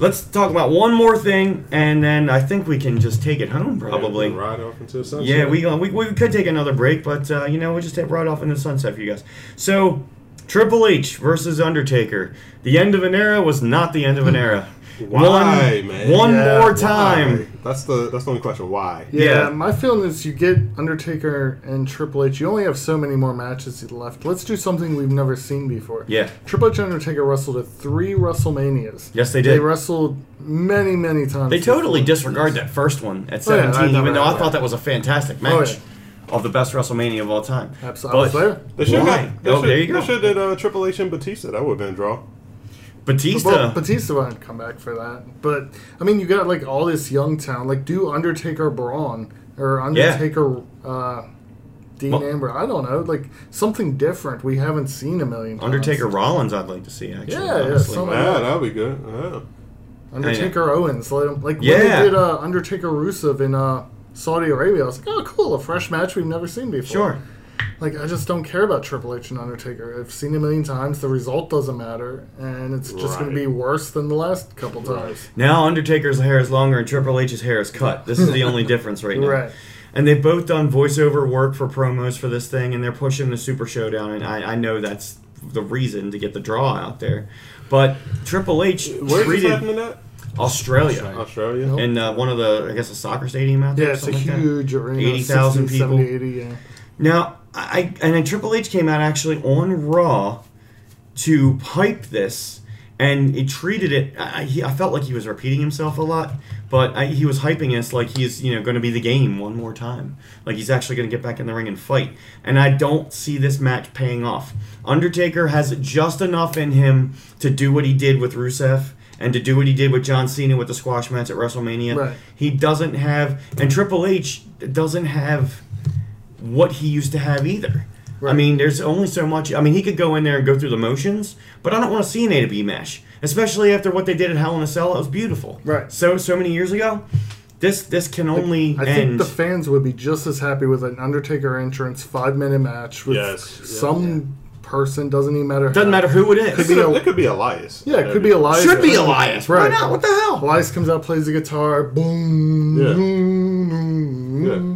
let's talk about one more thing, and then I think we can just take it home, probably. Yeah, Ride off into the sunset. Yeah, we, uh, we we could take another break, but uh, you know we just hit right off in the sunset for you guys. So, Triple H versus Undertaker. The end of an era was not the end of an era. Why, one, man? One Yeah, more why? time. Why? That's the that's the only question. Why? yeah, Yeah. my feeling is you get Undertaker and Triple H. You only have so many more matches left. Let's do something we've never seen before. Yeah. Triple H and Undertaker wrestled at three WrestleManias. Yes, they They did. wrestled many, many times. They totally before. disregard that first one at Oh, yeah, I 17, know even though that, I thought that was a fantastic Oh, match of the best WrestleMania of all time. Absolutely. I was They should why? have. They oh, should, there you go. They should have uh, Triple H and Batista. That would have been a draw. Batista. Well, Batista wouldn't come back for that. But I mean, you got like all this young talent. Like, do Undertaker Braun or Undertaker uh, Dean Well- Amber? I don't know. Like something different we haven't seen a million. times. Undertaker Rollins, I'd like to see actually. Yeah, yeah, honestly. some- Oh, yeah, yeah. that would be good. Yeah. Undertaker Owens. Let him, like when Yeah. they did uh, Undertaker Rusev in uh, Saudi Arabia. I was like, oh, cool, a fresh match we've never seen before. Sure. Like I just don't care about Triple H and Undertaker. I've seen it a million times. The result doesn't matter, and it's just going Right. to be worse than the last couple times. Now Undertaker's hair is longer and Triple H's hair is cut. This is the only difference right now. Right. And they've both done voiceover work for promos for this thing, and they're pushing the Super Showdown, and I, I know that's the reason to get the draw out there. But Triple H Where's this treated happening at? Australia Australia. Nope. in uh, one of the, I guess, a soccer stadium out there. Yeah, or it's a something like that. huge arena. 80,000 60, 70, people. 80, yeah. Now, I and then Triple H came out actually on Raw to hype this, and it treated it. I, he, I felt like he was repeating himself a lot, but I, he was hyping us like he's you know going to be the game one more time, like he's actually going to get back in the ring and fight. And I don't see this match paying off. Undertaker has just enough in him to do what he did with Rusev. And to do what he did with John Cena with the squash match at WrestleMania, Right. he doesn't have, and Triple H doesn't have what he used to have either. I Right. mean, there's only so much. I mean, he could go in there and go through the motions, but I don't want to see an A to B match, especially after what they did at Hell in a Cell. It was beautiful. Right. So so many years ago. This this can only I think end. the fans would be just as happy with an Undertaker entrance five minute match with Yes. Yeah. some person. Doesn't even matter. Doesn't how. matter who it is. be a- it could be Elias. Yeah, it could be Elias. Should be Elias. Why Right. not? What the hell? Elias comes out, plays the guitar, boom, Yeah. boom, boom.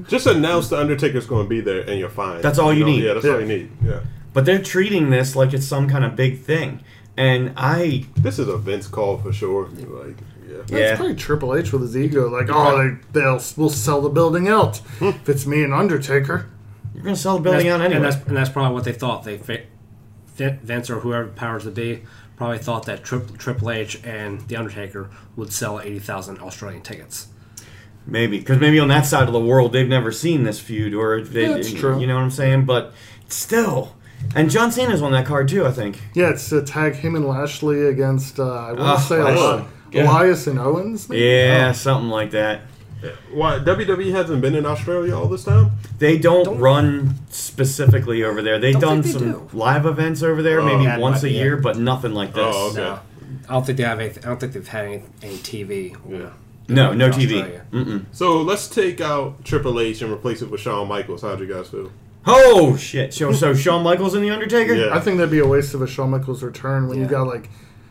Yeah. Just announce the Undertaker's going to be there, and you're fine. That's all you know? need. Yeah, that's all Yeah. you need. Yeah. But they're treating this like it's some kind of big thing, and I This is a Vince call for sure. Like, yeah. yeah. That's probably Triple H with his ego. Like, oh, they, they'll we'll sell the building out Hmm. if it's me and Undertaker. You're gonna sell the And building that's, out anyway. and, that's, and that's probably what they thought. They fi- Vin- Vince or whoever powers to be probably thought that Trip, Triple H and The Undertaker would sell 80,000 Australian tickets. Maybe because maybe on that side of the world they've never seen this feud, or they, That's true. You know what I'm saying? But still, and John Cena's on that card too, I think. Yeah, it's to tag him and Lashley against, uh, I want Ah, to say Lashley. Eli- Yeah. Elias and Owens. maybe? Yeah, something like that. Why WWE hasn't been in Australia all this time? They don't, run specifically over there. They've Don't done think they some live events over there, maybe Yeah, once a yeah. year, but nothing like this. Oh, okay. No, I don't think they have. Any, I don't think they've had any, any TV. Yeah. No, no in TV. Australia. So let's take out Triple H and replace it with Shawn Michaels. How'd you guys feel? Oh shit! So, so Shawn Michaels and the Undertaker. Yeah. I think that'd be a waste of a Shawn Michaels return when you Yeah. got like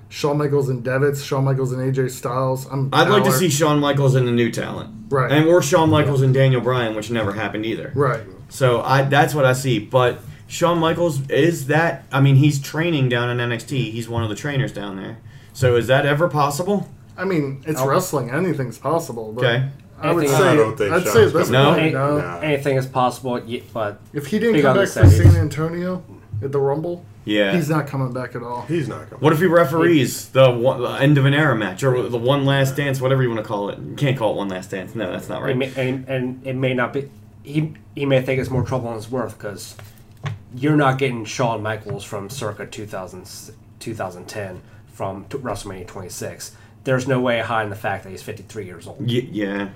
Shawn Michaels and Devitt's, Shawn Michaels and AJ Styles. I'm I'd like to Balor. see Shawn Michaels and the new talent, Right. And or Shawn Michaels and Daniel Bryan, which never happened either. right. So I that's what I see. But Shawn Michaels is that? I mean, he's training down in NXT. He's one of the trainers down there. So is that ever possible? I mean, it's wrestling. Anything's possible. But Okay. I would Anything- say. I don't think I'd say Shawn's at this coming back. point, no. Nah. Anything is possible, ye- but If he didn't Big come other back for series. San Antonio at the Rumble, Yeah. he's not coming back at all. He's not coming. What if he referees the, one, the end of an era match or the one last dance, whatever you want to call it? You can't call it one last dance. No, that's not it right. may, and, and it may not be. He he may think it's more trouble than it's worth because you're not getting Shawn Michaels from circa 2000, 2010 from t- WrestleMania 26. There's no way of hiding the fact that he's 53 years old. Y- yeah,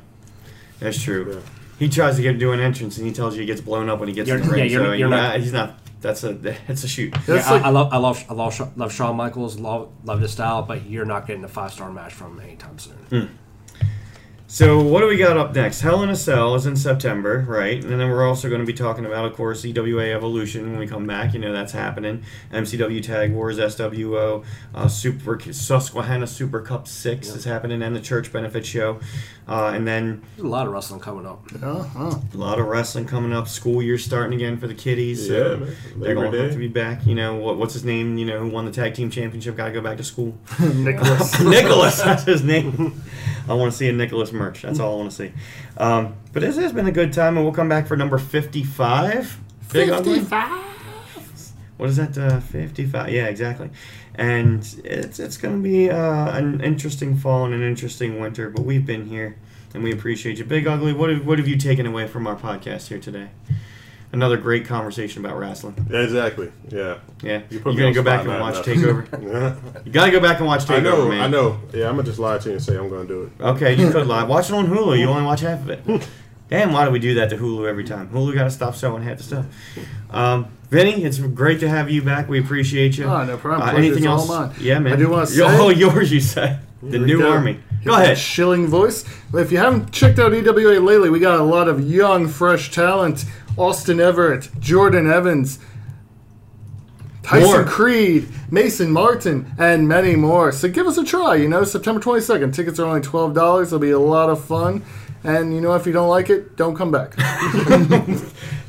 that's true. Yeah. He tries to get do an entrance, and he tells you he gets blown up when he gets in You're- the ring. yeah, you're- so you're you- not- uh, he's not. That's a (laughs) that's a shoot. That's yeah, like- I, I love I love I love Shawn- love Shawn Michaels, love love his style, but you're not getting a five star match from him anytime soon. Hmm. So what do we got up next? Hell in a Cell is in September, right? And then we're also going to be talking about, of course, EWA Evolution when we come back. You know that's happening. MCW Tag Wars, SWO, uh, Super Susquehanna Super Cup Six is happening, and the Church Benefit Show, uh, and then A lot of wrestling coming up. Uh-huh. a lot of wrestling coming up. School year starting again for the kiddies. Yeah, so man. they're Labor going to have Day. to be back. You know what, what's his name? You know who won the tag team championship? Got to go back to school. Nicholas. Nicholas, (laughs) that's his name. I want to see a Nicholas merch. That's all I want to see. Um, but this has been a good time, and we'll come back for number 55. Big Ugly? What is that? Uh, 55. Yeah, exactly. And it's, it's going to be uh, an interesting fall and an interesting winter, but we've been here, and we appreciate you. Big Ugly, what have, what have you taken away from our podcast here today? Another great conversation about wrestling. Exactly. (laughs) Yeah. Yeah. You You put are me going to go on spot, back and man. watch TakeOver. Yeah. you got to go back and watch TakeOver, (laughs) I know. man. I know. Yeah, I'm gonna just lie to you and say I'm gonna do it. Okay, you could lie. Watch it on Hulu. You only watch half of it. Damn, why do we do that to Hulu every time? Hulu got to stop selling half the stuff. Um, Vinny, it's great to have you back. We appreciate you. Oh, no problem. Uh, Pleasure's anything all else? mine. Yeah, man. I do wanna say- Oh, (laughs) yours, you said. The Here we new go. army. Hear Go that ahead. Shilling voice. Well, If you haven't checked out EWA lately, we got a lot of young, fresh talent. Austin Everett, Jordan Evans, Tyson More. Creed, Mason Martin, and many more. So give us a try. You know, September 22nd. Tickets are only $12. It'll be a lot of fun. And you know, if you don't like it, don't come back. (laughs)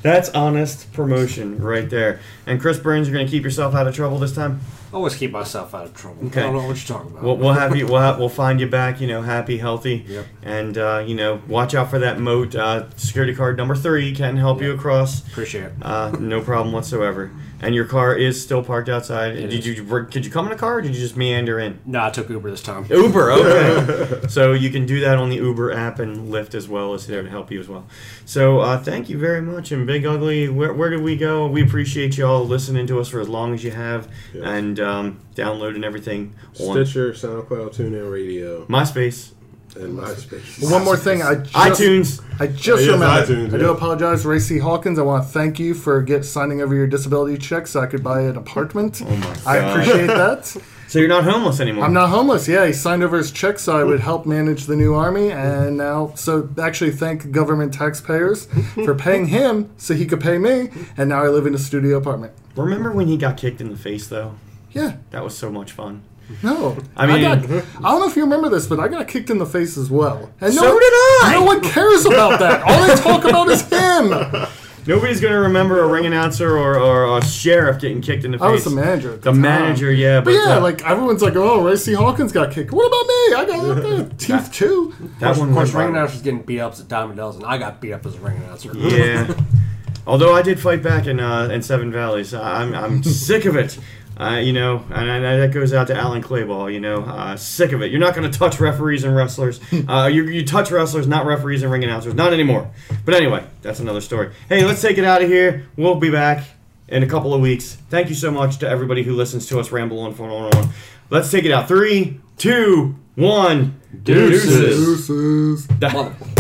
That's honest promotion right there. And Chris Burns, you're going to keep yourself out of trouble this time. Always keep myself out of trouble. Okay. I don't know what you're talking about. We'll, we'll have you. We'll, have, we'll find you back. You know, happy, healthy, Yep. and uh, you know, watch out for that moat uh, security card number three. Can help you across. Appreciate it. Uh, no problem whatsoever. And your car is still parked outside. did you could you come in a car or did you just meander in? (laughs) No, I took Uber this time. Uber, okay. so you can do that on the Uber app and Lyft as well. It's there to help you as well. So uh, thank you very much. And Big Ugly, where, where do we go? We appreciate you all listening to us for as long as you have Yes. and um, downloading everything on Stitcher, SoundCloud, TuneIn Radio, MySpace, and MySpace. One more thing. I just, iTunes. I just Oh, yes, remembered. iTunes, I do yeah. apologize, Racy Hawkins. I want to thank you for get signing over your disability check so I could buy an apartment. Oh my I God. (laughs) appreciate that. So you're not homeless anymore. I'm not homeless. Yeah, he signed over his check so I would help manage the new army, and now so actually thank government taxpayers for paying him so he could pay me, and now I live in a studio apartment. Remember when he got kicked in the face though? Yeah. That was so much fun. No, I mean- got, I don't know if you remember this, but I got kicked in the face as well. And no So one, did I! No one cares about that. All they talk about is him. Nobody's gonna remember a ring announcer or, or a sheriff getting kicked in the face. I was the manager. at The time. manager, yeah, but, But yeah, uh, like everyone's like, "Oh, Racy Hawkins got kicked. What about me? I got I got (laughs) teeth too." that one of course, was ring announcers getting beat up as a dime a dozen. I got beat up as a ring announcer. Yeah. Although I did fight back in uh, in Seven Valleys, I- I'm I'm sick of it. Uh, you know, and, and that goes out to Alan Clayball. You know, uh, sick of it. You're not going to touch referees and wrestlers. Uh, you, you touch wrestlers, not referees and ring announcers, not anymore. But anyway, that's another story. Hey, let's take it out of here. We'll be back in a couple of weeks. Thank you so much to everybody who listens to us ramble on, on, on. on. Let's take it out. Three, two, one. Deuces. Deuces. That- Mother-